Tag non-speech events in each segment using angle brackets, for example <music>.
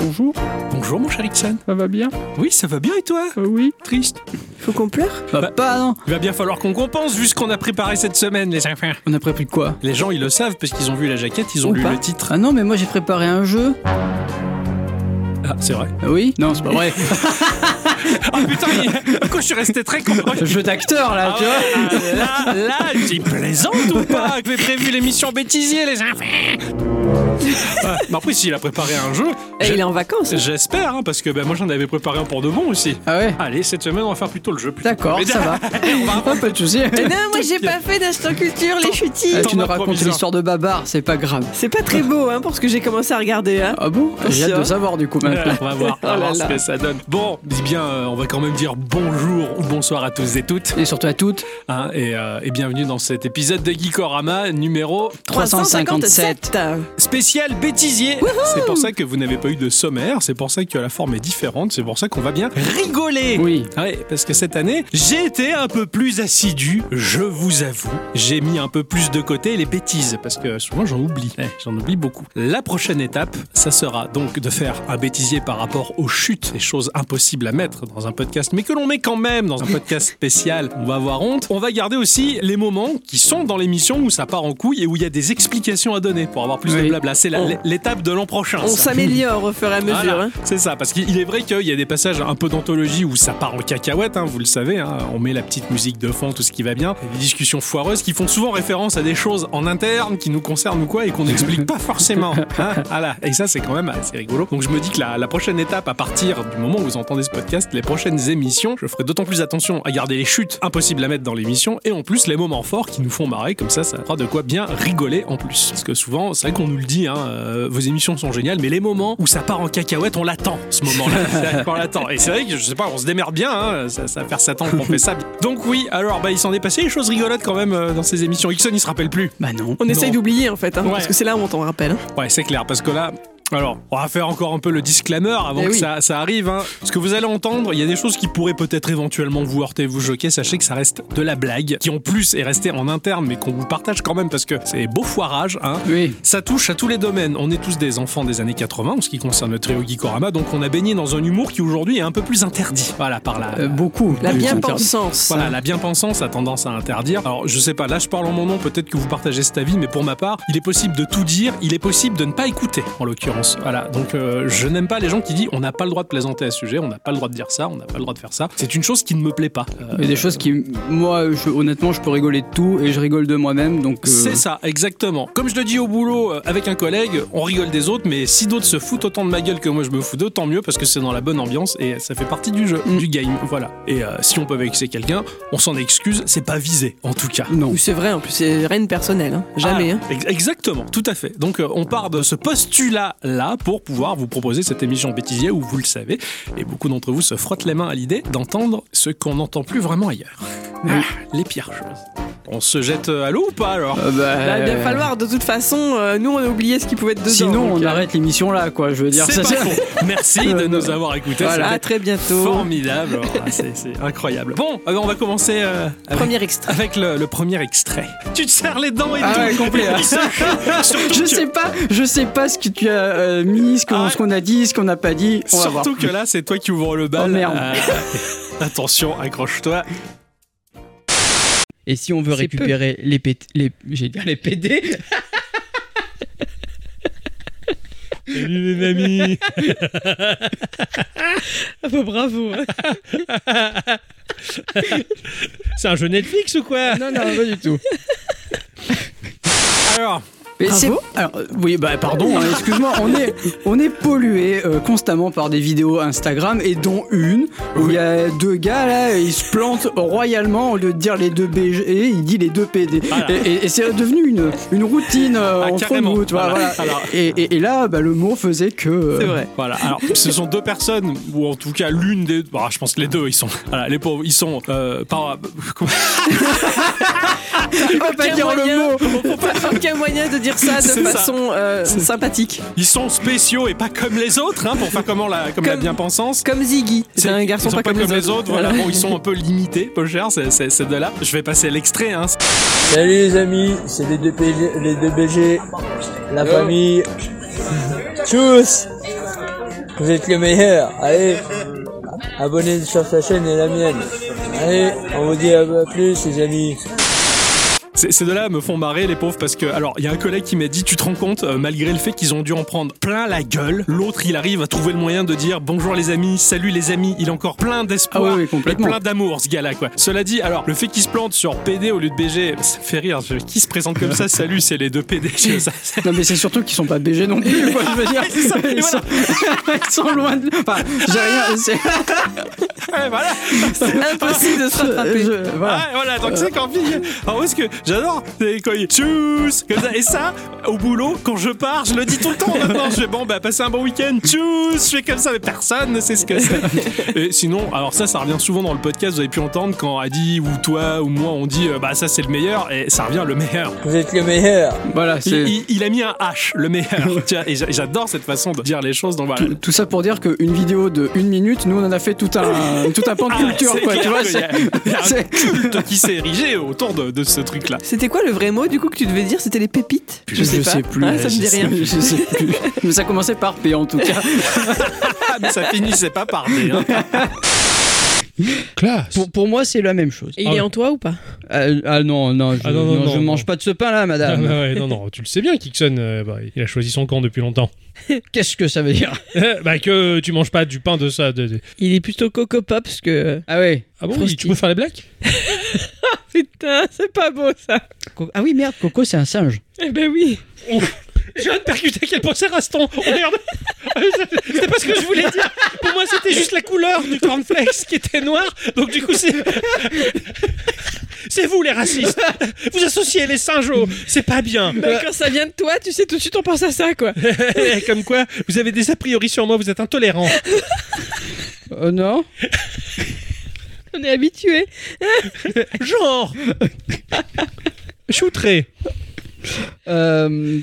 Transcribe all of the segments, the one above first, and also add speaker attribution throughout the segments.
Speaker 1: bonjour,
Speaker 2: Bonjour mon cher Ixon.
Speaker 1: ça va bien
Speaker 2: Oui, ça va bien et toi
Speaker 1: Euh, Oui,
Speaker 2: Triste.
Speaker 3: Faut qu'on pleure
Speaker 2: Bah-
Speaker 4: Bah, pas non
Speaker 2: Il va bien falloir qu'on compense vu ce qu'on a préparé cette semaine, les enfants.
Speaker 4: On a préparé de quoi
Speaker 2: Les gens, ils le savent parce qu'ils ont vu la jaquette, ils ont
Speaker 4: Ou
Speaker 2: lu
Speaker 4: pas.
Speaker 2: le titre.
Speaker 4: Ah non, mais moi j'ai préparé un jeu.
Speaker 2: Ah, c'est vrai.
Speaker 4: Ah Oui Non, c'est pas vrai.
Speaker 2: Ah putain, il- quand je suis resté très con.
Speaker 4: <laughs> Un jeu d'acteur là,
Speaker 2: Ah
Speaker 4: tu
Speaker 2: ouais,
Speaker 4: vois.
Speaker 2: ah, là, là, j'ai plaisante ou pas J'avais prévu l'émission bêtisier, les enfants. Ah, mais en plus, s'il a préparé un jeu,
Speaker 3: Eh,
Speaker 2: j'ai-
Speaker 3: Il est en vacances
Speaker 2: j'espère, hein, parce que bah, moi j'en avais préparé un pour de bon aussi.
Speaker 4: Ah ouais
Speaker 2: Allez, cette semaine, on va faire plutôt le jeu. plutôt.
Speaker 4: D'accord,
Speaker 2: Mais-
Speaker 4: ça va.
Speaker 2: on va-
Speaker 4: Ah, pas de soucis.
Speaker 3: Eh Non, moi j'ai pas fait d'instant culture, les chutis
Speaker 4: Eh,
Speaker 2: T'en
Speaker 4: tu nous
Speaker 2: as trois
Speaker 4: racontes
Speaker 2: bizarres.
Speaker 4: l'histoire de Babar, c'est pas grave.
Speaker 3: Euh, C'est pas très beau, hein, pour ce que j'ai commencé à regarder, hein.
Speaker 4: Ah bon J'ai hâte de savoir du coup maintenant.
Speaker 2: on va voir, on va
Speaker 3: <laughs> Oh là
Speaker 2: voir ce
Speaker 3: là.
Speaker 2: que ça donne. Bon, dis bien, euh, on va quand même dire bonjour ou bonsoir à tous et toutes.
Speaker 4: Et surtout à toutes,
Speaker 2: hein, et, euh, et bienvenue dans cet épisode de Geekorama numéro
Speaker 4: 357.
Speaker 2: spécial bêtisier. C'est pour ça que vous n'avez pas eu de sommaire, c'est pour ça que la forme est différente, c'est pour ça qu'on va bien rigoler.
Speaker 4: Oui.
Speaker 2: Ah Ouais, parce que cette année, j'ai été un peu plus assidu, je vous avoue. J'ai mis un peu plus de côté les bêtises, parce que souvent j'en oublie. Ouais, j'en oublie beaucoup. La prochaine étape, ça sera donc de faire un bêtisier par rapport aux chutes, les choses impossibles à mettre dans un podcast, mais que l'on met quand même
Speaker 3: <laughs>
Speaker 2: dans un podcast spécial. On va avoir honte. On va garder aussi les moments qui sont dans l'émission où ça part en couille et où il y a des explications à donner pour avoir plus de
Speaker 4: Oui.
Speaker 2: blabla. C'est la-
Speaker 3: On-
Speaker 2: l'étape de l'an prochain.
Speaker 3: On
Speaker 2: ça.
Speaker 3: s'améliore au fur et à mesure,
Speaker 2: Voilà,
Speaker 3: hein.
Speaker 2: C'est ça, parce qu'il est vrai qu'il y a des passages un peu d'anthologie où ça part en cacahuète, hein, vous le savez, hein, on met la petite musique de fond, tout ce qui va bien, des discussions foireuses qui font souvent référence à des choses en interne qui nous concernent ou quoi et qu'on n'explique pas forcément. hein. voilà, et ça c'est quand même assez rigolo. Donc je me dis que la, la prochaine étape, à partir du moment où vous entendez ce podcast, les prochaines émissions, je ferai d'autant plus attention à garder les chutes impossibles à mettre dans l'émission et en plus les moments forts qui nous font marrer, comme ça ça fera de quoi bien rigoler en plus. Parce que souvent, c'est vrai qu'on nous le dit, hein, euh, vos émissions sont géniales, mais les moments où ça part en cacahuète, on l'attend, ce moment-là. on l'attend. Et c'est vrai que je sais pas, on se démerde bien, hein, ça, ça va faire 7 ans qu'on fait ça. Donc oui, alors bah, il s'en est passé des choses rigolotes quand même euh, dans ces émissions. Ixon, il se rappelle plus.
Speaker 4: Bah non.
Speaker 3: On essaye
Speaker 2: Non.
Speaker 3: d'oublier en fait, hein,
Speaker 2: Ouais.
Speaker 3: parce que c'est là où on t'en rappelle. hein.
Speaker 2: Ouais, c'est clair, parce que là. Alors, on va faire encore un peu le disclaimer avant
Speaker 4: Eh
Speaker 2: que
Speaker 4: oui.
Speaker 2: ça, ça arrive. hein. Ce que vous allez entendre, il y a des choses qui pourraient peut-être éventuellement vous heurter, vous choquer. Sachez que ça reste de la blague, qui en plus est restée en interne, mais qu'on vous partage quand même parce que c'est beau foirage. Hein.
Speaker 4: Oui.
Speaker 2: Ça touche à tous les domaines. On est tous des enfants des années 80 en ce qui concerne le trio Geekorama, donc on a baigné dans un humour qui aujourd'hui est un peu plus interdit. Voilà, par la.
Speaker 4: Euh, beaucoup.
Speaker 3: La
Speaker 4: Oui,
Speaker 3: bien-pensance.
Speaker 2: Voilà, la bien-pensance a tendance à interdire. Alors, je sais pas, là je parle en mon nom, peut-être que vous partagez cet avis, mais pour ma part, il est possible de tout dire, il est possible de ne pas écouter, en l'occurrence. Voilà, donc euh, je n'aime pas les gens qui disent on n'a pas le droit de plaisanter à ce sujet, on n'a pas le droit de dire ça, on n'a pas le droit de faire ça. C'est une chose qui ne me plaît pas. Euh,
Speaker 4: Il y a des choses qui, moi, je- honnêtement, je peux rigoler de tout et je rigole de moi-même, donc. euh,
Speaker 2: C'est ça, exactement. Comme je le dis au boulot euh, avec un collègue, on rigole des autres, mais si d'autres se foutent autant de ma gueule que moi je me fous d'eux, tant mieux parce que c'est dans la bonne ambiance et ça fait partie du jeu,
Speaker 4: Mm.
Speaker 2: du game. Voilà. Et euh, si on peut vexer quelqu'un, on s'en excuse, c'est pas visé en tout cas.
Speaker 4: Non.
Speaker 3: Ou C'est vrai, en plus, c'est rien de personnel, hein. jamais.
Speaker 2: Ah,
Speaker 3: hein.
Speaker 2: ex- Exactement, tout à fait. Donc euh, on part de ce postulat-là pour pouvoir vous proposer cette émission bêtisier où vous le savez, et beaucoup d'entre vous se frottent les mains à l'idée d'entendre ce qu'on n'entend plus vraiment ailleurs. Ah, les pires choses. On se jette euh, à l'eau ou pas alors
Speaker 4: Euh, bah,
Speaker 3: Bah, Il va falloir, de toute façon, euh, nous on a oublié ce qui pouvait être dedans.
Speaker 4: Sinon,
Speaker 3: donc,
Speaker 4: on
Speaker 3: euh,
Speaker 4: arrête l'émission là, quoi. Je veux dire,
Speaker 2: C'est
Speaker 4: ça,
Speaker 2: pas
Speaker 4: <laughs> c'est-
Speaker 2: faux. Merci de nous avoir écoutés.
Speaker 3: Voilà, à
Speaker 2: C'était
Speaker 3: très bientôt.
Speaker 2: Formidable. Ah, c'est- C'est incroyable. Bon, alors on va commencer euh, avec,
Speaker 3: Premier extrait.
Speaker 2: avec le, le premier extrait. Tu te serres les dents et
Speaker 4: Ah
Speaker 2: tout. <laughs>
Speaker 4: ouais, complet, hein.
Speaker 2: Il se- surtout
Speaker 4: Je
Speaker 2: que-
Speaker 4: sais pas, je sais pas ce que tu as euh, mis, ce
Speaker 2: Ah
Speaker 4: qu'on
Speaker 2: ouais.
Speaker 4: ce qu'on a dit, ce qu'on n'a pas dit. On va voir.
Speaker 2: Surtout que là, c'est toi qui ouvre le bal.
Speaker 4: Oh, merde.
Speaker 2: Euh, attention, accroche-toi.
Speaker 5: Et si on veut
Speaker 6: C'est peu.
Speaker 5: récupérer les, pét- les, j'ai dit les PD,
Speaker 2: Salut les amis.
Speaker 6: Ah bah
Speaker 2: <laughs>
Speaker 6: bravo hein. C'est un jeu Netflix ou quoi
Speaker 5: non, non, pas du tout.
Speaker 2: Alors,
Speaker 4: Mais
Speaker 3: Bravo.
Speaker 4: c'est- Alors, euh, oui, bah pardon, hein, excuse-moi, on est, on est pollué euh, constamment par des vidéos Instagram et dont une où il y a deux gars là, et ils se plantent royalement au lieu de dire les deux BG, il dit les deux PD.
Speaker 2: Voilà.
Speaker 4: Et, et- et c'est devenu une, une routine euh,
Speaker 2: Ah,
Speaker 4: entre
Speaker 2: carrément.
Speaker 4: nous, tu vois,
Speaker 2: Voilà.
Speaker 4: voilà.
Speaker 2: Alors.
Speaker 4: Et, et- et là, bah, le mot faisait que. euh,
Speaker 3: C'est vrai.
Speaker 2: voilà. Alors, ce sont deux personnes, ou en tout cas l'une des. Bah, je pense que les deux, ils sont. Voilà, les pauvres, ils sont. euh, par... <laughs>
Speaker 4: on va pas
Speaker 3: Aucun
Speaker 4: dire le
Speaker 3: moyen. <laughs>
Speaker 4: mot.
Speaker 3: Aucun moyen de dire ça
Speaker 2: C'est
Speaker 3: de
Speaker 2: ça.
Speaker 3: façon euh,
Speaker 2: C'est-
Speaker 3: sympathique.
Speaker 2: Ils sont spéciaux et pas comme les autres, hein, pour faire comment la, comme la
Speaker 3: Comme-
Speaker 2: bien-pensance.
Speaker 3: Comme Ziggy.
Speaker 2: C'est
Speaker 3: C'est un garçon
Speaker 2: ils sont
Speaker 3: pas, comme,
Speaker 2: les autres,
Speaker 3: <laughs>
Speaker 2: voilà. Bon, ils sont un peu limités, peu chers, ces, ces- ces deux-là. Je vais passer l'extrait. Hein.
Speaker 7: Salut les amis, c'est les deux, PG <laughs> les deux BG, la famille. Tchuss Vous êtes les meilleurs. Allez, abonnez-vous sur sa chaîne et la mienne. Allez, on vous dit à plus, les amis.
Speaker 2: Ces ces deux-là me font marrer les pauvres parce que alors il y a un collègue qui m'a dit tu te rends compte euh, malgré le fait qu'ils ont dû en prendre plein la gueule l'autre il arrive à trouver le moyen de dire bonjour les amis salut les amis il est encore plein d'espoir
Speaker 4: Ah oui, oui, complètement.
Speaker 2: et plein d'amour ce gars-là quoi cela dit alors le fait qu'il se plante sur PD au lieu de BG ça me fait rire je- qui se présente comme ça salut c'est les deux PD je- ça- <laughs> ça-
Speaker 4: Non mais c'est surtout qu'ils sont pas BG non plus, quoi, je veux dire.
Speaker 2: ça, et
Speaker 4: ils, sont, <laughs> ils sont loin de... Enfin, j'ai rien... c'est-
Speaker 2: Ouais, voilà
Speaker 3: Ah, Impossible de se rattraper.
Speaker 4: je- voilà.
Speaker 2: Ouais, Ah, voilà, donc c'est qu'en fille. Alors, est-ce que j'adore C'est quand il tchuss comme ça. Et ça, au boulot, quand je pars, je le dis tout le temps maintenant. Je fais bon, bah, passez un bon week-end, tchuss Je fais comme ça, mais personne ne sait ce que c'est. Et sinon, alors ça, ça revient souvent dans le podcast, vous avez pu entendre quand Adi ou toi ou moi on dit euh, bah, ça c'est le meilleur, et ça revient le meilleur.
Speaker 7: Vous êtes les meilleurs.
Speaker 4: Voilà,
Speaker 2: Il,
Speaker 4: c'est...
Speaker 2: il- il a mis un H, le meilleur. Tu vois, et j'a- j'adore cette façon de dire les choses. Donc voilà.
Speaker 5: Ah,
Speaker 4: Tout, tout ça pour dire qu'une vidéo de une minute, nous on en a fait tout
Speaker 5: <laughs>
Speaker 4: un, tout un pan de
Speaker 2: Ah,
Speaker 4: culture,
Speaker 2: c'est
Speaker 4: quoi, tu
Speaker 2: clair
Speaker 4: vois.
Speaker 2: qu'il y a-
Speaker 4: c'est-
Speaker 2: il y a un
Speaker 4: <laughs> c'est-
Speaker 5: Ah,
Speaker 2: culte qui s'est érigé autour de, de ce truc-là.
Speaker 3: C'était quoi le vrai mot du coup que tu devais dire C'était les pépites
Speaker 4: Je, sais, plus.
Speaker 3: Ah, ça me
Speaker 4: je
Speaker 3: dit
Speaker 4: sais-
Speaker 3: rien.
Speaker 4: <laughs> Je sais plus. Mais ça commençait par P en tout cas.
Speaker 2: Ah, mais ça finissait pas par des. hein.
Speaker 6: Classe.
Speaker 5: Pour, pour moi, c'est la même chose.
Speaker 6: il est
Speaker 5: ah,
Speaker 6: en toi ou pas
Speaker 5: euh, ah non, non, je,
Speaker 6: Ah non, non,
Speaker 5: non, je
Speaker 6: non,
Speaker 5: mange
Speaker 6: non.
Speaker 5: pas de ce pain-là,
Speaker 6: Ah,
Speaker 5: madame.
Speaker 6: bah ouais, Non, non, tu le sais bien, Kixon, euh, bah, il a choisi son camp depuis longtemps. <laughs>
Speaker 5: Qu'est-ce que ça veut dire
Speaker 6: bah que tu manges pas du pain de ça. de- de-
Speaker 1: Il est plutôt coco pop parce que.
Speaker 5: Ah oui.
Speaker 6: Ah bon
Speaker 1: Frosty.
Speaker 6: Tu peux faire les blagues
Speaker 1: Putain, c'est pas beau ça.
Speaker 5: Co- Ah oui, merde, Coco, c'est un singe.
Speaker 1: Eh ben oui.
Speaker 6: Je viens de percuter quel penseur à ce temps. Oh merde C'était pas ce que je voulais dire Pour moi, c'était juste la couleur du cornflakes qui était noir. Donc du coup, c'est... C'est vous les racistes Vous associez les singes au... C'est pas bien
Speaker 3: Ben,
Speaker 4: Euh.
Speaker 1: Bah, quand ça vient de toi, tu sais tout de suite on pense à ça quoi.
Speaker 6: Eh, <laughs> Comme quoi, vous avez des a priori sur moi, vous êtes intolérants.
Speaker 4: Euh,
Speaker 5: Oh non
Speaker 1: On est habitué.
Speaker 6: Genre Je suis outré.
Speaker 5: Euh,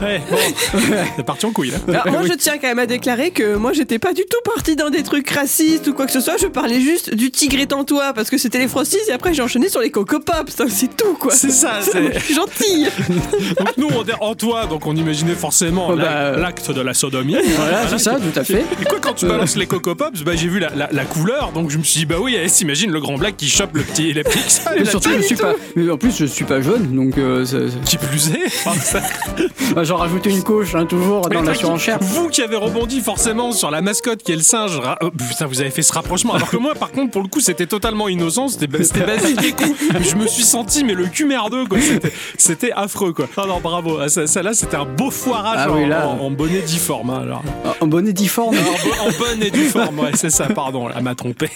Speaker 2: Ouais,
Speaker 6: <laughs>
Speaker 2: bon. C'est parti en couille là.
Speaker 4: Euh,
Speaker 3: Alors, moi, je tiens quand même à déclarer que moi, j'étais pas du tout partie dans des trucs racistes ou quoi que ce soit. Je parlais juste du tigre étant toi parce que c'était les Frosties et après j'ai enchaîné sur les Coco Pops. Ça, C'est tout quoi.
Speaker 2: C'est ça, c'est.
Speaker 3: Je suis gentille. <laughs>
Speaker 2: Donc nous on dit en toi, donc on imaginait forcément
Speaker 4: Oh,
Speaker 2: la-
Speaker 4: bah,
Speaker 2: l'acte de la
Speaker 4: <laughs>
Speaker 2: sodomie.
Speaker 4: Voilà, c'est ça, tout
Speaker 5: <laughs>
Speaker 4: à fait.
Speaker 2: Et quoi quand tu balances les Coco Pops, bah j'ai vu la, la- la couleur, donc je me suis dit bah oui, elle s'imagine le grand black qui chope le petit les <laughs> pixels.
Speaker 4: Et
Speaker 2: là,
Speaker 4: surtout, je suis pas. Mais en plus, je suis pas jaune, donc euh, ça- ça-
Speaker 2: Qui plus est,
Speaker 4: <laughs>
Speaker 2: enfin, ça-
Speaker 4: bah, j'en rajoute une couche, hein, toujours dans la surenchère.
Speaker 2: vous qui avez rebondi forcément sur la mascotte qui est le singe, ra- oh, putain vous avez fait ce rapprochement. Alors que moi par contre pour le coup c'était totalement innocent, c'était ba- c'était basique et con. Je me suis senti mais le cul merdeux quoi, C'était- c'était affreux quoi. Non non bravo, Ah, ça, ça, là c'était un beau foirage
Speaker 4: Ah
Speaker 2: en,
Speaker 4: oui, là.
Speaker 2: en- en bonnet difforme. hein, alors.
Speaker 4: En
Speaker 5: <laughs>
Speaker 4: bonnet difforme.
Speaker 2: En, bo- en bonne et due forme, ouais, c'est ça, pardon, elle m'a trompé.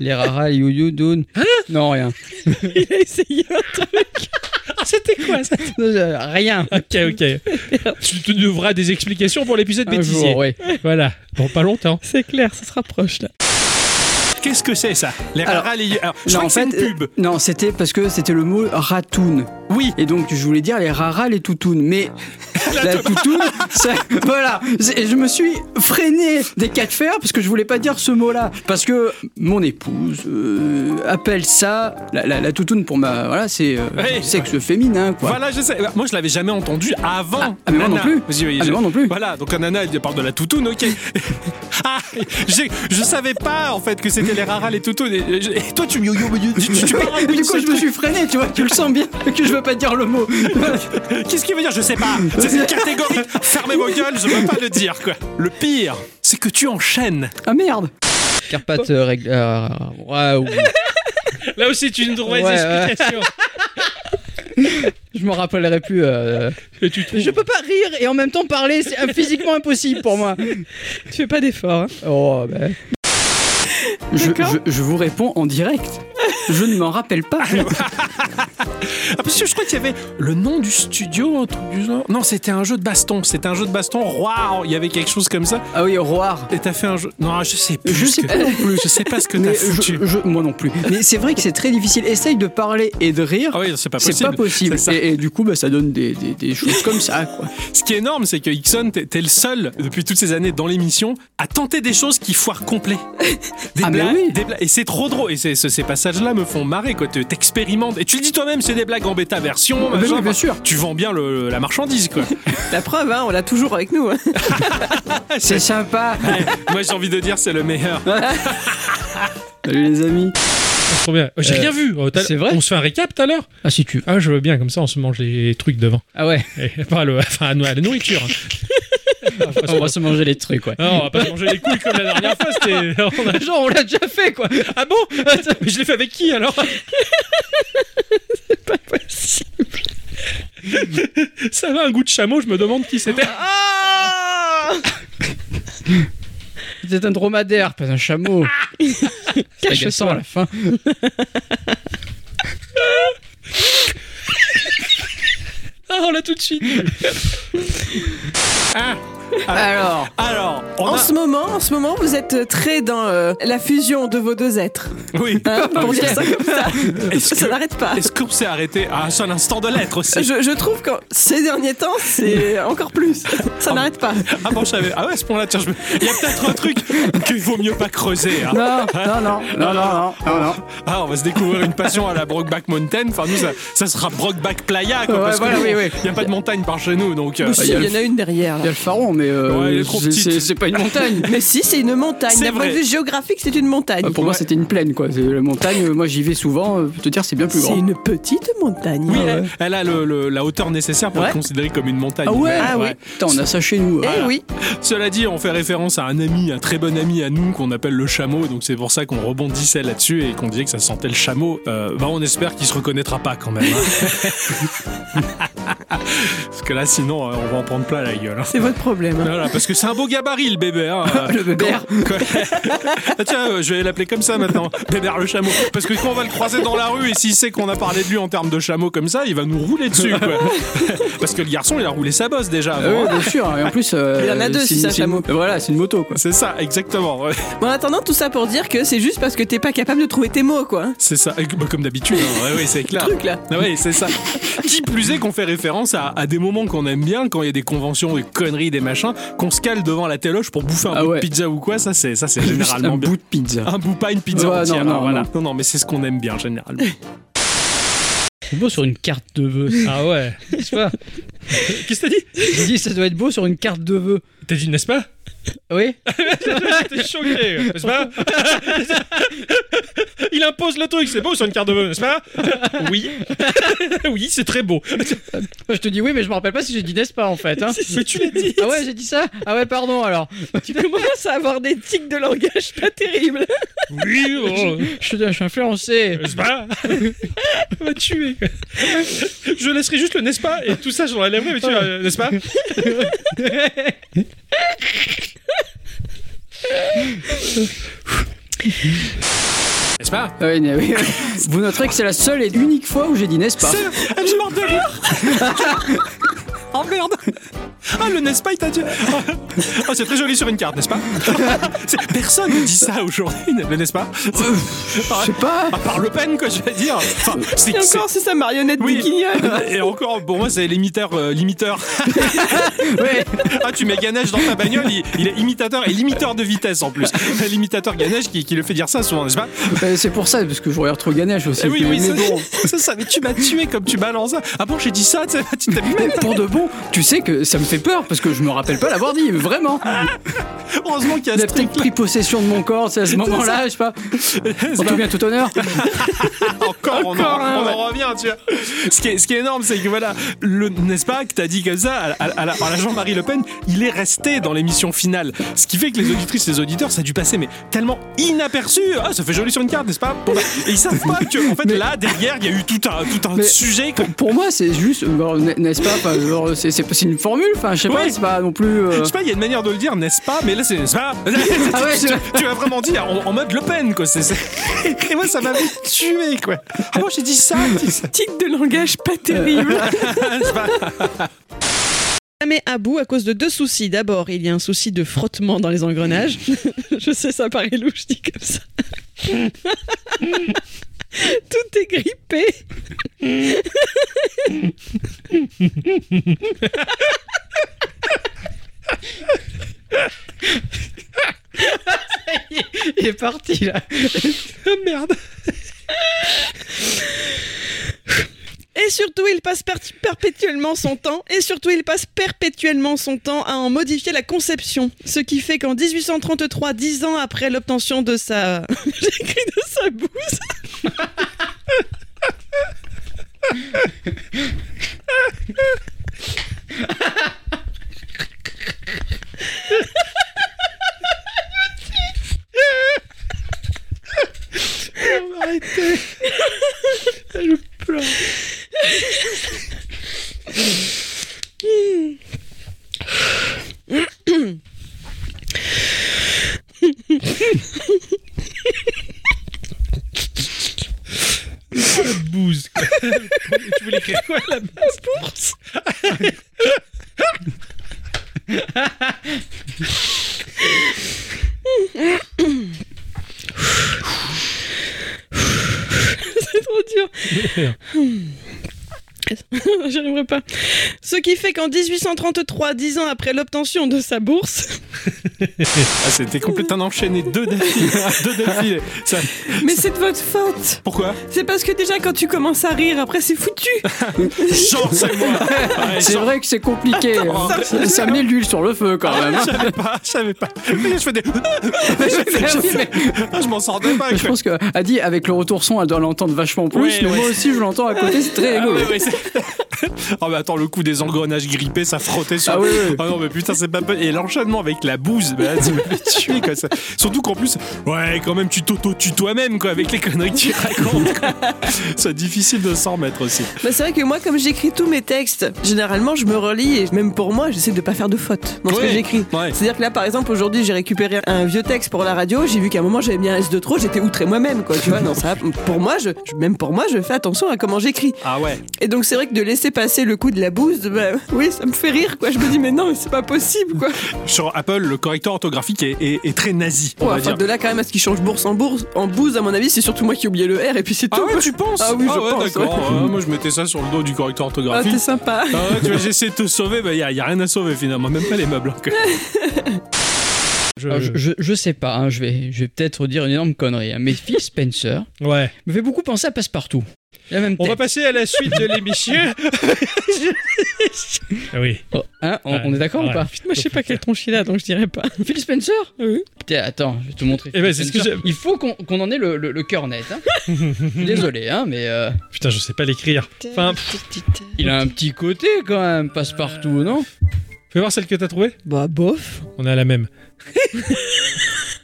Speaker 5: les raras, les you doun.
Speaker 4: Hein
Speaker 5: Non,
Speaker 4: <laughs>
Speaker 5: rien.
Speaker 1: Il a essayé un truc.
Speaker 6: <laughs> Ah, c'était quoi
Speaker 2: <laughs>
Speaker 6: ça
Speaker 5: Non, euh, Rien.
Speaker 6: Ok, ok. <laughs> Tu te devras des explications pour
Speaker 4: Ah,
Speaker 6: l'épisode
Speaker 5: Un
Speaker 6: bêtisier.
Speaker 5: jour, oui.
Speaker 6: Voilà. Bon, pas longtemps.
Speaker 1: C'est clair, ça se rapproche là.
Speaker 2: Qu'est-ce que c'est ça Les
Speaker 4: Alors-
Speaker 2: raras, les- alors, je
Speaker 4: Non,
Speaker 2: crois que c'est une
Speaker 4: euh,
Speaker 2: pub.
Speaker 4: non, c'était parce que c'était le mot ratoun.
Speaker 2: Oui.
Speaker 4: Et donc, je voulais dire les raras, les
Speaker 2: <laughs>
Speaker 4: toutounes. Mais la, toutoune, ça- voilà. C'est- Je me suis freiné des cas de fer parce que je voulais pas dire ce mot-là. Parce que mon épouse euh, appelle ça la, la, la toutoune pour ma. Voilà, c'est euh,
Speaker 2: Ouais.
Speaker 4: sexe féminin, quoi.
Speaker 2: Voilà, je sais. Moi, je l'avais jamais entendu avant.
Speaker 4: Ah, ah, mais moi
Speaker 2: Nana.
Speaker 4: non plus.
Speaker 2: Vas-y, oui,
Speaker 4: Ah, mais
Speaker 2: je-
Speaker 4: moi non plus.
Speaker 2: Voilà, donc Nana, elle parle de la toutoune, ok. <laughs> ah, j'ai- je savais pas en fait que c'était les raras, les toutounes. Et, et- et toi, tu, tu, tu, tu
Speaker 4: <laughs>
Speaker 2: parles avec
Speaker 4: Du
Speaker 2: une
Speaker 4: coup,
Speaker 2: seule
Speaker 4: je me suis freiné, tu vois, tu le sens bien que je veux pas dire le
Speaker 2: <laughs>
Speaker 4: mot.
Speaker 2: Qu'est-ce qu'il veut dire Je sais pas. C'est une catégorie. Fermez vos gueules, je veux pas le dire quoi. Le pire, c'est que tu enchaînes.
Speaker 4: Ah merde
Speaker 5: Carpates, euh, règle- euh, waouh.
Speaker 6: Là aussi, tu nous devras
Speaker 5: Ouais,
Speaker 6: des
Speaker 5: ouais.
Speaker 6: explications.
Speaker 5: Je m'en rappellerai plus. euh.
Speaker 6: Et tu trouves-
Speaker 5: Je peux pas rire et en même temps parler, c'est euh, physiquement impossible pour moi.
Speaker 1: Tu fais pas d'effort. hein.
Speaker 5: Oh, bah.
Speaker 4: je,
Speaker 1: D'accord.
Speaker 4: je- je vous réponds en direct. Je ne m'en rappelle pas.
Speaker 2: Ah, parce que je crois qu'il y avait le nom du studio, un truc du genre. Non, c'était un jeu de baston. C'était un jeu de baston. Roi, il y avait quelque chose comme ça.
Speaker 4: Ah oui, roar.
Speaker 2: Et t'as fait un jeu. Non, je sais plus.
Speaker 4: Je
Speaker 2: ce
Speaker 4: sais
Speaker 2: que-
Speaker 4: pas non plus.
Speaker 2: Je sais pas ce que
Speaker 4: Mais
Speaker 2: t'as foutu.
Speaker 4: je, je- moi non plus. Mais c'est vrai que c'est très difficile. Essaye de parler et de rire.
Speaker 2: Ah oui, c'est pas
Speaker 4: c'est
Speaker 2: possible.
Speaker 4: pas possible.
Speaker 2: C'est ça.
Speaker 4: Et, et du coup, bah, ça donne des, des- des choses comme ça. Quoi.
Speaker 2: Ce qui est énorme, c'est que Ixon, t'es t'es le seul, depuis toutes ces années dans l'émission, à tenter des choses qui foirent
Speaker 6: <laughs>
Speaker 2: complet. Des
Speaker 4: Ah, mais
Speaker 2: blagues,
Speaker 4: oui.
Speaker 2: des blagues. Et c'est trop drôle. Et c'est- ce- ces passages-là me font marrer, quoi. Te- T'expérimentes. Et tu tu le dis toi-même, c'est des blagues en bêta version.
Speaker 4: Mais
Speaker 2: machin.
Speaker 4: oui, bien sûr.
Speaker 2: Tu vends bien le- la marchandise,
Speaker 6: <laughs>
Speaker 2: quoi.
Speaker 3: La preuve, hein, on l'a toujours avec nous. hein.
Speaker 4: C'est sympa.
Speaker 2: Moi, j'ai envie de dire, c'est le meilleur.
Speaker 6: Ah,
Speaker 4: Salut les amis.
Speaker 6: Trop bien. J'ai
Speaker 5: Euh,
Speaker 6: rien vu. Oh, t'as-
Speaker 5: c'est vrai
Speaker 6: On se fait un récap tout à l'heure
Speaker 5: Ah, si tu.
Speaker 6: Ah, je veux bien, comme ça on se mange les trucs devant.
Speaker 5: Ah ouais,
Speaker 6: Et, <laughs> pas le, enfin, la nourriture. hein. <laughs>
Speaker 5: on va se manger les trucs, ouais.
Speaker 6: Non, on va pas se manger les couilles comme la dernière fois. c'était- <laughs> Oh, on a-
Speaker 5: <laughs> Genre, on l'a déjà fait, quoi.
Speaker 6: Ah bon Mais je l'ai fait avec qui alors
Speaker 1: Pas possible.
Speaker 6: Ça va un goût de chameau, je me demande qui c'était.
Speaker 5: C'était un dromadaire, pas un chameau.
Speaker 6: <laughs>
Speaker 5: C'est agaçant à la fin.
Speaker 6: Ah, on l'a tout de suite.
Speaker 4: Alors,
Speaker 2: Ah, Alors, on
Speaker 3: Bah, En
Speaker 2: a-
Speaker 3: ce moment, en ce moment, vous êtes très dans euh, la fusion de vos deux êtres.
Speaker 2: Oui.
Speaker 3: <laughs> hein, pour dire ça comme ça,
Speaker 2: <laughs> Est-ce
Speaker 3: ça
Speaker 2: que-
Speaker 3: n'arrête pas.
Speaker 2: Est-ce qu'on s'est arrêté à un seul instant de l'être
Speaker 3: Ah, Je,
Speaker 2: aussi
Speaker 3: je trouve que ces derniers temps,
Speaker 2: <laughs>
Speaker 3: c'est encore plus. Ça n'arrête pas.
Speaker 2: Ah bon, je savais. Ah ouais, à ce point-là, tiens, je me- il y a peut-être un truc qu'il vaut mieux pas creuser. hein.
Speaker 4: non, non, non, non, non, non, non, non.
Speaker 2: Ah, on va se découvrir une passion à la Brokeback Mountain. Enfin, nous, ça, ça sera Brokeback Playa, quoi,
Speaker 4: Ouais,
Speaker 2: parce que
Speaker 4: voilà,
Speaker 2: nous,
Speaker 4: oui, oui.
Speaker 2: il n'y a pas de montagne par chez nous, donc. euh,
Speaker 3: Mais si,
Speaker 2: il y a-
Speaker 3: il y en a une derrière.
Speaker 4: Il y a
Speaker 3: Là.
Speaker 4: le pharaon, mais euh,
Speaker 2: Ouais, elle est trop
Speaker 4: c'est-
Speaker 2: petite.
Speaker 4: c'est c'est pas une
Speaker 3: <laughs>
Speaker 4: montagne.
Speaker 3: Mais si, c'est une montagne.
Speaker 2: C'est
Speaker 3: D'un point de
Speaker 2: vrai. Ah,
Speaker 3: vue géographique, c'est une montagne.
Speaker 4: Euh, Pour moi, c'était une plaine, quoi. C'est La montagne, euh, moi, j'y vais souvent. euh, je peux te dire, c'est bien plus
Speaker 3: c'est
Speaker 4: grand.
Speaker 3: une petite montagne.
Speaker 2: Oui, elle, elle a le- le- la hauteur nécessaire pour
Speaker 3: Ouais.
Speaker 2: être considérée comme une montagne.
Speaker 4: Ah ouais,
Speaker 3: Ah oui.
Speaker 4: Putain, on a ça chez nous. hein.
Speaker 3: Eh
Speaker 4: Voilà.
Speaker 3: oui,
Speaker 2: Cela dit, on fait référence à un ami, un très bon ami à nous qu'on appelle le chameau, donc c'est pour ça qu'on rebondissait là-dessus et qu'on disait que ça sentait le chameau. Euh, bah, on espère qu'il se reconnaîtra pas quand même. hein. Parce que là, sinon, euh, on va en prendre plein la gueule. hein.
Speaker 3: c'est votre problème. hein.
Speaker 2: Voilà, parce que c'est un beau gabarit le bébé. hein.
Speaker 4: Le bébert.
Speaker 2: Quoi Ah, tiens, euh, je vais l'appeler comme ça maintenant, Bébert le chameau. Parce que quand on va le croiser dans la rue et s'il sait qu'on a parlé de lui en termes de chameau comme ça, il va nous rouler dessus. quoi. Parce que le garçon, il a roulé sa bosse déjà.
Speaker 4: Ah
Speaker 2: avant. hein.
Speaker 4: oui, bien sûr. Et en plus, euh,
Speaker 3: Il y en a deux, si
Speaker 4: une-
Speaker 3: ça,
Speaker 4: une-
Speaker 3: chameau.
Speaker 4: Voilà, c'est une moto, quoi.
Speaker 2: C'est ça, exactement. ouais.
Speaker 3: Bon, en attendant, tout ça pour dire que c'est juste parce que t'es pas capable de trouver tes mots, quoi.
Speaker 2: C'est ça, Et que- bah, comme d'habitude. hein. Ouais, ouais, c'est clair.
Speaker 3: Truc là.
Speaker 2: Ah ouais, c'est ça. Qui plus est qu'on fait référence à, à des moments qu'on aime bien, quand il y a des conventions, des conneries, des machins, qu'on se cale devant la téloche pour bouffer un
Speaker 4: Ah
Speaker 2: bout
Speaker 4: ouais.
Speaker 2: de pizza ou quoi, ça c'est ça c'est
Speaker 4: Juste un
Speaker 2: généralement bien.
Speaker 4: bout de pizza.
Speaker 2: Un bout pas une pizza
Speaker 4: Ouais, non,
Speaker 2: entière,
Speaker 4: non,
Speaker 2: hein, voilà.
Speaker 4: non.
Speaker 2: non, mais c'est ce qu'on aime bien généralement.
Speaker 5: C'est beau sur une carte de vœux,
Speaker 6: <laughs> Ah ouais.
Speaker 5: n'est-ce pas
Speaker 6: Qu'est-ce que t'as dit
Speaker 5: Je dis, ça doit être beau sur une carte de vœux.
Speaker 6: T'as dit, n'est-ce pas
Speaker 5: Oui
Speaker 6: <laughs> J'étais choqué, n'est-ce pas Il impose le truc, c'est beau sur une carte de vœux, n'est-ce pas Oui. <laughs> oui, c'est très beau.
Speaker 5: Je te dis oui, mais je me rappelle pas si j'ai dit n'est-ce pas en fait. Hein.
Speaker 6: Mais tu l'as dit.
Speaker 5: Ah ouais, j'ai dit ça Ah ouais, pardon alors.
Speaker 1: Tu commences à avoir des tics de langage pas terribles.
Speaker 6: Oui, oh, Euh,
Speaker 5: Je, te- je suis influencé.
Speaker 6: <laughs> n'est-ce pas <laughs> On va te tuer. quoi. Je laisserai juste le n'est-ce pas et tout ça, j'en enlèverai, mais tu vois, euh, n'est-ce pas
Speaker 2: N'est-ce pas
Speaker 4: Ah oui, mais oui. <laughs> Vous noterez que c'est la seule et unique fois où j'ai dit n'est-ce pas
Speaker 2: Ah, je meurs de rire
Speaker 3: <laughs>
Speaker 2: Oh merde Ah, le n'est-ce pas, il t'a dit. Oh, c'est très joli sur une carte, n'est-ce pas <laughs> C'est- Personne ne dit ça aujourd'hui, le n'est-ce pas
Speaker 4: Je sais pas.
Speaker 2: À part Le Pen, quoi, je veux dire. Enfin, c'est
Speaker 3: Et encore, c'est sa marionnette
Speaker 2: Oui.
Speaker 3: bourguignonne.
Speaker 2: c'est- <laughs> Et encore, pour moi, c'est l'imiteur. euh,
Speaker 3: <laughs>
Speaker 2: l'imiteur.
Speaker 4: Ouais.
Speaker 2: <laughs> Ah, tu mets Ganesh dans ta bagnole, il, il est imitateur et l'imiteur de vitesse en
Speaker 3: <laughs>
Speaker 2: plus. L'imitateur Ganesh qui, qui le fait dire ça souvent, n'est-ce pas
Speaker 4: Euh, C'est pour ça, parce que je regarde trop Ganesh aussi.
Speaker 2: Eh Oui,
Speaker 4: mais-
Speaker 2: oui,
Speaker 4: mais
Speaker 2: c'est
Speaker 4: bon.
Speaker 2: <laughs> c'est ça. Mais tu m'as tué comme tu balances ça. Ah bon, j'ai dit ça, tu sais, tu t'as vu
Speaker 4: Mais pour de bon, tu sais que ça me fait peur parce que je me rappelle pas l'avoir dit, vraiment.
Speaker 2: Ah, Heureusement qu'il y a
Speaker 4: Il
Speaker 2: ce
Speaker 4: a
Speaker 2: truc
Speaker 4: peut-être pris possession de mon corps, c'est à ce moment-là, je sais pas. En tout bien, tout honneur.
Speaker 2: encore, on, en, on en revient, tu vois. Ce qui est, ce qui est énorme, c'est que voilà, le n'est-ce pas que t'as dit comme ça à, à- à la, à la Jean-Marie Le Pen, il est resté dans l'émission finale. Ce qui fait que les auditrices, les auditeurs, ça a dû passer, mais tellement inaperçu. Ah, ça fait joli sur une carte, n'est-ce pas Bon, bah, Et ils savent pas que, en fait, là, derrière, il y a eu tout un, tout un
Speaker 4: Mais-
Speaker 2: sujet. que-
Speaker 4: Pour moi, c'est juste, bon, n- n'est-ce pas enfin, genre, C'est c'est- c'est une formule, enfin, je sais pas,
Speaker 2: Ouais.
Speaker 4: c'est pas non plus. euh,
Speaker 2: Je sais pas, il y a une manière de le dire, n'est-ce pas Mais là, c'est n'est-ce pas
Speaker 4: Ah
Speaker 2: <laughs>
Speaker 4: ouais, c'est vrai.
Speaker 2: Tu l'as vraiment dit en, en mode Le Pen, quoi. c'est- <laughs> c'est- Et moi, ça m'avait tué, quoi. Ah, moi, j'ai dit ça, j'ai dit ça.
Speaker 3: Tic de langage pas
Speaker 2: <laughs>
Speaker 3: terrible.
Speaker 2: N'est-ce pas
Speaker 1: Jamais à bout à cause de deux soucis. D'abord, il y a un souci de frottement dans les engrenages. <laughs> je sais, ça paraît louche dit comme ça. <laughs> Tout est grippé.
Speaker 5: <laughs> Il est parti là.
Speaker 1: <laughs>
Speaker 6: Ah merde.
Speaker 1: surtout, il passe per- perpétuellement son temps, et surtout, il passe perpétuellement son temps à en modifier la conception. Ce qui fait qu'en 1833, dix ans après l'obtention de sa. J'écris de sa bouse.
Speaker 6: bouse. quoi. tu voulais écrire quoi la
Speaker 1: C'est trop dur. J'y arriverai pas. Ce qui fait qu'en 1833, dix ans après l'obtention de sa bourse,
Speaker 2: Ah, c'était complètement enchaîné deux défilés. deux défilés. Ça-
Speaker 3: <laughs> Mais c'est de votre faute.
Speaker 2: Pourquoi
Speaker 3: C'est parce que déjà quand tu commences à rire, après c'est foutu.
Speaker 2: Genre, c'est moi. Ouais,
Speaker 4: C'est
Speaker 2: genre,
Speaker 4: vrai que c'est compliqué. hein.
Speaker 2: ça-
Speaker 4: ça, met de l'huile sur le feu quand même.
Speaker 2: <laughs> Je
Speaker 4: hein.
Speaker 2: savais pas, je savais pas. Je fais des. <laughs>
Speaker 4: <laughs>
Speaker 2: Je,
Speaker 4: Oui, mais-
Speaker 2: je- je m'en sortais pas.
Speaker 4: mais je
Speaker 2: quoi.
Speaker 4: pense que Adi, avec le retour son, elle doit l'entendre vachement plus.
Speaker 2: Ouais,
Speaker 4: mais
Speaker 2: ouais.
Speaker 4: moi aussi, je l'entends à côté, c'est très
Speaker 2: Ah
Speaker 4: rigolo.
Speaker 2: ouais, ouais, c'est- <laughs> Ah bah attends, le coup des engrenages grippés, ça frottait sur.
Speaker 4: Ah ouais, ouais.
Speaker 2: non, mais putain, c'est pas peu. Et l'enchaînement avec la bouse, bah, <laughs> tu m'as fait tuer quoi. Ça. Surtout qu'en plus, ouais, quand même, tu t'auto-tues toi-même quoi, avec les conneries que tu racontes.
Speaker 3: <laughs>
Speaker 2: quoi. C'est difficile de s'en remettre aussi.
Speaker 3: <laughs> Bah, c'est vrai que moi, comme j'écris tous mes textes, généralement je me relis et même pour moi, j'essaie de pas faire de fautes dans ce
Speaker 2: Ouais.
Speaker 3: que j'écris.
Speaker 2: Ouais.
Speaker 3: C'est-à-dire que là, par exemple, aujourd'hui, j'ai récupéré un vieux texte pour la radio. J'ai vu qu'à un moment, j'avais mis un S de trop. J'étais outré moi-même, quoi. Tu vois, non, ça, pour moi, je, je- même pour moi, je fais attention à comment j'écris.
Speaker 2: Ah ouais.
Speaker 3: Et donc, c'est vrai que de laisser passer le coup de la bouse, bah, oui, ça me fait rire, quoi. Je me dis, mais non, mais c'est pas possible, quoi.
Speaker 2: Sur Apple, le correcteur orthographique est, est- est très nazi. On
Speaker 3: Ouais,
Speaker 2: va
Speaker 3: enfin,
Speaker 2: dire.
Speaker 3: de là, quand même, à ce qu'il change bourse en bourse, en bouse, à mon avis, c'est surtout moi qui ai oublié le R et puis c'est tout.
Speaker 2: Ah ouais, tu penses
Speaker 3: Ah oui, je
Speaker 2: ouais,
Speaker 3: pense,
Speaker 2: D'accord.
Speaker 3: ouais.
Speaker 2: Ouais, moi, je mettais ça sur le dos du correcteur
Speaker 3: Ah, t'es
Speaker 2: orthographique.
Speaker 3: sympa.
Speaker 2: Ah ouais, tu vois, j'essaie de te sauver, bah y a, y a rien à sauver finalement, même pas les meubles. hein, quoi.
Speaker 5: Alors, Ah,
Speaker 1: Euh,
Speaker 5: Je, je, je sais pas, hein, je vais, je vais peut-être dire une énorme connerie, hein, mais Phil
Speaker 1: <laughs>
Speaker 5: Spencer
Speaker 6: Ouais.
Speaker 5: me fait beaucoup penser à Passepartout. La même
Speaker 6: On va
Speaker 5: tête.
Speaker 6: passer à la suite de l'émission. <laughs> Ah oui.
Speaker 5: Oh, hein, on,
Speaker 6: Ouais.
Speaker 5: on est d'accord
Speaker 6: Ouais.
Speaker 5: ou pas
Speaker 1: moi je sais pas quelle tronche il a, donc je dirais pas.
Speaker 5: <laughs> Phil Spencer
Speaker 1: Oui.
Speaker 5: Putain, attends, je vais te montrer.
Speaker 6: Eh ben, c'est ce que
Speaker 5: Spencer.
Speaker 6: j'ai-
Speaker 5: Il faut qu'on qu'on en ait le, le, le cœur net.
Speaker 1: <laughs>
Speaker 5: hein. Je suis Désolé, hein, mais euh,
Speaker 6: Putain, je sais pas l'écrire. Enfin,
Speaker 5: il a un petit côté quand même, Passepartout, non
Speaker 6: fais voir celle que t'as trouvée.
Speaker 1: Bah bof.
Speaker 6: On est à la même.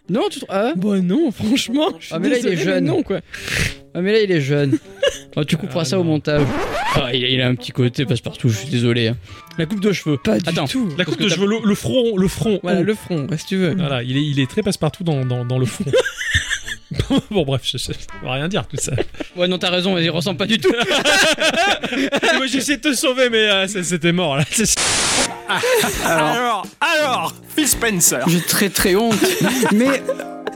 Speaker 5: Non, tu trouves. Ah,
Speaker 1: Bah non, franchement. je suis
Speaker 5: Ah, mais là, il est
Speaker 1: désolée, mais
Speaker 5: jeune.
Speaker 1: Non quoi.
Speaker 5: ah, mais là, il est jeune. Ah, tu couperas
Speaker 6: Ah,
Speaker 5: ça au
Speaker 6: non.
Speaker 5: montage. Ah, il, a- il a un petit côté Passepartout, je suis désolé. hein. La coupe de cheveux.
Speaker 1: Pas du
Speaker 5: Attends,
Speaker 1: tout.
Speaker 6: La coupe de cheveux, le, le front, le front.
Speaker 1: Voilà
Speaker 6: Oh.
Speaker 1: le front, ouais, si tu veux.
Speaker 6: Voilà, il est, il est très passe-partout dans, dans, dans le front. <laughs> bon, bref, je, je- on va rien dire tout ça.
Speaker 5: Ouais, non, t'as raison, il ressemble pas du tout.
Speaker 6: <laughs> Moi, j'essaie de te sauver, mais euh, c'est- c'était mort <laughs> là. Ah. C'est-
Speaker 2: Alors, alors, Phil Spencer.
Speaker 4: J'ai très très honte. Mais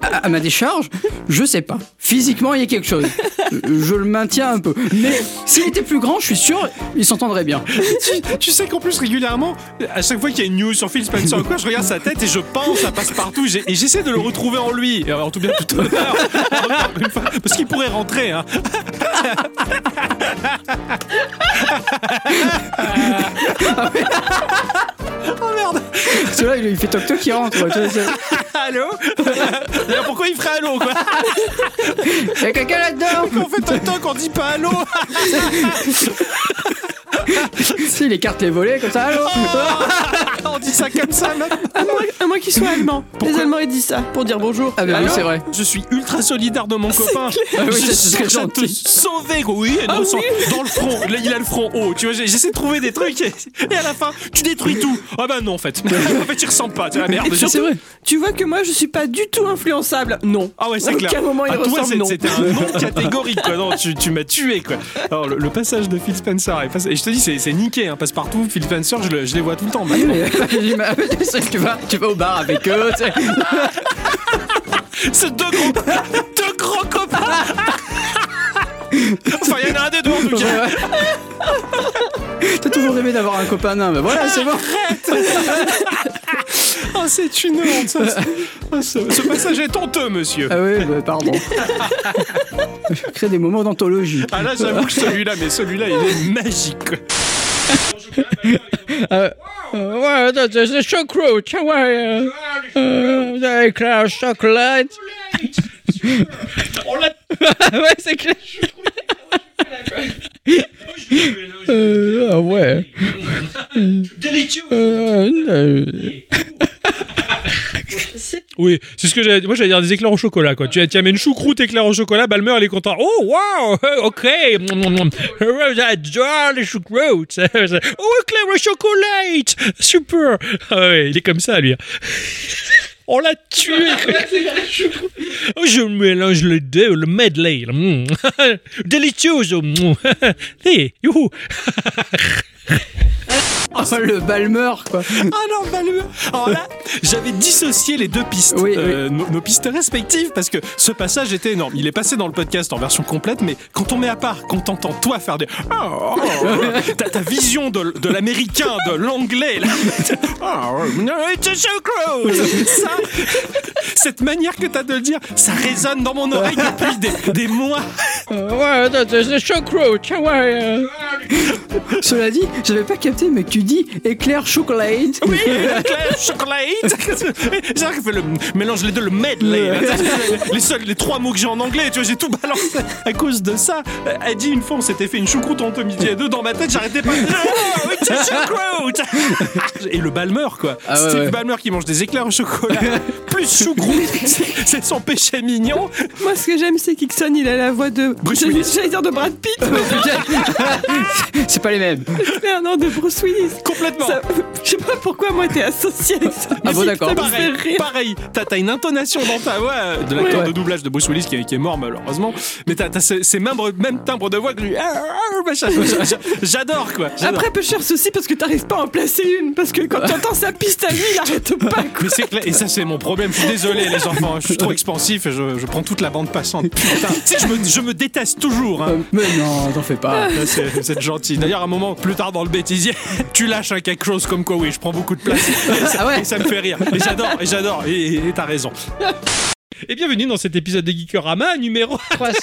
Speaker 4: à, à ma décharge, je sais pas. Physiquement, il y a quelque chose. Je le maintiens un peu. Mais s'il était plus grand, je suis sûr, il s'entendrait bien.
Speaker 2: <laughs> tu, tu sais qu'en plus régulièrement, à chaque fois qu'il y a une news sur Phil Spencer ou quoi, je regarde sa tête et je pense à Passepartout j'ai- et j'essaie de le retrouver en lui. Et en tout bien tout honneur, <laughs> encore une fois, parce qu'il pourrait rentrer. Hein.
Speaker 4: Parce que là, il fait toc toc, il rentre. quoi. Tu vois, c'est-
Speaker 2: Allô D'ailleurs, Pourquoi il ferait allô quoi
Speaker 4: Il y a quelqu'un là-dedans
Speaker 2: Quand Ah, on fait toc toc, on dit pas <laughs> allô.
Speaker 4: S'il écarte les volets comme ça, allô
Speaker 2: Ah, on dit ça comme ça. Même.
Speaker 3: À moins, à moins qu'il soit allemand. Les Allemands, ils disent ça pour dire bonjour.
Speaker 4: Ah, bah oui,
Speaker 3: Allô
Speaker 4: c'est vrai.
Speaker 2: Je suis ultra solidaire de mon copain.
Speaker 4: Ah oui,
Speaker 2: je
Speaker 4: ça, c'est
Speaker 2: cherche à te
Speaker 4: gentil.
Speaker 2: sauver, quoi. Ah Oui, dans, son- dans le front. Là, il a le front haut. Tu vois, j'ai- j'essaie de trouver des trucs et, et à la fin, tu détruis tout. Ah bah non, en fait. <laughs> en fait, il ressemble pas. Tu vois, merde.
Speaker 4: C'est vrai.
Speaker 3: Tu vois que moi, je suis pas du tout influençable. Non.
Speaker 2: Ah ouais, c'est
Speaker 3: À
Speaker 2: clair.
Speaker 3: aucun moment, il
Speaker 2: Ah, toi,
Speaker 3: ressemble,
Speaker 2: c'est-
Speaker 3: non.
Speaker 2: c'était un nom catégorique, quoi. Non, tu, tu m'as tué, quoi. Alors, le, le passage de Phil Spencer, est passé- et je te dis, c'est c'est niqué, hein. Passe-partout, Phil Spencer, je, le- je les vois tout le temps.
Speaker 4: Oui,
Speaker 2: maintenant.
Speaker 4: Ah, mais- <laughs> tu sais, tu vas, tu vas au bar avec eux. tu sais.
Speaker 2: C'est deux gros, deux gros
Speaker 3: <laughs>
Speaker 2: copains. enfin, il y en a un des deux, en tout cas.
Speaker 4: Ouais, ouais. T'as toujours rêvé d'avoir un copain nain, bah voilà, c'est bon.
Speaker 2: Ah, c'est une honte, ça, c'est- ah, ce, ce passage est honteux, monsieur.
Speaker 3: Euh.
Speaker 4: Ah oui, bah, pardon. <laughs> je crée des moments d'anthologie.
Speaker 2: Ah là, j'avoue que celui-là, mais celui-là, il est magique. quoi.
Speaker 5: Euh, <laughs> euh, ouais, the, the, the cockroach, ouais, euh, euh, the cloud chocolate. <laughs> ouais, c'est clair. euh, ah ouais. Euh, euh,
Speaker 6: Oui, c'est ce que j'allais dire. Moi, j'allais dire des éclairs au chocolat, quoi. Tu, tu amènes choucroute, éclairs au chocolat, Balmer, elle est contente. Oh, wow, <laughs> ok. J'adore les choucroutes. <laughs> Oh, éclairs au chocolat. Super. Ah ouais, il est comme ça, lui. <laughs> On l'a tué. Oh, je mélange les deux, le medley. Mm. <laughs> Delicioso. Mm. <laughs> Hey, youhou.
Speaker 4: Oh, le Balmer, quoi.
Speaker 2: Ah non, bah le- Alors là, j'avais dissocié les deux pistes,
Speaker 4: Oui,
Speaker 2: euh, Nos, nos pistes respectives, parce que ce passage était énorme. Il est passé dans le podcast en version complète, mais quand on met à part, quand t'entends toi faire des. Ah, ah, ah, T'as ta vision de, de l'américain, de l'anglais, là. Ah, ah, it's a chocrose. Ça, cette manière que t'as de le dire, ça résonne dans mon oreille depuis des, des mois.
Speaker 5: Euh, ouais, the, the, the cockroach, ouais. euh.
Speaker 4: Cela dit, j'avais pas capté, mais tu dis éclair chocolate.
Speaker 2: Oui, clair, chocolat. J'ai fait le mélange les deux, le medley. là. Les seuls, les trois mots que j'ai en anglais, tu vois, j'ai tout balancé à cause de ça. Elle dit une fois, on s'était fait une choucroute entre midi et deux dans ma tête, j'arrêtais pas. Oh, it's a choucroute Et le Balmer, quoi.
Speaker 4: Ah ouais,
Speaker 2: Steve
Speaker 4: ouais.
Speaker 2: Balmer qui mange des éclairs au chocolat plus choucroute, c'est- c'est son péché mignon.
Speaker 3: Moi, ce que j'aime, c'est qu'Ixon, il a la voix de.
Speaker 2: Bruce
Speaker 3: J'allais-
Speaker 2: Willis.
Speaker 3: J'allais dire de Brad Pitt,
Speaker 4: C'est pas les mêmes.
Speaker 3: mais non, de Bruce Willis.
Speaker 2: Complètement.
Speaker 3: Ça- <laughs> Je sais pas pourquoi, moi, t'es associé avec ça.
Speaker 4: Ah bon, d'accord.
Speaker 3: Ça me fait
Speaker 2: Pareil,
Speaker 3: rire.
Speaker 2: pareil. T'as, t'as une intonation dans ta voix euh, de l'acteur
Speaker 4: Ouais.
Speaker 2: de doublage de Bruce Willis qui, est- qui est mort malheureusement, mais t'as, t'as ces, ces mêmes, mêmes timbres de voix que lui. Ah, ah, machin. <laughs> J'a- J'adore quoi. J'adore.
Speaker 3: Après, peu cher ceci parce que t'arrives pas à en placer une. Parce que quand t'entends sa piste à lui, il arrête
Speaker 2: <laughs>
Speaker 3: pas, quoi.
Speaker 2: Mais c'est clair, et ça c'est mon problème, je suis désolé les enfants, je suis trop expansif, et je, je prends toute la bande passante. Putain, tu sais, je me, je me déteste toujours. hein.
Speaker 4: Euh, Mais non, t'en fais pas.
Speaker 2: Là, C'est vous êtes gentil. D'ailleurs, un moment plus tard dans le bêtisier, <laughs> tu lâches un quelque chose comme quoi, oui, je prends beaucoup de place. Et ça,
Speaker 4: Ah ouais.
Speaker 2: et ça me fait rire. Et j'adore, et j'adore, et et t'as raison.
Speaker 6: Et bienvenue dans cet épisode de Geekorama, numéro
Speaker 5: Trois- <laughs>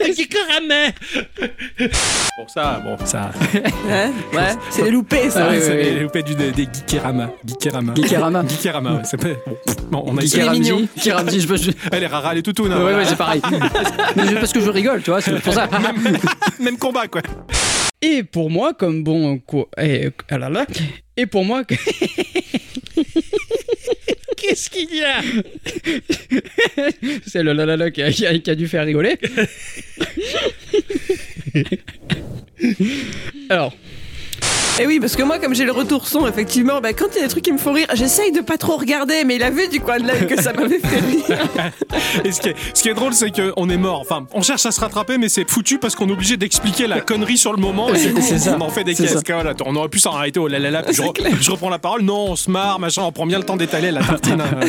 Speaker 6: Geekorama.
Speaker 2: Bon, ça, bon, ça.
Speaker 3: Ouais, ouais. C'est les loupés,
Speaker 2: Ah
Speaker 3: ça.
Speaker 2: ouais,
Speaker 4: oui,
Speaker 2: c'est
Speaker 4: oui,
Speaker 2: les
Speaker 4: oui.
Speaker 2: loupés du, des Geekerama. Geekerama.
Speaker 4: Geekerama.
Speaker 2: Geekerama, ouais, c'est pas. Bon, pff, bon, on a
Speaker 4: Guy
Speaker 2: essayé.
Speaker 4: Ramsey. Guy Ramsey, je je-
Speaker 2: Elle est rara, les toutounes. hein,
Speaker 4: Ouais, ouais,
Speaker 2: voilà.
Speaker 4: ouais, c'est pareil. Mais je- parce que je rigole, tu vois, c'est pour ça.
Speaker 2: <laughs> Même combat, quoi.
Speaker 5: Et pour moi, comme bon quoi, eh, ah là là. Et pour moi,
Speaker 6: <laughs> Qu'est-ce qu'il y a
Speaker 5: <laughs> c'est le la la la qui a, qui a- qui a dû faire
Speaker 6: <laughs>
Speaker 5: rigoler. Alors,
Speaker 3: Et oui, parce que moi, comme j'ai le retour son, effectivement, bah, quand il y a des trucs qui me font rire, j'essaye de pas trop regarder, mais il a vu du coin de l'œil que ça m'avait fait rire.
Speaker 2: Et ce qui est, ce qui est drôle, c'est qu'on est mort. Enfin, on cherche à se rattraper, mais c'est foutu parce qu'on est obligé d'expliquer la connerie sur le moment. Et du coup,
Speaker 4: C'est ça.
Speaker 2: on en fait des
Speaker 4: C'est ça.
Speaker 2: caisses. quoi. Voilà, attends, on aurait pu s'en arrêter. Oh là là là. puis je,
Speaker 4: <laughs>
Speaker 3: C'est
Speaker 2: re-
Speaker 3: clair.
Speaker 2: je reprends la parole. Non, on se marre, machin. On prend bien le temps d'étaler la tartine. hein.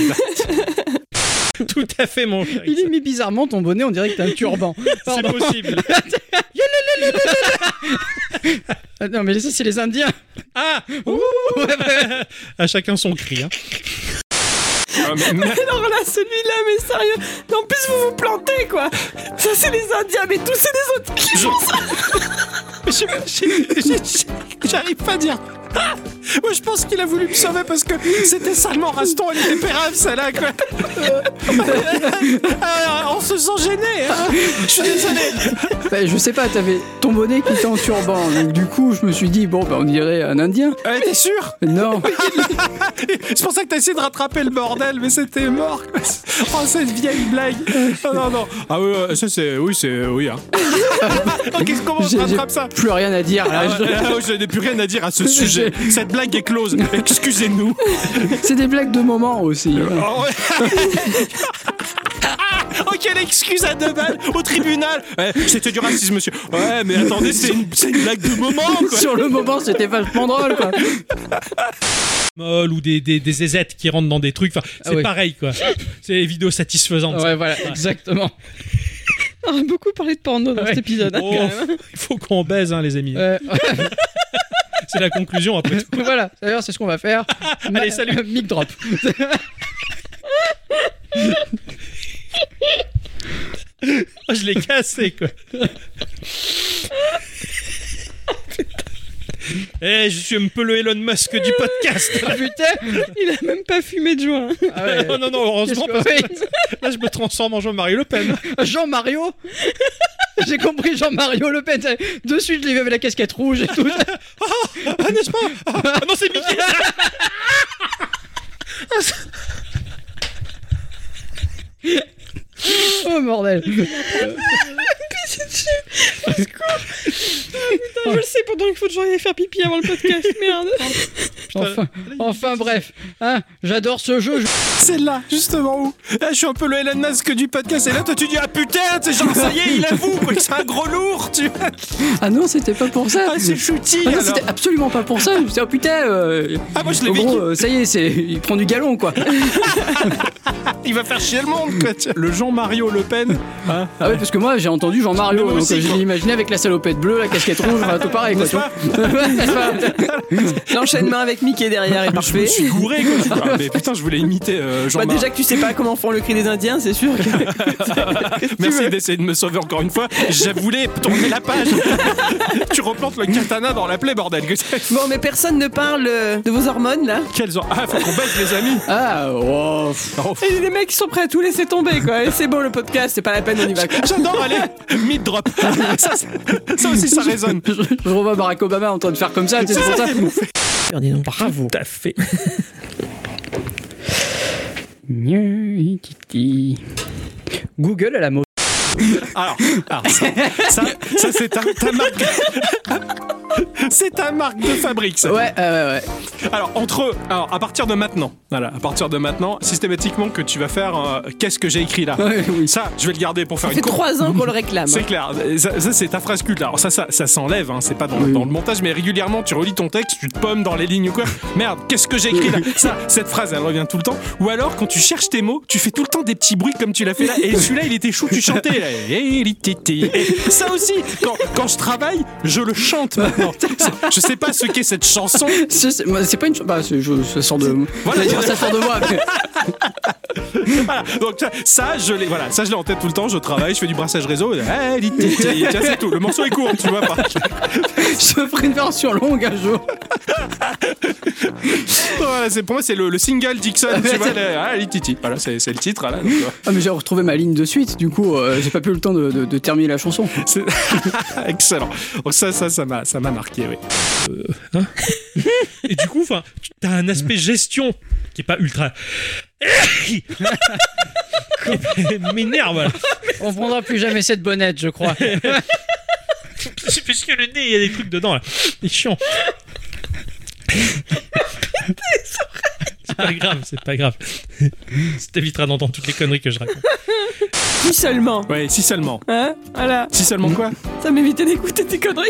Speaker 6: Tout à fait, mon cher.
Speaker 5: il est mis bizarrement ton bonnet, on dirait que t'as un turban.
Speaker 6: <laughs> <laughs> C'est
Speaker 5: Pardon.
Speaker 6: possible.
Speaker 5: Ah non, mais ça, c'est les Indiens.
Speaker 6: Ah ouh. À chacun son cri. hein.
Speaker 2: Ah, mais- mais-
Speaker 3: Alors là, celui-là, mais sérieux. Non, En plus, vous vous plantez, quoi. Ça, c'est les Indiens, mais tous, c'est des autres.
Speaker 2: Je- Je- je- je- J'arrive pas à dire. Ah Moi, je pense qu'il a voulu me sauver parce que c'était salement Raston, elle était pérave, celle-là, quoi. Ah, on se sent gêné, hein. Je suis désolé.
Speaker 4: Bah, je sais pas, t'avais ton bonnet qui était en turban. Donc, du coup, je me suis dit, bon, bah, on dirait un indien.
Speaker 2: Ouais, Ah, T'es sûr
Speaker 4: Non.
Speaker 2: C'est pour ça que t'as essayé de rattraper le bordel, mais c'était mort. Oh, cette vieille blague. Ah, non, non. Ah, oui, euh, ça, c'est. Oui, c'est. Oui, hein. <laughs> Ok, comment on
Speaker 4: J'ai- j'ai
Speaker 2: rattrape ça
Speaker 4: Plus rien à dire.
Speaker 2: Ah,
Speaker 4: là.
Speaker 2: ouais, ah, ouais, je n'ai plus rien à dire à
Speaker 4: <laughs>
Speaker 2: ce sujet. Cette blague est close. Excusez-nous.
Speaker 4: C'est des blagues de moment aussi.
Speaker 2: Oh, ouais. <laughs> Ah, oh, quelle excuse à deux balles au tribunal Ouais, C'était du racisme, monsieur. Ouais, mais attendez, c'est une, c'est une blague de moment,
Speaker 6: <laughs>
Speaker 2: quoi
Speaker 4: Sur le moment, c'était vachement drôle, quoi.
Speaker 6: Molle ou des, des, des zézettes qui rentrent dans des trucs. Enfin, c'est
Speaker 5: Ah ouais.
Speaker 6: pareil, quoi. C'est des vidéos satisfaisantes.
Speaker 5: Ouais, voilà, exactement.
Speaker 1: On a beaucoup parlé de porno dans
Speaker 6: Ouais.
Speaker 1: cet épisode. hein,
Speaker 6: Oh,
Speaker 1: quand même.
Speaker 5: Euh,
Speaker 6: Il faut qu'on baise, hein, les amis.
Speaker 5: Ouais.
Speaker 6: C'est la conclusion après tout.
Speaker 5: voilà, d'ailleurs, c'est ce qu'on va faire.
Speaker 6: Allez, salut.
Speaker 5: Mic drop.
Speaker 6: Oh, je l'ai
Speaker 5: <laughs>
Speaker 6: cassé, quoi. Eh, je suis un peu le Elon Musk du podcast.
Speaker 5: Ah, putain
Speaker 1: Il a même pas fumé de joint.
Speaker 5: Ah ouais.
Speaker 6: Non, non, non,
Speaker 5: Qu'est-ce
Speaker 6: heureusement, parce
Speaker 5: que-
Speaker 6: que là, je me transforme en Jean-Marie Le Pen.
Speaker 5: Oui, Jean-Mario
Speaker 1: <laughs>
Speaker 5: J'ai compris Jean-Mario Le Pen. euh, De suite, je l'ai vu avec la casquette rouge et
Speaker 1: <laughs>
Speaker 5: tout.
Speaker 6: Ah, n'est-ce pas Ah, ah, non, c'est Mickey
Speaker 5: <laughs> Oh bordel
Speaker 1: Ah, Putain, je le sais, pendant qu'il faut toujours aller faire pipi avant le podcast, merde.
Speaker 5: Enfin, enfin bref. Hein, J'adore ce jeu. Je-
Speaker 2: Celle-là, justement où Là, je suis un peu le Elon Musk du podcast. Et là, toi, tu dis Ah putain, c'est genre, ça y est, il avoue quoi, que c'est un gros lourd, tu vois.
Speaker 4: Ah non, c'était pas pour ça.
Speaker 2: Ah, c'est le shooty,
Speaker 4: Ah non,
Speaker 2: alors.
Speaker 4: c'était absolument pas pour ça. Je me suis dit, oh putain, euh,
Speaker 2: Ah, moi, je l'ai
Speaker 4: en
Speaker 2: vécu.
Speaker 4: gros, euh, ça y est, c'est, il prend du galon, quoi.
Speaker 2: Il va faire chier le monde, quoi. tu vois. Le Jean-Mario Le Pen. Hein
Speaker 4: Ah ouais, parce que moi, j'ai entendu Jean-Mario,
Speaker 2: Mais moi
Speaker 4: donc
Speaker 2: aussi,
Speaker 4: euh, je
Speaker 2: quoi.
Speaker 4: l'ai imaginé avec la salopette bleue, la casquette rouge, enfin, tout pareil, quoi.
Speaker 2: N'est-ce pas
Speaker 4: tu vois. <laughs> Ouais, n'est-ce pas
Speaker 3: L'enchaînement avec Mickey derrière est
Speaker 2: Je me
Speaker 3: parfait.
Speaker 2: suis gouré, quoi. tu <laughs> vois. Ah, Mais putain, je voulais imiter euh,
Speaker 3: Bah,
Speaker 2: Jean-Marie.
Speaker 3: déjà que tu sais pas comment font le cri des Indiens, c'est sûr.
Speaker 2: <laughs>
Speaker 3: que-
Speaker 2: Merci d'essayer de me sauver encore une fois. J'avoulais tourner la <laughs> page. tu replantes le katana dans la plaie, bordel.
Speaker 3: Bon, mais personne ne parle euh, de vos hormones là.
Speaker 2: Quels en... Ah, faut qu'on baisse les amis.
Speaker 4: Ah, wow.
Speaker 2: Oh,
Speaker 3: Et les mecs ils sont prêts à tout laisser tomber quoi. Et c'est bon le podcast, c'est pas la peine, on y va. quoi.
Speaker 2: J'adore, allez, mid drop. Ça, ça- ça aussi, ça résonne.
Speaker 4: Je, je revois Barack Obama en train de faire comme ça, tu sais, c'est
Speaker 2: <laughs>
Speaker 4: pour ça.
Speaker 5: Bravo
Speaker 6: Tout à fait.
Speaker 5: Google à la mauvaise.
Speaker 2: Alors, alors, ça, ça, ça, c'est ta, ta marque. C'est ta marque de fabrique, ça.
Speaker 4: Ouais, euh, ouais,
Speaker 2: Alors, entre eux, alors, à partir de maintenant, voilà, à partir de maintenant, systématiquement que tu vas faire euh, qu'est-ce que j'ai écrit là.
Speaker 4: Ouais, oui.
Speaker 2: Ça, je vais le garder pour faire
Speaker 3: Ça fait
Speaker 2: une courte
Speaker 3: trois ans qu'on le réclame. hein.
Speaker 2: C'est clair, ça, ça, c'est ta phrase culte. Alors ça, ça, ça s'enlève, hein. c'est pas dans,
Speaker 4: Oui.
Speaker 2: dans le montage, mais régulièrement tu relis ton texte, tu te pommes dans les lignes ou quoi. Merde, qu'est-ce que j'ai écrit là Ça, cette phrase, elle revient tout le temps. Ou alors quand tu cherches tes mots, tu fais tout le temps des petits bruits comme tu l'as fait là. Et celui-là, il était chaud, tu chantais. là. Et il était- Et ça aussi, quand, quand je travaille, je le chante maintenant. Je sais pas ce qu'est cette chanson.
Speaker 4: C'est- c'est moi, c'est pas une. ch- Bah, c'est- je- ça sort de.
Speaker 2: Voilà.
Speaker 4: Voilà, ça sort de moi. mais- <laughs>
Speaker 2: Voilà. Donc ça, ça, je l'ai, voilà, ça je l'ai en tête tout le temps. Je travaille, je fais du brassage réseau. Et, Eh, il était- Tiens, c'est tout. Le morceau est court, tu vois. par-
Speaker 4: Je ferai une version longue un jour.
Speaker 2: Voilà, c'est pour moi c'est le, le single Dixon, tu vois, le- ah, les titis. Voilà, c'est c'est le titre. voilà, donc, euh,
Speaker 4: Ah, mais j'ai retrouvé ma ligne de suite, du coup, euh, j'ai pas pu le temps de, de- de terminer la chanson.
Speaker 2: c'est- <laughs> Excellent. Donc ça, ça, ça m'a, ça m'a marqué. Oui.
Speaker 6: Et du coup, enfin, tu- t'as un aspect gestion qui est pas ultra. <laughs> M'énerve. voilà.
Speaker 5: On prendra plus jamais cette bonnette, je crois.
Speaker 6: C'est parce que le nez, il y a des trucs dedans là. C'est chiant. C'est pas grave, c'est pas grave. Ça t'évitera d'entendre toutes les conneries que je raconte.
Speaker 3: Si seulement.
Speaker 2: Ouais, si seulement.
Speaker 3: Hein voilà,
Speaker 2: Si seulement quoi
Speaker 3: ça m'évitait d'écouter tes conneries.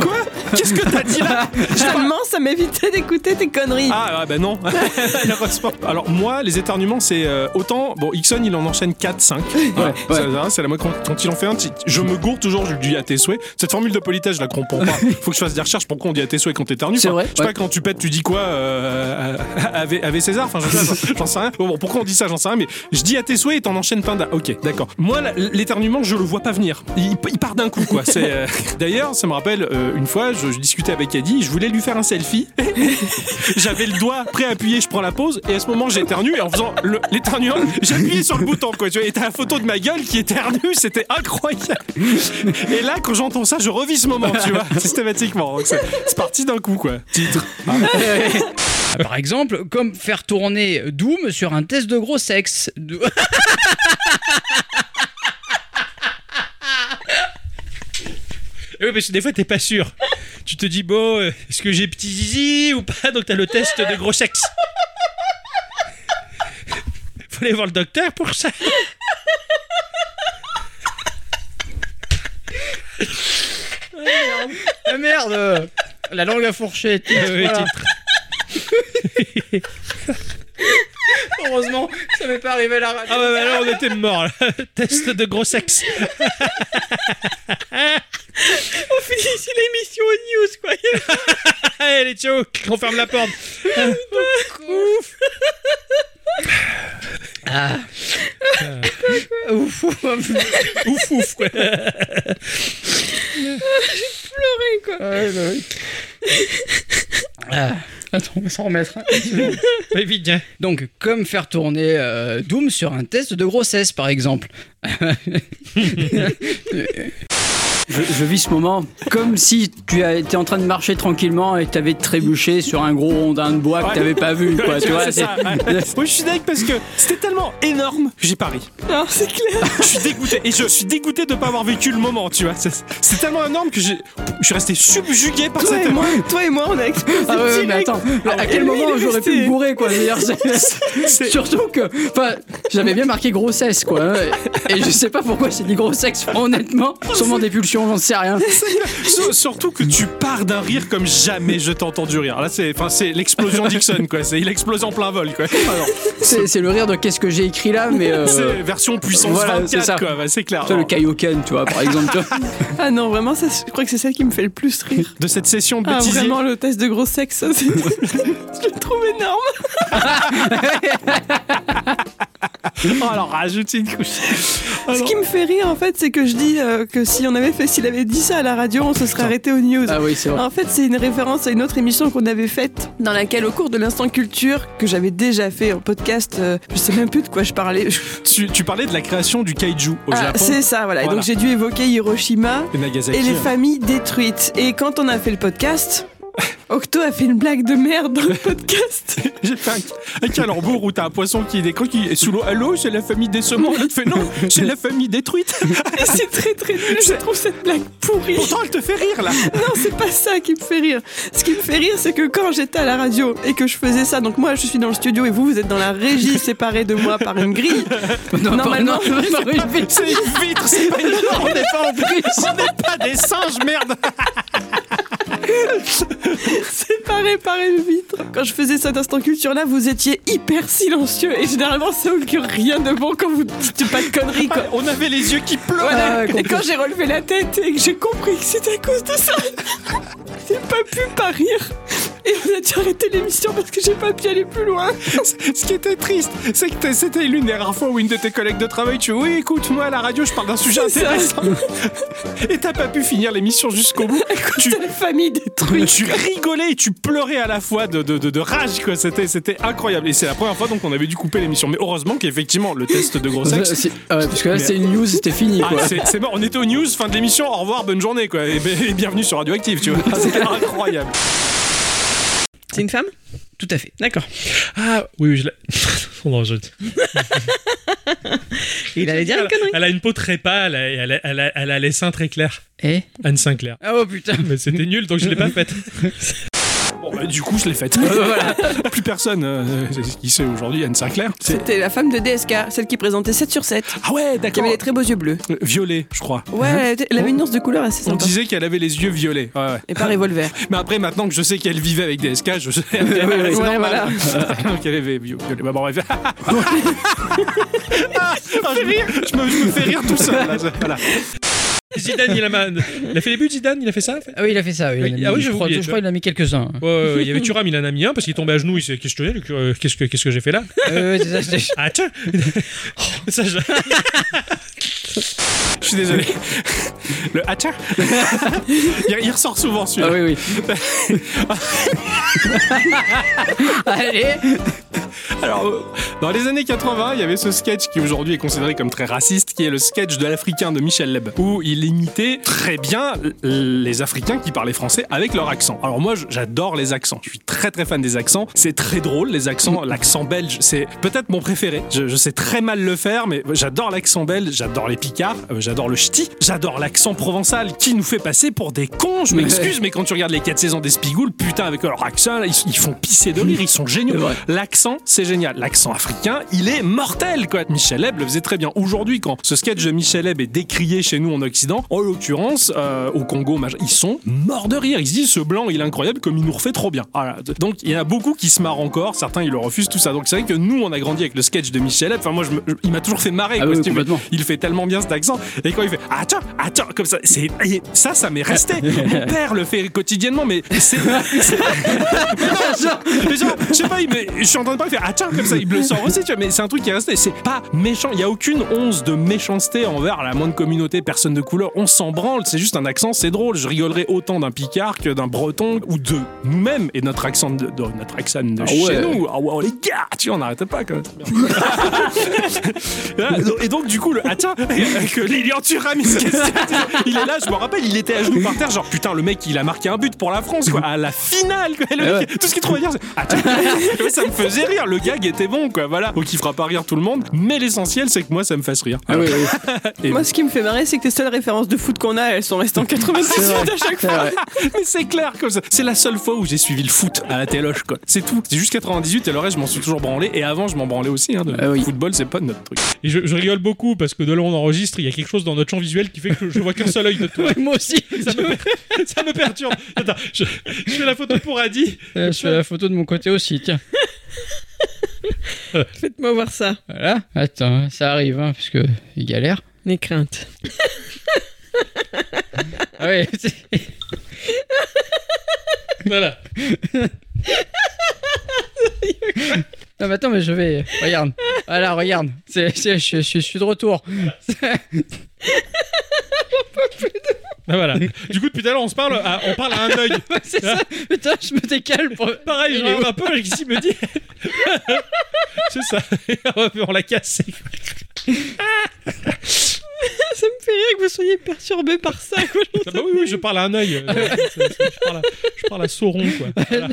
Speaker 2: Quoi Qu'est-ce que t'as dit
Speaker 3: <laughs>
Speaker 2: là
Speaker 3: Seulement, ça m'évitait d'écouter tes conneries.
Speaker 2: Ah, ah, bah
Speaker 4: <laughs>
Speaker 2: non, malheureusement. Alors moi, les éternuements, c'est euh, autant. Bon, Ixon, il en enchaîne 4, 5.
Speaker 4: ouais.
Speaker 2: c'est la moi quand, quand il en fait un, tu- je me gourre toujours, je lui dis à tes souhaits. Cette formule de politesse, je la comprends
Speaker 4: <laughs>
Speaker 2: pas. Faut que je fasse des recherches pourquoi on dit à tes souhaits quand t'éternues.
Speaker 4: C'est
Speaker 2: Enfin,
Speaker 4: vrai,
Speaker 2: Je sais
Speaker 4: ouais.
Speaker 2: pas, quand tu pètes, tu dis quoi euh, <laughs> à- à- à- avec César Enfin, j'en sais, rien, j'en sais rien. Bon, bon, pourquoi on dit ça J'en sais rien, mais je dis à tes souhaits et t'en enchaînes plein d'un. Ok, d'accord. Moi, la- l'éternuement, je le vois pas venir. Il, il part d'un coup, quoi. C'est, euh, <laughs> D'ailleurs, ça me rappelle euh, une fois, je, je discutais avec Eddie, je voulais lui faire un selfie. J'avais le doigt prêt à appuyer, je prends la pause, et à ce moment j'éternue, et en faisant le- l'éternuant, j'appuyais sur le bouton, quoi. Tu vois, et t'as la photo de ma gueule qui éternue, c'était incroyable. Et là, quand j'entends ça, je revis ce moment, tu vois, systématiquement. Donc, C'est c'est parti d'un coup, quoi. Titre.
Speaker 5: Ah, Par exemple, comme faire tourner Doom sur un test de gros sexe. De-
Speaker 6: Et oui, parce que des fois, t'es pas sûr. Tu te dis, bon, euh, est-ce que j'ai petit zizi ou pas Donc, t'as le test de gros sexe. Faut aller voir le docteur pour ça.
Speaker 5: <laughs> Ah merde euh, La langue à <laughs> fourchette.
Speaker 6: Ah oui,
Speaker 5: voilà. <laughs> Heureusement, ça m'est pas arrivé à la radio.
Speaker 6: Ah bah, bah, là, <laughs> on était mort. Test de gros sexe.
Speaker 1: <laughs>
Speaker 6: <laughs>
Speaker 1: On finit ici l'émission aux news, quoi.
Speaker 6: Eh, poubelle et ciao, on ferme la porte.
Speaker 5: Ouf, ouf, ouf.
Speaker 6: Ouf, ouf, quoi.
Speaker 5: bah Ah. Attends, on va s'en remettre. hein.
Speaker 6: <laughs> Pas vite, hein.
Speaker 5: <laughs> Donc, comme faire tourner euh, Doom sur un test de grossesse, par exemple.
Speaker 4: Je, je vis ce moment comme si tu as- étais en train de marcher tranquillement et que t'avais trébuché sur un gros rondin de bois que t'avais pas vu,
Speaker 2: <laughs>
Speaker 4: quoi. tu vois,
Speaker 2: c'est ça. ouais. Moi, je suis dingue parce que c'était tellement énorme que j'ai pari.
Speaker 3: Ah, c'est clair.
Speaker 2: Je suis dégoûté. Et je suis dégoûté de pas avoir vécu le moment, tu vois. C'est c'est tellement énorme que j'ai- je suis resté subjugué par
Speaker 3: Toi
Speaker 2: cette
Speaker 3: et, moi, toi et moi, on a explosé
Speaker 4: Ah ouais,
Speaker 3: direct.
Speaker 4: mais attends, à quel
Speaker 3: lui,
Speaker 4: moment
Speaker 3: il est
Speaker 4: j'aurais pu
Speaker 3: resté.
Speaker 4: me bourrer quoi d'ailleurs, c'est- Surtout que, enfin, j'avais bien marqué grossesse quoi, hein, et je sais pas pourquoi j'ai dit grossesse, honnêtement, sûrement des pulsions, j'en sais rien.
Speaker 2: S- Surtout que tu pars d'un rire comme jamais je t'ai entendu rire. Là, c'est enfin, c'est l'explosion Dixon, quoi. C'est il explose en plein vol, quoi. Alors,
Speaker 4: C'est c'est le rire de qu'est-ce que j'ai écrit là, mais euh,
Speaker 2: c'est version puissance
Speaker 4: voilà, c'est
Speaker 2: 24,
Speaker 4: ça.
Speaker 2: quoi. Bah, c'est clair.
Speaker 4: tu vois, le
Speaker 2: Alors,
Speaker 4: Kaioken, tu vois, par exemple. tu vois.
Speaker 3: Ah non, vraiment, ça, je crois que c'est ça qui me fait le plus rire.
Speaker 2: de cette session de
Speaker 3: Ah,
Speaker 2: bêtises.
Speaker 3: vraiment, le test de gros sexe, ça, c'est- <laughs> je le trouve énorme.
Speaker 2: <laughs> alors, rajoute une couche.
Speaker 3: Ce
Speaker 2: Alors,
Speaker 3: qui me fait rire, en fait, c'est que je dis euh, que si on avait fait, s'il avait dit ça à la radio, on se serait arrêté aux news.
Speaker 4: Ah oui, c'est vrai.
Speaker 3: En fait, c'est une référence à une autre émission qu'on avait faite, dans laquelle, au cours de l'instant culture, que j'avais déjà fait en podcast, euh, je sais même plus de quoi je parlais.
Speaker 2: tu, tu parlais de la création du kaiju au
Speaker 3: Ah,
Speaker 2: Japon
Speaker 3: c'est ça, voilà. Et
Speaker 2: Voilà.
Speaker 3: donc, j'ai dû évoquer Hiroshima
Speaker 2: et Nagasaki. hein.
Speaker 3: et les familles détruites. Et quand on a fait le podcast, Octo a fait une blague de merde
Speaker 2: <laughs>
Speaker 3: dans le podcast.
Speaker 2: <laughs> J'ai fait un, un calembour où t'as un poisson qui est décroqué qui est sous l'eau. Allô, c'est la famille des semences. L'autre fait non, c'est la famille
Speaker 3: <laughs>
Speaker 2: détruite. Ah,
Speaker 3: Et c'est très très nul, je trouve cette blague pourrie.
Speaker 2: Pourtant, elle te fait rire là.
Speaker 3: Non, c'est pas ça qui me fait rire. Ce qui me fait rire, c'est que quand j'étais à la radio et que je faisais ça, donc moi je suis dans le studio et vous, vous êtes dans
Speaker 4: <laughs>
Speaker 3: la régie séparée de moi par une grille.
Speaker 4: Non,
Speaker 3: Normalement,
Speaker 4: pardon, pardon,
Speaker 3: Ah,
Speaker 4: oui,
Speaker 2: C'est une vitre, c'est pas
Speaker 3: <laughs>
Speaker 2: une
Speaker 4: on n'est pas en plus.
Speaker 2: <laughs> On n'est pas des singes, merde.
Speaker 3: séparée par une vitre. Quand je faisais cet instant culture là, vous étiez hyper silencieux et généralement ça augure rien de bon quand vous dites pas de conneries quoi.
Speaker 2: On avait les yeux qui pleurent.
Speaker 3: Voilà.
Speaker 4: Ah ouais,
Speaker 3: et quand j'ai relevé la tête et que j'ai compris que c'était à cause de ça, <laughs> j'ai pas pu pas rire. Et on a dû arrêter l'émission parce que j'ai pas pu aller plus loin.
Speaker 2: <laughs> Ce qui était triste, c'est que t'es- c'était l'une des rares fois où une de tes collègues de travail, tu oui, écoute, moi à la radio, je parle d'un sujet
Speaker 3: C'est ça.
Speaker 2: intéressant. <laughs> Et t'as pas pu finir l'émission jusqu'au
Speaker 3: <laughs>
Speaker 2: bout. Tu,
Speaker 3: La famille détruite.
Speaker 2: tu rigolais et tu pleurais à la fois de, de- de- de rage, quoi. C'était, c'était incroyable. Et c'est la première fois donc qu'on avait dû couper l'émission. Mais heureusement qu'effectivement, le test
Speaker 3: <laughs>
Speaker 2: de gros sexe.
Speaker 4: <laughs> C'est- ah ouais, parce que là, c'est une news, c'était fini
Speaker 2: Ah,
Speaker 4: quoi.
Speaker 2: c'est, c'est mort, on était aux news, fin de l'émission, au revoir, bonne journée quoi, et, ben- et bienvenue sur Radioactive,
Speaker 3: <laughs>
Speaker 2: tu vois. C'était incroyable.
Speaker 1: C'est une femme
Speaker 5: Tout à fait.
Speaker 1: D'accord.
Speaker 6: Ah, oui, oui, je l'ai. <laughs> On en rajoute.
Speaker 1: Il allait dire une connerie.
Speaker 6: Elle a une peau très pâle et elle a, elle a- elle a les seins très clairs.
Speaker 5: Eh
Speaker 6: Anne Sinclair.
Speaker 5: Ah, Oh putain.
Speaker 6: Mais c'était nul, donc je l'ai pas faite.
Speaker 2: Bon, bah, du coup, je l'ai faite. Plus personne euh, c'est- qui sait aujourd'hui Anne Sinclair. C'est-
Speaker 3: C'était la femme de DSK, celle qui présentait 7 sur 7,
Speaker 2: Ah ouais,
Speaker 3: qui
Speaker 2: d'accord.
Speaker 3: avait les très beaux yeux bleus.
Speaker 2: Euh, Violet, je crois.
Speaker 3: Ouais,
Speaker 4: Hein
Speaker 3: elle avait-
Speaker 4: Oh.
Speaker 3: elle avait une nuance de couleur assez
Speaker 2: On
Speaker 3: sympa.
Speaker 2: disait qu'elle avait les yeux violets. Ouais, ouais.
Speaker 3: Et pas revolver.
Speaker 2: Mais après, maintenant que je sais qu'elle vivait avec des SK, je sais qu'elle avait
Speaker 3: Ouais, voilà.
Speaker 2: <laughs> qu'elle avait vi- violets. Bah, bon, bref. <laughs> Ah, je, me, je me- je me fais rire tout seul. là, ça- voilà.
Speaker 6: <laughs> Zidane, il a, ma- il a fait les buts, Zidane Il a fait ça en fait
Speaker 5: Ah oui, il a fait ça. Oui,
Speaker 6: Oui,
Speaker 5: il en a mis-
Speaker 6: ah oui,
Speaker 5: je,
Speaker 6: j'avais
Speaker 5: crois,
Speaker 6: oublié,
Speaker 5: je
Speaker 6: tu
Speaker 5: crois
Speaker 6: vois.
Speaker 5: qu'il en a mis quelques-uns. hein. <laughs>
Speaker 6: Ouais, ouais, ouais, il y <laughs> avait Thuram, il en a mis un parce qu'il est tombé à genoux, il s'est questionné. le cul- euh, Qu'est-ce que, qu'est-ce que j'ai fait là
Speaker 5: Euh, c'est ça, c'est-
Speaker 6: Ah tiens Oh, ça, je-
Speaker 2: Je suis désolé. Le ah tiens. <laughs> il, il ressort souvent
Speaker 4: Ah
Speaker 2: celui-là.
Speaker 4: oui, oui. Allez,
Speaker 2: Alors, euh, dans les années 80, il y avait ce sketch qui aujourd'hui est considéré comme très raciste, qui est le sketch de l'Africain de Michel Leb, où il imitait très bien l- les Africains qui parlaient français avec leur accent. Alors moi, je- j'adore les accents. Je suis très très fan des accents. C'est très drôle les accents. L'accent belge, c'est peut-être mon préféré. Je, je sais très mal le faire, mais j'adore l'accent belge. J'adore les Picards. euh, J'adore le ch'ti. J'adore l'accent provençal qui nous fait passer pour des cons. Je m'excuse, mais quand tu regardes les 4 saisons des Spigoules, putain, avec leur accent, là, ils, ils font pisser de rire. Ils sont géniaux.
Speaker 4: C'est vrai.
Speaker 2: L'accent, c'est génial. L'accent africain, il est mortel, quoi. Michel Hebb le faisait très bien. Aujourd'hui, quand Ce sketch de Michel Hebb est décrié chez nous en Occident. En l'occurrence, euh, au Congo, maj- ils sont morts de rire. Ils se disent ce blanc, il est incroyable, comme il nous refait trop bien. Voilà. Donc il y en a beaucoup qui se marrent encore. Certains, ils le refusent, tout ça. Donc c'est vrai que nous, on a grandi avec le sketch de Michel Hebb. Enfin, moi, je me- je- il m'a toujours fait marrer.
Speaker 4: Ah
Speaker 2: quoi,
Speaker 4: oui,
Speaker 2: si tu veux.
Speaker 4: complètement.
Speaker 2: il fait tellement bien cet accent. Et quand il fait Ah, attends, attends, comme ça, c'est et ça, ça m'est resté.
Speaker 4: <laughs>
Speaker 2: Mon père le fait quotidiennement, mais c'est. c'est- mais non, genre, mais genre, je sais pas, il me- je suis en train de parler, il fait attends, comme ça, il me le sort aussi, tu vois, mais c'est un truc qui est resté. C'est pas méchant, il y a aucune once de méchanceté envers la moindre communauté, personne de couleur. On s'en branle, c'est juste un accent, c'est drôle. Je rigolerais autant d'un Picard que d'un Breton ou de nous-mêmes et notre accent de, de- notre accent de
Speaker 4: Ah
Speaker 2: chez
Speaker 4: ouais.
Speaker 2: nous. Ah ouais, les gars, tu vois, on n'arrête pas quand même. Voilà, Ah, donc- Et donc, du coup, le attends, <laughs> que Lilian Thuram, il, se casse la tête. Il est là, je me rappelle, il était à genoux par terre, genre putain, le mec, il a marqué un but pour la France, quoi, à la finale, quoi. Le
Speaker 4: Ah
Speaker 2: mec, tout ce qu'il trouvait à dire, c'est <laughs> attends, ça me faisait rire, le gag était bon, quoi, voilà. Donc, il fera pas rire tout le monde, mais l'essentiel, c'est que moi, ça me fasse rire. <laughs>
Speaker 4: Ah oui, oui.
Speaker 2: Et-
Speaker 3: Moi, ce qui me fait marrer, c'est que les seules références de foot qu'on a, elles sont
Speaker 4: <laughs>
Speaker 3: restées en 86 à chaque
Speaker 4: C'est vrai.
Speaker 2: <laughs> mais c'est clair comme ça. C'est la seule fois où j'ai suivi le foot à la téloche, quoi. C'est tout. C'est juste 98 et le reste, je m'en suis toujours branlé. Et avant, je m'en branlais aussi. Hein, de-
Speaker 4: Ah oui.
Speaker 2: Le football, c'est pas notre truc.
Speaker 6: Et je, je rigole beaucoup parce que de là où on enregistre, il y a quelque chose dans notre champ visuel qui fait que je, je vois qu'un seul œil de toi.
Speaker 5: Moi aussi.
Speaker 6: Ça me, <laughs> ça me perturbe. Attends, je, je fais la photo pour Adi.
Speaker 5: Euh, je fais la photo de mon côté aussi, tiens.
Speaker 1: Faites-moi voir ça.
Speaker 5: Voilà. Attends, ça arrive, hein, parce que il galère.
Speaker 1: Les craintes.
Speaker 5: Ah
Speaker 1: <laughs>
Speaker 5: ouais. c'est-
Speaker 6: Voilà.
Speaker 5: <laughs> Non, mais attends, mais je vais. Regarde. Voilà, regarde. C'est, c'est- je, je- je suis de retour. <laughs>
Speaker 6: Ah, voilà. Du coup, depuis tout à l'heure, on se parle, à, on parle à un œil.
Speaker 5: C'est ça. Putain, je me décale
Speaker 1: <laughs>
Speaker 5: pour.
Speaker 6: <laughs> Pareil, je
Speaker 5: Il est
Speaker 6: regarde un peu, Alexis <laughs> me dit. C'est <laughs> ça. on l'a cassé.
Speaker 1: ça me fait rire que vous soyez perturbé par ça. quoi.
Speaker 6: Ah bah oui, oui, je parle à un <laughs> œil. C'est- c'est- Je parle à, je parle à Sauron, quoi. Voilà.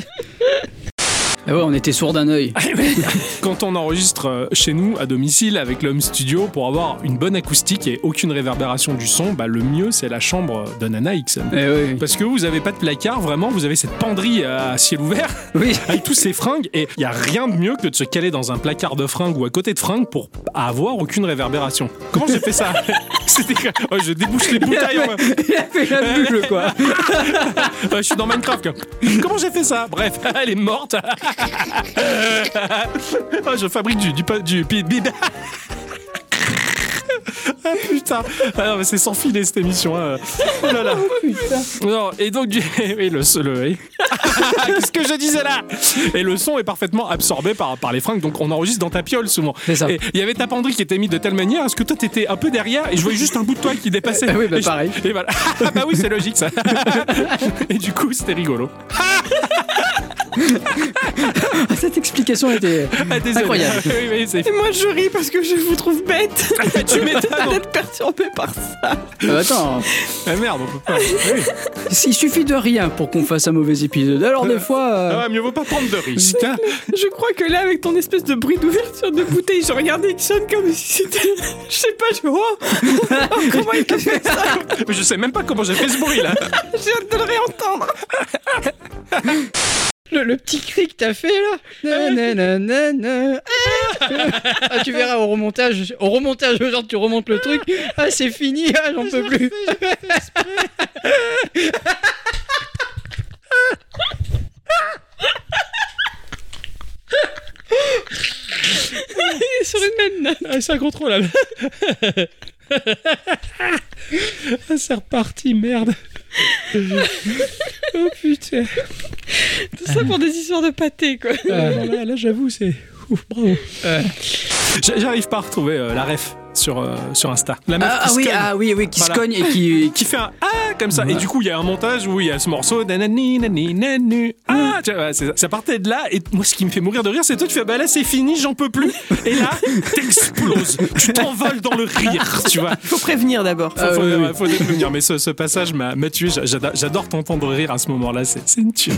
Speaker 4: Ah ouais, on était sourd d'un œil.
Speaker 2: <laughs> Quand on enregistre euh, chez nous, à domicile, avec l'home studio, pour avoir une bonne acoustique et aucune réverbération du son, bah, le mieux, c'est la chambre euh, de Nana Ixon.
Speaker 4: Eh
Speaker 2: <laughs>
Speaker 4: oui.
Speaker 2: Parce que vous avez pas de placard, vraiment, vous avez cette penderie à ciel ouvert <laughs>
Speaker 4: Oui. <laughs>
Speaker 2: avec tous ces fringues et il y a rien de mieux que de se caler dans un placard de fringues ou à côté de fringues pour avoir aucune réverbération. Comment j'ai fait ça <laughs> C'était quoi Oh, je débouche les bouteilles. moi.
Speaker 4: Il a fait la bulle, quoi.
Speaker 2: Euh, je suis dans Minecraft. quoi. Comment j'ai fait ça Bref, <laughs> elle est morte. Ah, je fabrique du du pa- du <laughs> pi- bid. Ah putain, Ah non, mais c'est sans filet cette émission. hein. Oh là là. Non, et donc du- <laughs> oui, le, le- oui. <laughs> Qu'est-ce que je disais là Et le son est parfaitement absorbé par, par les fringues, donc on enregistre dans ta piole souvent.
Speaker 4: C'est ça.
Speaker 2: Et il y avait ta penderie qui était mise de telle manière à ce que toi t'étais un peu derrière et je voyais juste un bout de toi qui dépassait.
Speaker 4: Ah oui,
Speaker 2: <laughs>
Speaker 4: bah,
Speaker 2: Et je-
Speaker 4: pareil.
Speaker 2: et voilà. Ah bah oui, c'est logique
Speaker 4: <laughs>
Speaker 2: ça. Et du coup, c'était rigolo.
Speaker 4: Cette explication était.
Speaker 2: Ah, désolé.
Speaker 4: Incroyable.
Speaker 2: <laughs> Oui, oui, c'est-
Speaker 3: Et moi, je ris parce que je vous trouve
Speaker 4: <laughs>
Speaker 3: bête
Speaker 2: tu m'étonnes.
Speaker 3: d'être perturbé par ça.
Speaker 4: Euh, attends.
Speaker 2: Ah merde, on peut pas.
Speaker 4: Euh.
Speaker 2: Oui.
Speaker 4: Il suffit de rien pour qu'on fasse un mauvais épisode. Alors, des fois. euh,
Speaker 2: Ah ouais, mieux vaut pas prendre de risques.
Speaker 4: <laughs>
Speaker 2: hein.
Speaker 3: Je crois que là, avec ton espèce de bruit d'ouverture de bouteille, je regardais Ixon comme si c'était. <laughs> Je sais pas, je.
Speaker 4: <laughs>
Speaker 3: Oh, Oh, Comment il a fait ça
Speaker 2: Mais je sais même pas comment j'ai fait ce bruit
Speaker 4: <laughs>
Speaker 2: là.
Speaker 3: J'ai hâte de le réentendre
Speaker 5: Le, le petit cri que t'as fait là
Speaker 1: Ah
Speaker 5: Nananana. Ah Ah, tu verras au remontage, au remontage, genre tu remontes le truc. Ah, c'est fini, ah, j'en peux plus.
Speaker 1: Sur une même note.
Speaker 6: Ah, c'est incontrôlable. ah, <laughs> c'est reparti, merde. oh putain.
Speaker 1: Tout ça pour des histoires de pâté, quoi.
Speaker 6: Ah, non, là, là, j'avoue, c'est. Ouf, bravo.
Speaker 2: J'- J'arrive pas à retrouver euh, la ref sur, euh, sur Insta. La meuf
Speaker 4: Ah,
Speaker 2: qui
Speaker 4: ah
Speaker 2: se
Speaker 4: oui,
Speaker 2: cogne.
Speaker 4: ah oui, oui, qui
Speaker 2: Voilà.
Speaker 4: se cogne et qui.
Speaker 2: qui fait un ah comme ça et du coup il y a un montage où il y a ce morceau nanani nanani nanu
Speaker 4: Mm.
Speaker 2: ah tu vois, c'est ça. ça partait de là et moi ce qui me fait mourir de rire c'est toi tu fais bah là c'est fini j'en peux plus et
Speaker 4: <laughs>
Speaker 2: là t'exploses tu t'envoles dans le rire tu vois
Speaker 3: Faut prévenir d'abord.
Speaker 2: faut,
Speaker 4: Ah,
Speaker 2: faut-
Speaker 4: oui, oui.
Speaker 2: faut déprevenir. mais ce, ce passage m'a m'a tué J'a- j'adore- j'adore t'entendre rire à ce moment là c'est c'est une tue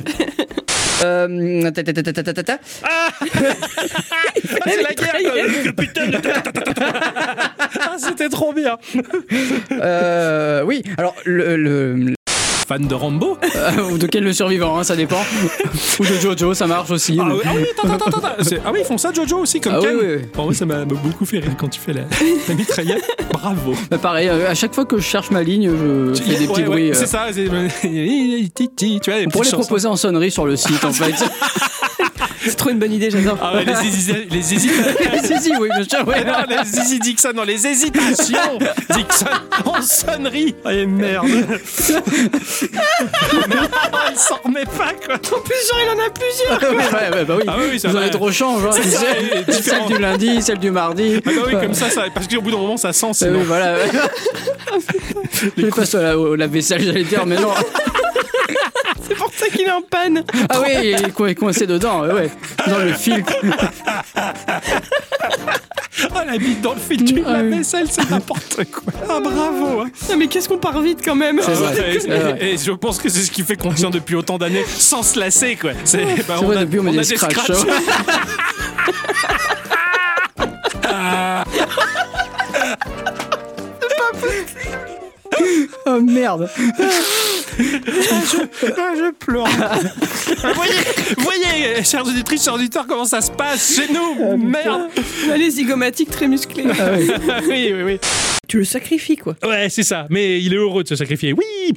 Speaker 5: Euh, ta, ta, ta, ta, ta, ta, ta, ta.
Speaker 2: c'est la guerre putain de
Speaker 4: <laughs>
Speaker 2: ah, c'était trop bien
Speaker 5: Euh, oui, alors le, le-
Speaker 2: Fan de Rambo
Speaker 4: Euh, Ou de quel le survivant, hein,
Speaker 2: <laughs>
Speaker 4: ça dépend. Ou de Jojo, ça marche aussi.
Speaker 2: Ah oui, ah oui, attends, attends, attends, attends. C'est- Ah oui, ils font ça, Jojo aussi, comme
Speaker 4: Ah oui,
Speaker 2: Ken.
Speaker 4: oui, oui.
Speaker 2: En vrai, ça m'a m'a beaucoup fait rire quand tu fais la, la mitraillette. Bravo.
Speaker 4: Bah, pareil, euh, à chaque fois que je cherche ma ligne, je fais des
Speaker 2: Ouais,
Speaker 4: petits
Speaker 2: ouais,
Speaker 4: bruits. euh.
Speaker 2: C'est ça. c'est- <laughs> Tu vois, les
Speaker 4: On pourrait les
Speaker 2: petites chansons.
Speaker 4: proposer en sonnerie sur le site, en
Speaker 2: <laughs>
Speaker 4: fait.
Speaker 3: C'est trop une bonne idée, j'adore.
Speaker 2: Ah ouais, les hési- les hésitations.
Speaker 4: <laughs> si, si, oui, bien sûr, oui.
Speaker 2: Non, les Zizi Dixon, non, les <laughs> hésitations Dixon en sonnerie Allez, merde Merde, Elle s'en remet pas, quoi
Speaker 3: En plus, genre, il en a plusieurs.
Speaker 4: Ah ouais, ouais, bah oui.
Speaker 2: Ah oui, oui, ça
Speaker 4: Vous en
Speaker 2: va.
Speaker 4: êtes au change, hein, tu
Speaker 2: ça,
Speaker 4: sais.
Speaker 2: les
Speaker 4: Celle
Speaker 2: différents-
Speaker 4: du lundi, celle du mardi.
Speaker 2: Ah bah oui, comme ça, ça parce qu'au bout d'un moment, ça sent,
Speaker 4: Ah
Speaker 2: sinon.
Speaker 4: oui, voilà. <laughs> Je les passe à la- au lave-vaisselle, j'allais dire, mais non.
Speaker 3: C'est pour ça qu'il est en panne.
Speaker 4: Ah oui, il est coin- coincé dedans, ouais, ouais. Dans le fil.
Speaker 2: Oh, la bite dans le fil du
Speaker 4: Ah oui.
Speaker 2: lave-vaisselle, c'est n'importe quoi Ah, bravo hein.
Speaker 3: Non, mais qu'est-ce qu'on part vite quand même.
Speaker 4: C'est vrai.
Speaker 2: Ouais,
Speaker 4: c'est vrai.
Speaker 2: et, et je pense que c'est ce qui fait qu'on tient depuis autant d'années sans se lasser, quoi C'est bah,
Speaker 4: C'est vrai, depuis, on met des scratchs. hein. Oh merde.
Speaker 2: Ah, je pleure. Ah, <laughs> voyez, voyez, chers auditrices, chers auditeurs, comment ça se passe chez nous. Merde.
Speaker 3: Les zygomatiques très musclés.
Speaker 4: Ah
Speaker 3: <laughs>
Speaker 4: oui.
Speaker 2: oui, oui, oui.
Speaker 1: Tu le sacrifies, quoi.
Speaker 6: Ouais, c'est ça. Mais il est heureux de se sacrifier. Oui.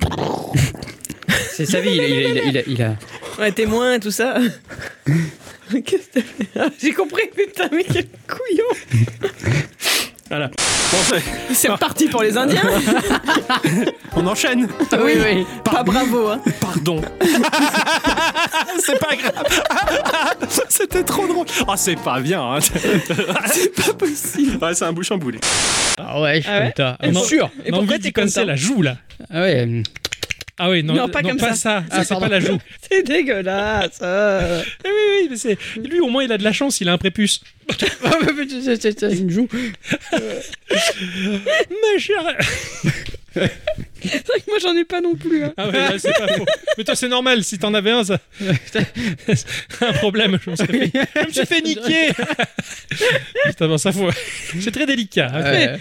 Speaker 5: C'est sa vie, il a, il a- il a- il a- il a-
Speaker 3: Ouais, témoin et
Speaker 2: <laughs>
Speaker 3: tout ça. Qu'est-ce que t'as fait Ah, J'ai compris, putain, mais quel couillon.
Speaker 6: Voilà.
Speaker 2: Bon, c'est-
Speaker 3: C'est reparti pour les Indiens.
Speaker 2: on enchaîne. <laughs>
Speaker 3: <laughs>
Speaker 4: Oui, oui.
Speaker 3: Pas bravo, hein.
Speaker 2: Pardon. c'est pas grave. <laughs> C'était trop drôle. Ah, c'est pas bien. hein.
Speaker 3: <laughs> C'est pas possible.
Speaker 2: Ouais, c'est un bouchon boulet. <laughs>
Speaker 5: Ah ouais, je suis
Speaker 1: Ah ouais
Speaker 5: comme ça.
Speaker 6: On en-
Speaker 1: sûr
Speaker 6: on
Speaker 1: Et
Speaker 6: a
Speaker 1: pourquoi
Speaker 6: envie d'y
Speaker 1: t'es comme
Speaker 6: pincer
Speaker 1: ça
Speaker 6: la joue là
Speaker 5: Ah ouais. hum.
Speaker 6: Ah oui, non,
Speaker 1: Non, pas comme
Speaker 6: pas ça. Ah,
Speaker 5: Ah,
Speaker 6: c'est pas
Speaker 5: pardon.
Speaker 6: la joue.
Speaker 1: C'est dégueulasse euh.
Speaker 6: Eh <laughs> oui, oui, mais c'est lui au moins il a de la chance, il a un prépuce.
Speaker 5: Ah, mais putain, c'est- c'est- c'est une joue.
Speaker 6: Ma chère.
Speaker 1: Moi, j'en ai pas non plus. hein.
Speaker 6: Ah ouais, là, c'est pas faux. Mais toi c'est normal, si t'en avais un, <laughs> ça. C'est un problème, je me serais fait- je me suis fait <laughs> niquer. Putain, non, ça faut. C'est très délicat. hein.
Speaker 5: Ouais.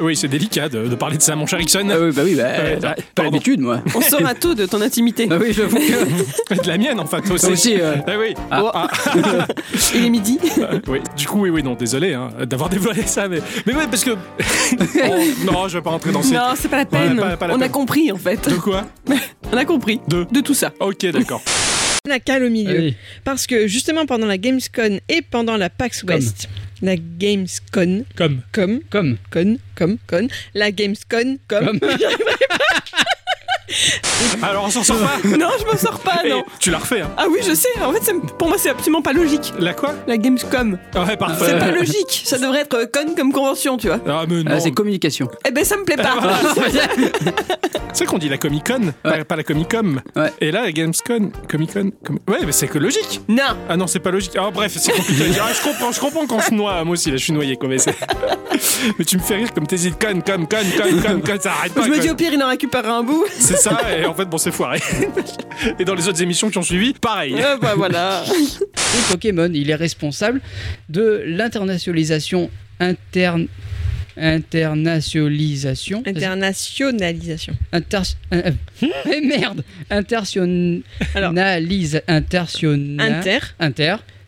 Speaker 2: Oui, c'est délicat de, de parler de ça, mon cher Ixon.
Speaker 4: Ah oui, bah oui, bah,
Speaker 2: Ouais,
Speaker 4: bah, pas
Speaker 2: pardon.
Speaker 4: l'habitude, moi.
Speaker 3: On saura tout de ton intimité.
Speaker 4: Ah oui, j'avoue que.
Speaker 2: De la mienne, en fait, aussi.
Speaker 4: Toi aussi. euh,
Speaker 2: Ah oui.
Speaker 4: Ah.
Speaker 2: Ah,
Speaker 3: Il est midi.
Speaker 2: Euh, oui, du coup, oui, oui, non, désolé hein, d'avoir dévoilé ça, mais, mais ouais, parce que.
Speaker 3: <laughs>
Speaker 2: Oh, non, je vais pas rentrer dans ces.
Speaker 3: Non, c'est pas la peine.
Speaker 2: pas- pas la
Speaker 3: On a
Speaker 2: peine.
Speaker 3: compris, en fait.
Speaker 2: De quoi
Speaker 3: On a compris.
Speaker 2: De
Speaker 3: De tout ça.
Speaker 2: Ok, d'accord.
Speaker 1: La cale au
Speaker 5: Ah
Speaker 1: milieu.
Speaker 5: oui.
Speaker 1: Parce que justement, pendant la Gamescon et pendant la PAX West, la Gamescon,
Speaker 6: Comme.
Speaker 1: comme,
Speaker 5: Comme.
Speaker 1: con, comme, con, la Gamescon, comme.
Speaker 2: Alors, on s'en sort pas
Speaker 3: <laughs> Non, je m'en sors pas,
Speaker 2: Eh,
Speaker 3: non.
Speaker 2: Tu la refais, hein.
Speaker 3: Ah oui, je sais. En fait, ça me- pour moi, c'est absolument pas logique.
Speaker 2: La quoi
Speaker 3: La Gamescom.
Speaker 2: Ouais, parfait.
Speaker 3: C'est pas logique. Ça devrait être euh, con comme convention, tu vois.
Speaker 2: Ah, mais non.
Speaker 4: ah, c'est communication.
Speaker 3: Eh ben, ça me plaît pas.
Speaker 2: c'est qu'on dit la Comic Con, pas, pas la Comic Com.
Speaker 4: Ouais.
Speaker 2: Et là, la Gamescon, Comic Con. Com- Ouais, mais c'est que logique.
Speaker 3: <laughs> non.
Speaker 2: Ah non, c'est pas logique. Ah, bref, c'est compliqué. Ah, je comprends, je comprends quand je noie. Ah, Moi aussi, là, je suis noyé, quoi, mais c'est- <laughs> Mais tu me fais rire comme t'hésites. Con, com, con, con, con, con, ça arrête pas.
Speaker 3: Je me
Speaker 2: quoi.
Speaker 3: dis au pire, il en récupérera un bout.
Speaker 4: oh.
Speaker 2: C'est ça, et en fait, bon, c'est foiré. Et dans les autres émissions qui ont suivi, pareil.
Speaker 3: Ah bah voilà.
Speaker 5: Et Pokémon, il est responsable de l'internationalisation interne. Internationalisation.
Speaker 1: Internationalisation.
Speaker 5: Inter... euh, <laughs> eh, merde Intersion...
Speaker 1: Alors.
Speaker 5: Analyse... Intersion... Inter...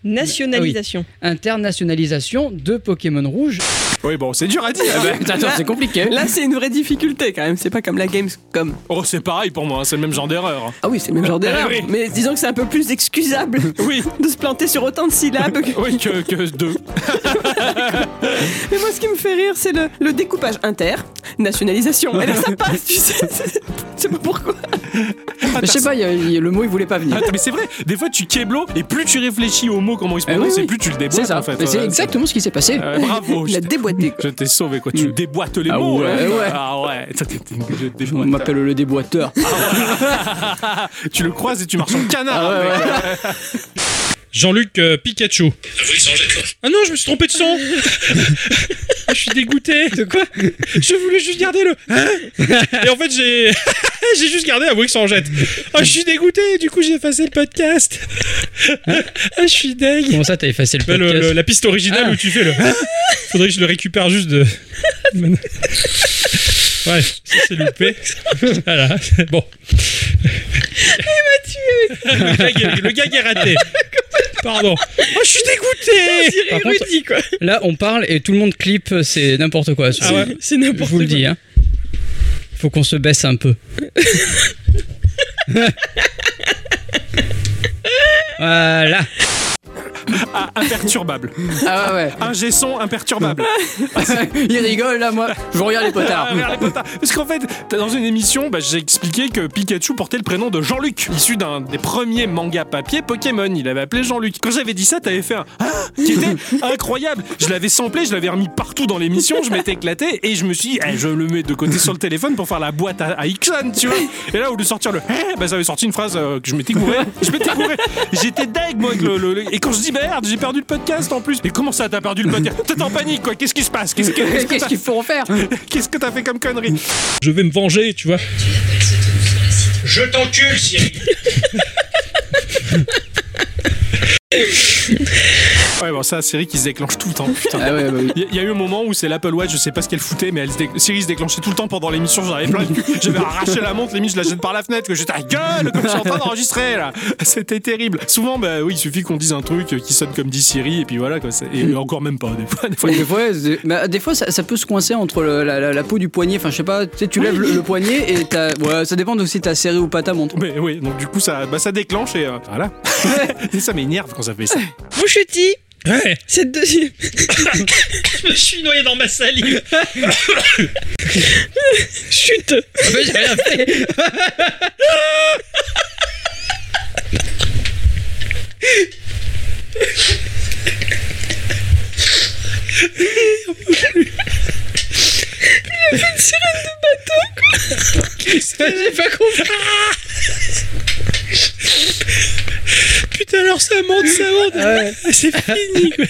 Speaker 1: Internationalisation.
Speaker 5: Ah Internationalisation de Pokémon Rouge.
Speaker 2: Oui, bon, c'est dur à dire.
Speaker 4: Ah bah, attends, c'est compliqué.
Speaker 3: Là, c'est une vraie difficulté quand même. C'est pas comme la Gamescom.
Speaker 2: Oh, c'est pareil pour moi, hein, c'est le même genre d'erreur.
Speaker 3: Ah oui, c'est le même genre d'erreur.
Speaker 2: Ah oui.
Speaker 3: Mais disons que c'est un peu plus excusable
Speaker 2: Oui,
Speaker 3: de se planter sur autant de syllabes.
Speaker 2: <laughs>
Speaker 3: que-
Speaker 2: oui, que, que deux.
Speaker 3: Mais moi, ce qui me fait rire, c'est le, le découpage inter, nationalisation. Et là, ça passe, tu sais. <laughs> C'est- C'est pas pourquoi.
Speaker 4: Mais je sais pas, il y a- il y a- le mot, il voulait pas venir.
Speaker 2: Attends, mais c'est vrai, des fois tu keblo et plus tu réfléchis au mot, comment il se
Speaker 4: Eh oui,
Speaker 2: prononce,
Speaker 4: oui.
Speaker 2: et plus tu le
Speaker 4: C'est
Speaker 2: déboîtes
Speaker 4: ça.
Speaker 2: en fait.
Speaker 4: Mais c'est
Speaker 2: Ouais,
Speaker 4: exactement ce qui s'est passé.
Speaker 2: Euh,
Speaker 4: <laughs>
Speaker 2: bravo,
Speaker 3: Il
Speaker 2: je
Speaker 3: a
Speaker 2: t'ai-
Speaker 3: déboîté, quoi.
Speaker 2: je t'ai sauvé quoi, tu déboîtes les
Speaker 4: Ah
Speaker 2: mots.
Speaker 4: ouais,
Speaker 2: là.
Speaker 4: ouais.
Speaker 2: Ah ouais, ça, t'es- t'es- je
Speaker 4: On
Speaker 2: déboîte.
Speaker 4: m'appelle le déboîteur.
Speaker 2: Tu le croises et tu marches en canard.
Speaker 4: Ah
Speaker 2: mec.
Speaker 6: Jean-Luc euh, Pikachu. Ah non, je me suis trompé de son. <laughs> Ah, je suis dégoûté. De quoi Je voulais juste garder le. Hein Et en fait, j'ai <laughs> j'ai juste gardé avoué que s'en jette. Ah, je suis dégoûté. Du coup, j'ai effacé le podcast. Ah, je suis deg.
Speaker 5: Comment ça, t'as effacé le
Speaker 6: Bah,
Speaker 5: podcast
Speaker 6: le- le- la piste originale
Speaker 5: Ah.
Speaker 6: où tu fais le. hein Faudrait que je le récupère juste <laughs> de. ouais, ça s'est loupé. Voilà. Bon. le, gag, le gag est raté. Pardon. Oh, je suis dégoûté.
Speaker 5: Par contre,
Speaker 1: Érudit, quoi.
Speaker 5: là, on parle et tout le monde clip, c'est n'importe quoi.
Speaker 6: Ah ouais.
Speaker 1: C'est
Speaker 5: Je
Speaker 1: n'importe
Speaker 5: vous
Speaker 1: quoi.
Speaker 5: le dis, hein. Faut qu'on se baisse un
Speaker 6: <laughs>
Speaker 5: peu. voilà.
Speaker 2: Ah, imperturbable.
Speaker 4: Ah ouais,
Speaker 2: Ingé son imperturbable.
Speaker 4: ouais. <laughs> Il rigole là, moi. Je vous regarde les potards.
Speaker 2: Ah, vers les potards. Parce qu'en fait, t'as- dans une émission, bah, j'ai expliqué que Pikachu portait le prénom de Jean-Luc, issu d'un des premiers mangas papier Pokémon. Il avait appelé Jean-Luc. Quand j'avais dit ça, t'avais fait un Ah qui était incroyable. Je l'avais samplé, je l'avais remis partout dans l'émission, je m'étais éclaté et je me suis dit, Eh, je le mets de côté sur le téléphone pour faire la boîte à, à Ixon, tu vois. Et là, au lieu de sortir le Eh bah, ça avait sorti une phrase euh, que je m'étais gouré. Je m'étais gouré. J'étais deg, moi. avec le- le- le- Et quand je dis merde, j'ai perdu le podcast en plus. Mais comment ça, t'as perdu le podcast T'es en panique, quoi. Qu'est-ce qui se passe Qu'est-ce que- <laughs> qu'est-ce que
Speaker 4: Qu'est-ce
Speaker 2: t'as-
Speaker 4: qu'il faut en faire
Speaker 2: Qu'est-ce que t'as fait comme connerie
Speaker 6: Je vais me venger, tu vois. Je t'encule, Cyril.
Speaker 2: Ouais, bon, ça, Siri qui se déclenche tout le temps. Putain.
Speaker 4: Ah ouais, bah oui.
Speaker 2: Il y, a eu un moment où c'est l'Apple Watch, je sais pas ce qu'elle foutait, mais elle se dé- Siri se déclenchait tout le temps pendant l'émission. J'en avais plein le cul. J'avais arraché la montre, limite, je la jette par la fenêtre, que j'étais à gueule, comme je suis en train d'enregistrer, là. C'était terrible. Souvent, bah oui, il suffit qu'on dise un truc qui sonne comme dit Siri, et puis voilà, quoi. c'est- Et encore même pas, des fois. Des fois
Speaker 4: Faut- des fois, c'est- mais euh, des fois, ça, ça peut se coincer entre le- la, la- la peau du poignet. Enfin, je sais pas, tu sais, tu lèves le, le poignet et t'as. Ouais, ça dépend de si t'as serré ou pas ta montre.
Speaker 2: mais oui, donc du coup, ça, bah, ça déclenche, et euh, voilà. <laughs> et ça m'énerve quand ça fait ça. <laughs>
Speaker 1: Mouchetti,
Speaker 6: Ouais.
Speaker 1: cette deuxième.
Speaker 6: Je suis noyé dans ma salive.
Speaker 1: Chut
Speaker 5: J'ai rien fait.
Speaker 1: J'ai pas compris
Speaker 6: Putain, alors ça monte, ça monte. C'est fini, quoi.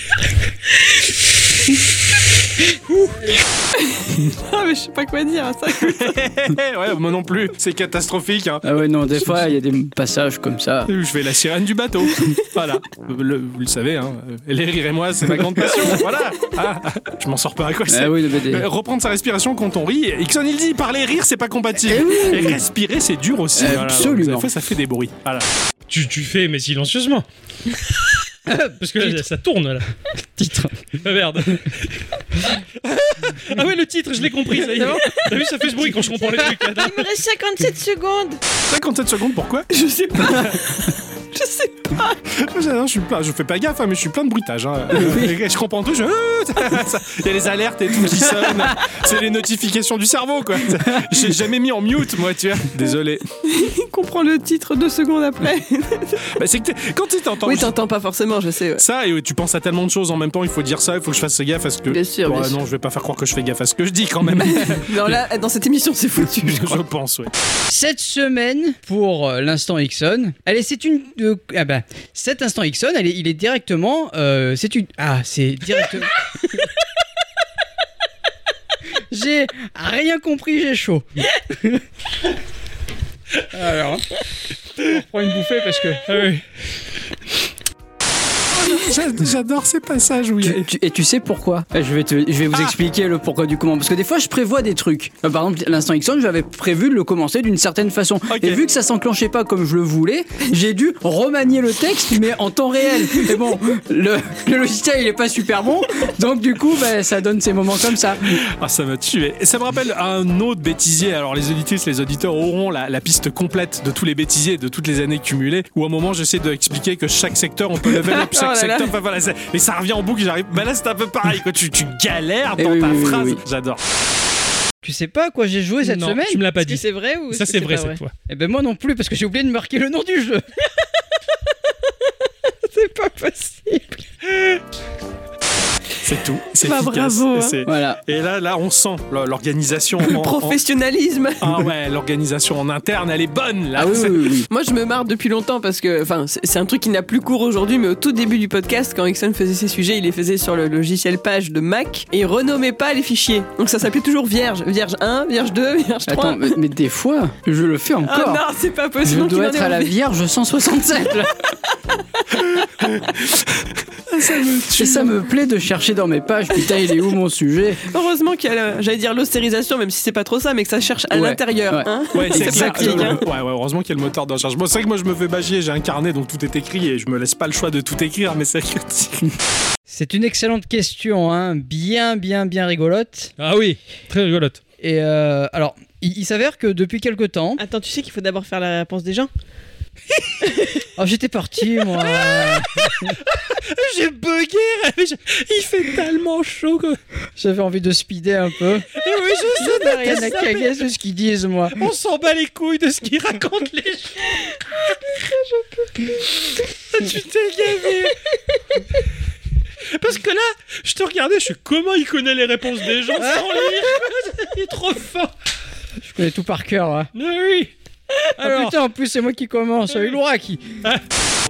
Speaker 3: Ah, mais je sais pas quoi dire à ça.
Speaker 2: ouais, moi non plus, c'est catastrophique, hein.
Speaker 4: Ah ouais, non, des fois, il y a des passages comme ça.
Speaker 2: Je fais la sirène du bateau. Voilà. Le- vous le savez, hein. Les rires et moi, c'est ma grande passion. Voilà. Ah, je m'en sors pas à quoi c'est.
Speaker 4: Ah oui, mais des-
Speaker 2: Euh, Reprendre sa respiration quand on rit. Ixon, il dit, parler et rire, c'est pas compatible. Et respirer, c'est dur aussi. Voilà.
Speaker 4: Absolument.
Speaker 2: Vous avez fait, ça fait des bruits. Voilà.
Speaker 6: Tu, tu fais, mais <laughs> silencieusement. Parce que là, ça tourne, là.
Speaker 5: Titre.
Speaker 6: Ah merde. ah ouais, le titre, je l'ai compris, ça y est. T'as vu, ça fait ce bruit quand je comprends les trucs. là.
Speaker 8: Il me reste
Speaker 5: <laughs>
Speaker 8: 57 secondes.
Speaker 2: 57 secondes, pourquoi
Speaker 3: <laughs> Je sais pas. Je sais pas.
Speaker 2: je, suis plein, je fais pas gaffe, hein, mais je suis plein de bruitage. hein. Euh, Je comprends tout. je- <laughs> Il y a les alertes et tout qui sonnent. C'est les notifications du cerveau, quoi. J'ai jamais mis en mute, moi, tu vois. Désolé.
Speaker 3: Il comprend le titre deux secondes après.
Speaker 2: Bah, c'est que t'es- quand tu t'entends.
Speaker 3: Oui, t'entends pas forcément, je sais. ouais.
Speaker 2: ça et tu penses à tellement de choses en même temps, il faut dire ça, il faut que je fasse gaffe à ce que.
Speaker 3: Bien sûr,
Speaker 2: Bon,
Speaker 3: bien
Speaker 2: ah non, je vais pas faire croire que je fais gaffe à ce que je dis quand
Speaker 3: <laughs>
Speaker 2: même.
Speaker 3: Non, là, dans cette émission, c'est foutu.
Speaker 2: je, pense, ouais.
Speaker 5: Cette semaine, <laughs> pour euh, l'instant Ixon, allez, c'est une. euh, ah bah, cet instant Ixon, elle est- il est directement. euh, c'est une. Ah, c'est directement. j'ai rien compris, j'ai chaud. Alors,
Speaker 6: On prend une bouffée parce que. Ah oui.
Speaker 2: J'a- J'adore ces passages où il y a.
Speaker 4: Tu- tu- et tu sais pourquoi Euh, je vais, te, je vais
Speaker 3: Ah.
Speaker 4: vous expliquer le pourquoi du comment. Parce que des fois, je prévois des trucs. Euh, par exemple, l'instant Ixon, j'avais prévu de le commencer d'une certaine façon. Et vu que ça s'enclenchait pas comme je le voulais, j'ai dû remanier le texte, mais en temps réel. Et bon, le, le logiciel, il est pas super bon. Donc, du coup, bah, ça donne ces moments comme ça.
Speaker 2: Ah, ça m'a tué. Et ça me rappelle un autre bêtisier. Alors, les auditrices, les auditeurs auront la, la piste complète de tous les bêtisiers de toutes les années cumulées. Où à un moment, j'essaie d'expliquer que chaque secteur, on
Speaker 3: <laughs>
Speaker 2: peut level up chaque
Speaker 3: Oh là
Speaker 2: secteur.
Speaker 3: là.
Speaker 2: Enfin, voilà, c'est- mais ça revient en boucle. J'arrive. Bah là, c'est un peu pareil. Quoi. Tu, tu galères
Speaker 4: Eh
Speaker 2: dans
Speaker 4: oui,
Speaker 2: ta
Speaker 4: oui, oui,
Speaker 2: phrase.
Speaker 4: oui.
Speaker 2: J'adore.
Speaker 5: tu sais pas à quoi j'ai joué cette
Speaker 6: Non,
Speaker 5: semaine
Speaker 6: tu me l'as pas
Speaker 5: Est-ce que
Speaker 6: dit.
Speaker 5: C'est vrai ou est-ce
Speaker 6: Ça,
Speaker 5: que
Speaker 6: c'est vrai
Speaker 5: pas
Speaker 6: cette fois.
Speaker 5: Eh ben, moi non plus, parce que j'ai oublié de marquer le nom du
Speaker 6: <laughs>
Speaker 5: jeu.
Speaker 1: C'est pas possible
Speaker 2: C'est tout. C'est
Speaker 3: Bah,
Speaker 2: efficace.
Speaker 3: bravo, hein.
Speaker 2: C'est-
Speaker 4: Voilà.
Speaker 2: Et là, là, on sent l- l'organisation.
Speaker 3: Le
Speaker 2: en- en-
Speaker 3: professionnalisme.
Speaker 2: Ah ouais, l'organisation en interne, elle est bonne là.
Speaker 4: Ah oui, oui, oui, oui.
Speaker 3: Moi, je me marre depuis longtemps parce que, enfin, c'est c'est un truc qui n'a plus cours aujourd'hui, mais au tout début du podcast, quand Ixon faisait ses sujets, il les faisait sur le logiciel page de Mac et il renommait pas les fichiers. Donc ça s'appelait toujours vierge. Vierge 1, vierge 2, vierge 3.
Speaker 4: Attends, mais, mais des fois, je le fais
Speaker 3: ah
Speaker 4: encore.
Speaker 3: non, c'est pas
Speaker 4: je
Speaker 3: possible. donc il
Speaker 4: dois
Speaker 3: en est
Speaker 4: être à la
Speaker 3: revenu.
Speaker 4: Vierge 167. là. Et ça me plaît de chercher dans mes pages, putain, il est où mon sujet
Speaker 3: Heureusement qu'il y a, la- j'allais dire l'austérisation, même si c'est pas trop ça, mais que ça cherche à
Speaker 4: Ouais,
Speaker 3: l'intérieur.
Speaker 4: ouais.
Speaker 3: hein.
Speaker 2: Ouais, c'est clair.
Speaker 3: pratique,
Speaker 2: Euh,
Speaker 3: hein.
Speaker 2: ouais, ouais, heureusement qu'il y a le moteur de recherche. Bon, c'est vrai que moi je me fais bâcher, j'ai un carnet donc tout est écrit et je me laisse pas le choix de tout écrire, mais c'est vrai que-
Speaker 5: C'est une excellente question, hein, bien, bien, bien rigolote.
Speaker 6: Ah oui, très rigolote.
Speaker 5: Et euh, alors, il, il s'avère que depuis quelque temps,
Speaker 1: Attends, tu sais qu'il faut d'abord faire la réponse des gens.
Speaker 5: oh, j'étais parti <laughs> moi.
Speaker 6: J'ai bugué, mais je- il fait tellement chaud que.
Speaker 5: J'avais envie de speeder un peu.
Speaker 6: Eh oui, je sais,
Speaker 5: J'avais rien à caguer de ce qu'ils disent moi.
Speaker 6: on s'en bat les couilles de ce qu'ils racontent les gens. Ah, tu t'es gavé. Parce que là, je te regardais, je suis comment il connaît les réponses des gens sans lire. Il est trop fort.
Speaker 5: Je connais tout par cœur. hein.
Speaker 6: Mais oui.
Speaker 5: Ah
Speaker 6: Alors,
Speaker 5: putain, en plus c'est moi qui commence. Il aura qui.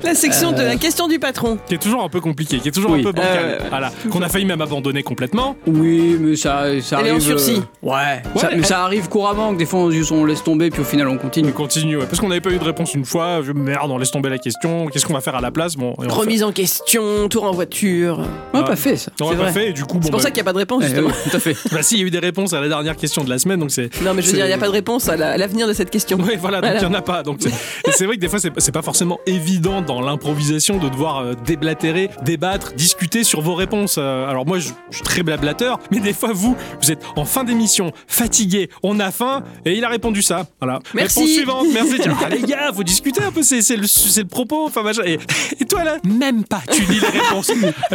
Speaker 3: La section
Speaker 4: Euh.
Speaker 3: de la question du patron.
Speaker 2: qui est toujours un peu compliqué, qui est toujours
Speaker 4: Oui.
Speaker 2: un peu bancal.
Speaker 3: Euh,
Speaker 2: voilà, qu'on a failli même abandonner complètement.
Speaker 4: Oui, mais ça, ça
Speaker 3: Elle est en
Speaker 4: arrive.
Speaker 3: sursis.
Speaker 4: euh, Ouais. Ça- mais ça arrive couramment que des fois on, on laisse tomber puis au final on
Speaker 2: On
Speaker 4: continue.
Speaker 2: continue, ouais, parce qu'on n'avait pas eu de réponse une fois. je- Merde, on laisse tomber la question. Qu'est-ce qu'on va faire à la place Bon, et on
Speaker 3: Remise en question, tour en voiture.
Speaker 4: On n'a Ah, pas fait ça.
Speaker 2: fait- on l'a
Speaker 3: c'est
Speaker 2: pas
Speaker 3: vrai.
Speaker 2: fait. Et du coup,
Speaker 3: C'est
Speaker 2: bon,
Speaker 3: pour
Speaker 2: bah,
Speaker 3: ça qu'il n'y a pas de réponse,
Speaker 4: Eh
Speaker 3: Oh, justement.
Speaker 4: oui, tout à fait.
Speaker 2: bah, si, il y a eu des réponses à la dernière question de la semaine, donc c'est.
Speaker 3: Non, mais je veux
Speaker 2: C'est-
Speaker 3: dire, il n'y a pas de réponse à la, à l'avenir de cette question.
Speaker 2: Ouais, voilà, donc il
Speaker 3: Voilà.
Speaker 2: n'y en a pas. Donc c'est- et c'est vrai que des fois, c'est c'est pas forcément évident dans l'improvisation de devoir euh, déblatérer, débattre, discuter sur vos réponses. Euh, alors moi, je, je suis très blablateur, mais des fois, vous, vous êtes en fin d'émission, fatigué, on a faim, et il a répondu ça. Voilà.
Speaker 3: Merci.
Speaker 2: Réponse suivante, merci. Tiens, ah, les gars, faut discuter un peu, c'est c'est le, c'est le propos. Enfin, machin. Et, et toi, là, même pas, tu lis les réponses.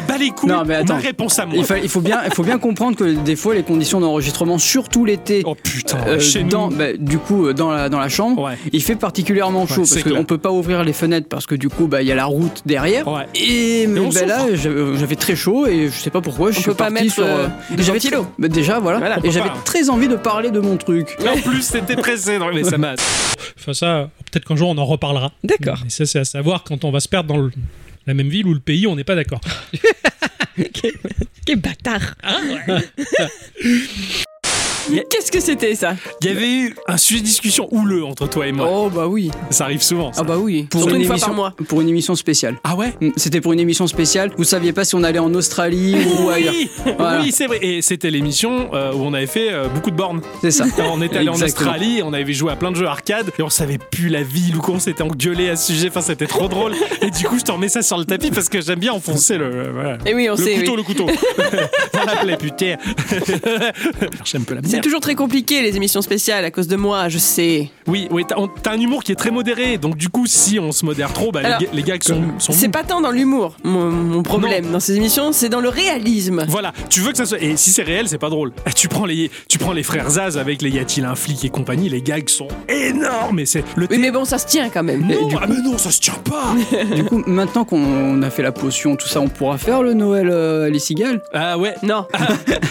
Speaker 2: bah les couilles,
Speaker 4: Non, mais attends.
Speaker 2: ma réponse à moi.
Speaker 4: Il, fa- il faut bien, il faut bien comprendre que des fois les conditions d'enregistrement, surtout l'été,
Speaker 2: Oh putain,
Speaker 4: euh,
Speaker 2: chez
Speaker 4: dans,
Speaker 2: nous.
Speaker 4: bah, du coup euh, dans la, dans la chambre,
Speaker 2: Ouais.
Speaker 4: il fait particulièrement chaud
Speaker 2: c'est
Speaker 4: parce qu'on
Speaker 2: clair.
Speaker 4: peut pas ouvrir les fenêtres parce que du coup bah il y a la route derrière.
Speaker 2: Ouais.
Speaker 4: Et mais,
Speaker 2: on
Speaker 4: bah, là j'avais j'avais très chaud et je sais pas pourquoi je
Speaker 3: On
Speaker 4: suis
Speaker 3: peut pas
Speaker 4: parti
Speaker 3: mettre,
Speaker 4: sur
Speaker 3: euh,
Speaker 4: et
Speaker 3: de
Speaker 4: j'avais
Speaker 3: ventilo.
Speaker 4: bah, déjà voilà,
Speaker 3: Voilà.
Speaker 4: et
Speaker 2: On peut
Speaker 4: j'avais
Speaker 2: pas.
Speaker 4: très envie de parler de mon truc.
Speaker 2: En plus, c'était pressé, non, mais ça m'a.
Speaker 6: Enfin, ça, peut-être qu'un jour on en reparlera.
Speaker 1: D'accord.
Speaker 6: Mais ça, c'est à savoir quand on va se perdre dans le- la même ville ou le pays, on n'est pas d'accord.
Speaker 1: Quel bâtard
Speaker 3: Qu'est-ce que c'était, ça
Speaker 2: Il y avait eu un sujet de discussion houleux entre toi et moi.
Speaker 3: Oh, bah oui.
Speaker 2: Ça arrive souvent. ça.
Speaker 3: Ah, bah oui.
Speaker 4: Pour
Speaker 3: Surtout
Speaker 4: une
Speaker 3: une fois
Speaker 4: émission-
Speaker 3: par mois.
Speaker 4: Pour une émission spéciale.
Speaker 2: Ah ouais
Speaker 4: Mm, C'était pour une émission spéciale. Vous saviez pas si on allait en Australie ou ailleurs.
Speaker 2: Oui,
Speaker 4: Voilà.
Speaker 2: oui c'est vrai. Et c'était l'émission euh, où on avait fait euh, beaucoup de bornes.
Speaker 4: C'est ça.
Speaker 2: On était allé en
Speaker 4: Exactement.
Speaker 2: Australie, on avait joué à plein de jeux arcade et on savait plus la ville ou quoi, on s'était engueulé à ce sujet. Enfin, c'était trop drôle. Et du coup, je t'en mets ça sur le tapis parce que j'aime bien enfoncer le. euh, voilà.
Speaker 3: Et Eh oui, on
Speaker 2: Le
Speaker 3: sait.
Speaker 2: couteau,
Speaker 3: oui.
Speaker 2: le couteau. Dans la plaie, putain. J'aime un peu la
Speaker 3: C'est
Speaker 2: merde.
Speaker 3: toujours très compliqué, les émissions spéciales, à cause de moi, je sais.
Speaker 2: Oui, oui t'as on- t'as un humour qui est très modéré. Donc, du coup, si on se modère trop, bah, les
Speaker 3: Alors,
Speaker 2: ga- les gars qui sont. sont
Speaker 3: C'est pas tant dans l'humour, mon, mon problème dans ces émissions, c'est dans le réalisme.
Speaker 2: Voilà, tu veux que ça soit. Et si c'est réel, c'est pas drôle. <laughs> Ah, Tu prends les, tu prends les frères Zaz avec les Y a-t-il un flic et compagnie, les gags sont énormes et c'est. Le
Speaker 3: Oui,
Speaker 2: thé-
Speaker 3: mais bon, ça se tient quand même.
Speaker 2: Non, ah, mais non, ça se tient
Speaker 3: <laughs>
Speaker 2: pas
Speaker 4: Du coup, maintenant qu'on a fait la potion, tout ça, on pourra faire le Noël euh, les cigales.
Speaker 2: Ah ouais
Speaker 3: Non,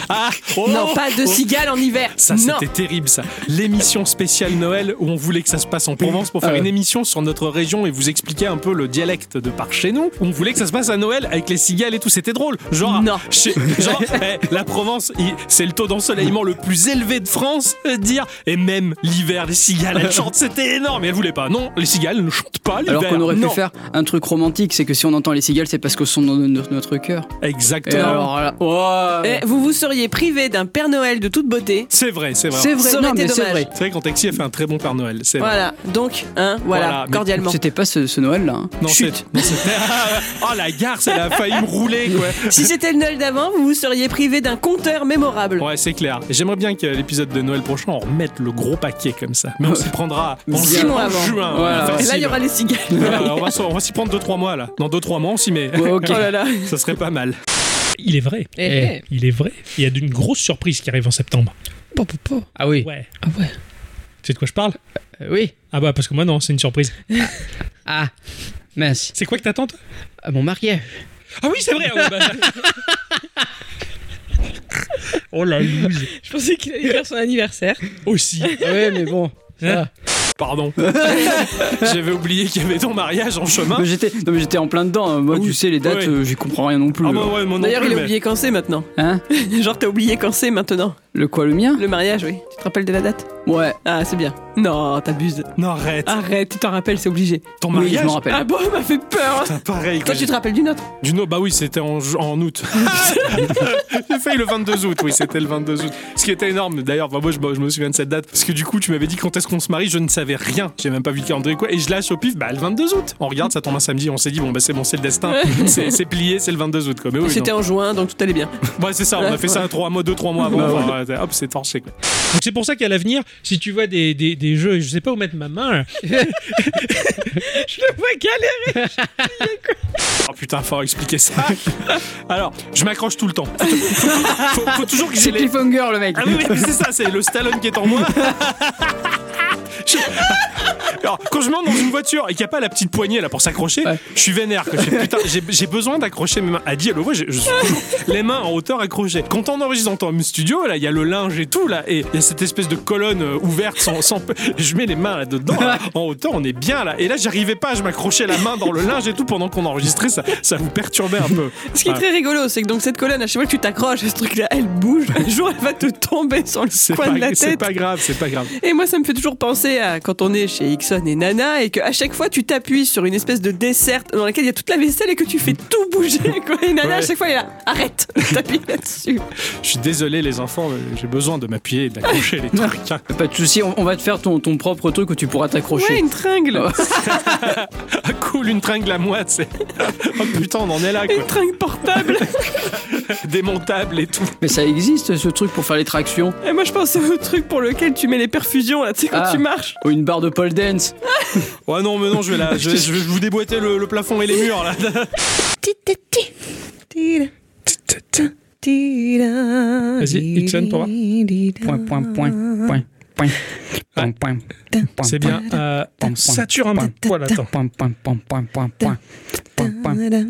Speaker 2: Ah oh
Speaker 3: non, pas de cigales en hiver.
Speaker 2: Ça,
Speaker 3: non.
Speaker 2: c'était terrible, ça. L'émission spéciale Noël où on voulait que ça se passe en Provence pour faire
Speaker 4: Ah ouais.
Speaker 2: une émission sur notre région et vous expliquer un peu le dialecte de par chez nous. On voulait que ça se passe à Noël avec les cigales et tout. C'était drôle. Genre,
Speaker 3: Non.
Speaker 2: chez-
Speaker 4: <laughs>
Speaker 2: genre eh, la Provence, il- c'est le taux d'ensoleillement le plus élevé de France. euh, dire et même l'hiver, les cigales, elles chantent. C'était énorme. Mais elles voulaient pas. Non, les cigales ne chantent pas l'hiver.
Speaker 4: Alors qu'on aurait
Speaker 2: Eh ben, Non.
Speaker 4: pu faire un truc romantique, c'est que si on entend les cigales, c'est parce que sont dans no- notre cœur. Et
Speaker 2: Exactement.
Speaker 4: alors là, oh.
Speaker 3: Eh, vous vous seriez privé d'un Père Noël de toute beauté.
Speaker 2: C'est vrai, c'est vrai.
Speaker 4: c'est vrai,
Speaker 3: Ça aurait
Speaker 4: non,
Speaker 3: été
Speaker 4: mais c'est
Speaker 3: dommage.
Speaker 4: vrai.
Speaker 2: C'est vrai qu'en taxi, elle fait un très bon Père Noël. C'est vrai.
Speaker 3: Voilà, donc, hein, voilà,
Speaker 2: Voilà, mais-
Speaker 3: cordialement.
Speaker 4: C'était pas ce, ce Noël-là. hein.
Speaker 2: Non,
Speaker 4: Chut.
Speaker 2: c'est- <laughs> non, c'était. oh la garce, elle a failli me rouler quoi.
Speaker 3: Si c'était le Noël d'avant, vous vous seriez privé d'un compteur mémorable.
Speaker 2: Ouais, c'est clair. Et J'aimerais bien que l'épisode de Noël prochain, on remette le gros paquet comme ça. Mais on s'y prendra en,
Speaker 3: Six
Speaker 2: ju-
Speaker 3: mois
Speaker 2: en
Speaker 3: avant.
Speaker 2: juin.
Speaker 4: Voilà,
Speaker 2: Enfin,
Speaker 3: Et là,
Speaker 2: si,
Speaker 3: il y aura les cigales.
Speaker 2: <laughs> voilà, on va, s'en- on va s'y prendre 2-3 mois là. Dans 2-3 mois, on s'y met.
Speaker 4: Ouais, ok.
Speaker 3: <laughs> Oh là là.
Speaker 2: <laughs> Ça serait pas mal.
Speaker 6: Il est vrai.
Speaker 1: Eh,
Speaker 6: Eh,
Speaker 1: eh.
Speaker 6: Il est vrai. Il y a une grosse surprise qui arrive en septembre.
Speaker 1: Po, po, po.
Speaker 5: Ah oui.
Speaker 6: Ouais.
Speaker 1: Ah ouais.
Speaker 6: Tu sais de quoi je parle
Speaker 5: Euh, oui.
Speaker 6: Ah bah parce que moi non, c'est une surprise.
Speaker 5: Ah mince.
Speaker 6: C'est quoi que t'attends toi
Speaker 5: Ah, mon mariage. <laughs>
Speaker 6: Ah oui, c'est vrai. ah oui,
Speaker 2: <laughs>
Speaker 6: bah- oh la loose.
Speaker 1: Je pensais qu'il allait faire son anniversaire.
Speaker 6: Aussi.
Speaker 5: Ah oui, mais bon. ça
Speaker 2: Pardon.
Speaker 3: <laughs>
Speaker 2: J'avais oublié qu'il y avait ton mariage en chemin.
Speaker 4: Mais J'étais, non, mais j'étais en plein dedans. Moi,
Speaker 2: Ah oui.
Speaker 4: tu sais, les dates,
Speaker 2: Ouais.
Speaker 4: euh, j'y comprends rien non plus.
Speaker 2: Ah bah ouais, moi non
Speaker 3: D'ailleurs,
Speaker 2: plus,
Speaker 3: il a
Speaker 2: mais-
Speaker 3: oublié quand c'est maintenant. <laughs>
Speaker 4: Hein
Speaker 3: Genre, t'as oublié quand c'est maintenant.
Speaker 4: Le quoi, le mien
Speaker 3: Le mariage, oui. Tu te rappelles de la date
Speaker 4: Ouais.
Speaker 3: Ah, c'est bien. Non, t'abuses.
Speaker 2: Non, arrête.
Speaker 3: Arrête, tu t'en rappelles, c'est obligé.
Speaker 2: Ton
Speaker 4: Oui, je
Speaker 2: mariage,
Speaker 4: me rappelle.
Speaker 3: Ah bon, il m'a fait peur.
Speaker 2: putain, pareil. quoi.
Speaker 3: Toi, tu te rappelles d'une autre
Speaker 2: Du no- bah oui, c'était en, ju- en août. <laughs> J'ai failli le 22 août, oui, c'était le 22 août. Ce qui était énorme, d'ailleurs, bah, moi je, je me souviens de cette date, parce que du coup, tu m'avais dit quand est-ce qu'on se marie, je ne savais rien. J'ai même pas vu le calendrier quoi, et je lâche au pif, bah le 22 août. On regarde, ça tombe un samedi, on s'est dit, bon, bah c'est bon, c'est le destin, c'est c'est plié, c'est le 22 août, quoi. Mais oui,
Speaker 3: Ah, C'était
Speaker 2: non.
Speaker 3: en juin, donc tout allait bien.
Speaker 2: Ouais, c'est ça, on a fait ça 3 mois, 2-3 mois avant, enfin, ouais, hop, c'est torché, quoi.
Speaker 6: Donc c'est pour ça qu'à l'avenir, si tu vois des, des, des jeux, je sais pas où mettre ma main. hein.
Speaker 2: Oh putain, faut expliquer ça. Alors, je m'accroche tout le temps. Faut, faut toujours que j'ai
Speaker 4: C'est
Speaker 2: les,
Speaker 4: Cliffhanger, le mec.
Speaker 2: Ah oui, mais c'est ça, c'est le Stallone qui est en moi. Je- Alors, quand je monte dans une voiture et qu'il n'y a pas la petite poignée là pour s'accrocher,
Speaker 4: Ouais.
Speaker 2: je suis vénère. quoi. Je fais, putain, j'ai- j'ai besoin d'accrocher mes mains. Adi, elle le voit, je, je suis toujours les mains en hauteur accrochées. Quand on enregistre dans ton home studio, là, il y a le linge et tout, là, et il y a cette espèce de colonne euh, ouverte sans, sans pe- Je mets les mains là-dedans, là, en hauteur, on est bien là. Et là, j'arrivais pas, je m'accrochais la main dans le linge et tout pendant qu'on enregistrait, ça, ça vous perturbait un peu.
Speaker 3: Ce qui est
Speaker 2: Ah.
Speaker 3: très rigolo, c'est que donc cette colonne, à chaque fois que tu t'accroches à ce truc-là, elle bouge. Un jour, elle va te tomber sur
Speaker 2: C'est
Speaker 3: le coin
Speaker 2: pas-
Speaker 3: de la
Speaker 2: c'est
Speaker 3: tête.
Speaker 2: pas grave, c'est pas grave.
Speaker 3: Et moi, ça me fait toujours penser à quand on est chez Ixon et Nana et qu'à chaque fois, tu t'appuies sur une espèce de desserte dans laquelle il y a toute la vaisselle et que tu fais tout bouger. Quoi. Et Nana, à
Speaker 2: Ouais.
Speaker 3: chaque fois, elle est là. Arrête, <laughs> t'appuies là-dessus.
Speaker 2: Je suis désolé les enfants, mais j'ai besoin de m'appuyer et
Speaker 5: <laughs>
Speaker 2: d'accrocher les trucs. hein.
Speaker 4: Pas de soucis, on, on va te faire ton, ton propre truc où tu pourras
Speaker 3: Ouais,
Speaker 2: Oh,
Speaker 4: t'accrocher.
Speaker 3: une tringle.
Speaker 2: Ah cool, une tringle à moite, c'est... <laughs> Oh putain, on en est là, quoi.
Speaker 3: Une tringle portable.
Speaker 2: Démontable et tout.
Speaker 4: Mais ça existe, ce truc pour faire les tractions.
Speaker 3: Et moi, je pensais au truc pour lequel tu mets les perfusions, là, tu sais, quand
Speaker 4: Ah.
Speaker 3: tu marches.
Speaker 4: Ou une barre de pole dance.
Speaker 2: Ouais Oh non, mais non, je vais là, je, vais- je vais vous déboîter le, le plafond et les murs, là.
Speaker 6: Vas-y, Ixon, pour voir.
Speaker 5: Point, point, point, point, point, point, point, point,
Speaker 6: C'est bien. Euh,
Speaker 5: Pom, pom,
Speaker 6: sature un petit poil, attends.
Speaker 5: point, point, point, point, point, point, point, point, point, point, point, point, point, point,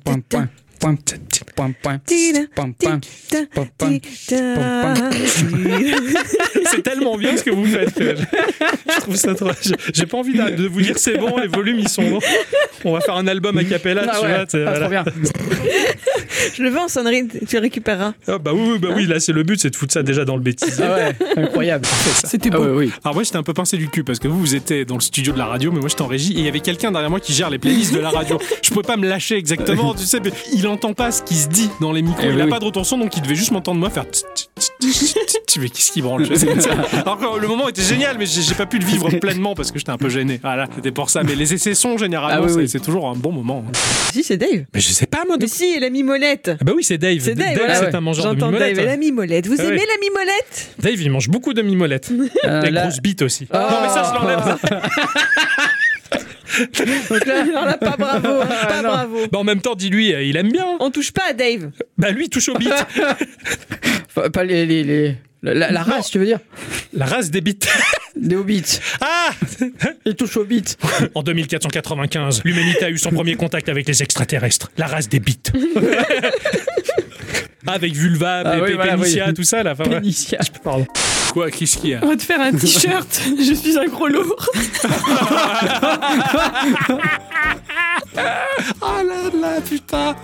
Speaker 5: point, point, point, point, point.
Speaker 2: C'est tellement bien ce que vous faites. que Je, <laughs> je trouve ça trop... je- J'ai pas envie de, de vous dire c'est bon, les volumes, ils sont bons. On va faire un album a cappella,
Speaker 5: Ah
Speaker 2: tu
Speaker 5: ouais,
Speaker 2: vois. t'sais,
Speaker 5: pas
Speaker 2: voilà.
Speaker 5: trop bien.
Speaker 8: Je le veux en sonnerie, tu le récupéreras.
Speaker 2: Ah, bah oui, oui, bah oui, là, c'est le but, c'est de foutre ça déjà dans le bêtisier.
Speaker 5: Ah ouais, incroyable.
Speaker 3: C'était
Speaker 4: Ah
Speaker 3: beau.
Speaker 4: ouais, oui.
Speaker 2: <laughs> Alors moi j'étais un peu pincé du cul parce que vous vous étiez dans le studio de la radio mais moi j'étais en régie et il y avait quelqu'un derrière moi qui gère les playlists de la <laughs> radio. Je pouvais pas me lâcher exactement, tu sais, mais il entend pas ce qui se dit dans les micros.
Speaker 4: Eh
Speaker 2: il
Speaker 4: oui,
Speaker 2: a
Speaker 4: oui.
Speaker 2: pas de retour son donc il devait juste m'entendre moi faire tch, tch, tch, tch, tch, tch. mais qu'est-ce qui <laughs> branle je sais pas. Alors que le moment était génial mais j'ai j'ai pas pu le vivre pleinement parce que j'étais un peu gêné. Voilà, c'était pour ça mais les essais sont généralement
Speaker 4: Ah oui,
Speaker 2: c'est-
Speaker 4: oui.
Speaker 2: c'est toujours un bon moment. hein.
Speaker 8: Si, c'est Dave.
Speaker 2: Mais je sais pas moi de
Speaker 8: Mais si, la mimolette.
Speaker 6: Ah bah oui, c'est Dave.
Speaker 8: C'est Dave, voilà,
Speaker 6: c'est
Speaker 8: ouais.
Speaker 6: un mangeur de
Speaker 8: J'entends Dave.
Speaker 6: mimolette.
Speaker 8: La mimolette. Vous
Speaker 6: Ah
Speaker 8: aimez
Speaker 6: oui.
Speaker 8: la mimolette
Speaker 6: Dave, il mange beaucoup de mimolette.
Speaker 8: Ah
Speaker 4: Euh,
Speaker 6: Des
Speaker 4: là-
Speaker 6: grosses bites aussi.
Speaker 2: Non mais ça je
Speaker 8: <laughs>
Speaker 2: l'enlève.
Speaker 8: Alors là, pas bravo. hein, Pas bravo.
Speaker 6: Bah en même temps, dis-lui, euh, il aime bien.
Speaker 8: On touche pas à Dave.
Speaker 6: Bah lui, il touche aux bites.
Speaker 4: Pas- Pas les. les- les- La, la- la race, tu veux dire
Speaker 6: <laughs> La race des bites.
Speaker 4: Des hobbits.
Speaker 6: Ah
Speaker 4: Ils touchent hobbits.
Speaker 6: <laughs> En 2495, l'humanité a eu son premier contact avec les extraterrestres, la race des
Speaker 2: <laughs>
Speaker 6: bites. Avec vulva,
Speaker 4: Ah
Speaker 6: pé-
Speaker 4: oui,
Speaker 6: pé-
Speaker 4: voilà,
Speaker 6: pénicia,
Speaker 4: oui.
Speaker 6: tout ça là. Enfin, ouais.
Speaker 4: Initial.
Speaker 6: Pardon.
Speaker 2: Quoi qu'est-ce qu'il y a
Speaker 3: On va te faire un <laughs> t-shirt. Je suis un gros lourd. <laughs>
Speaker 2: Ah là là putain.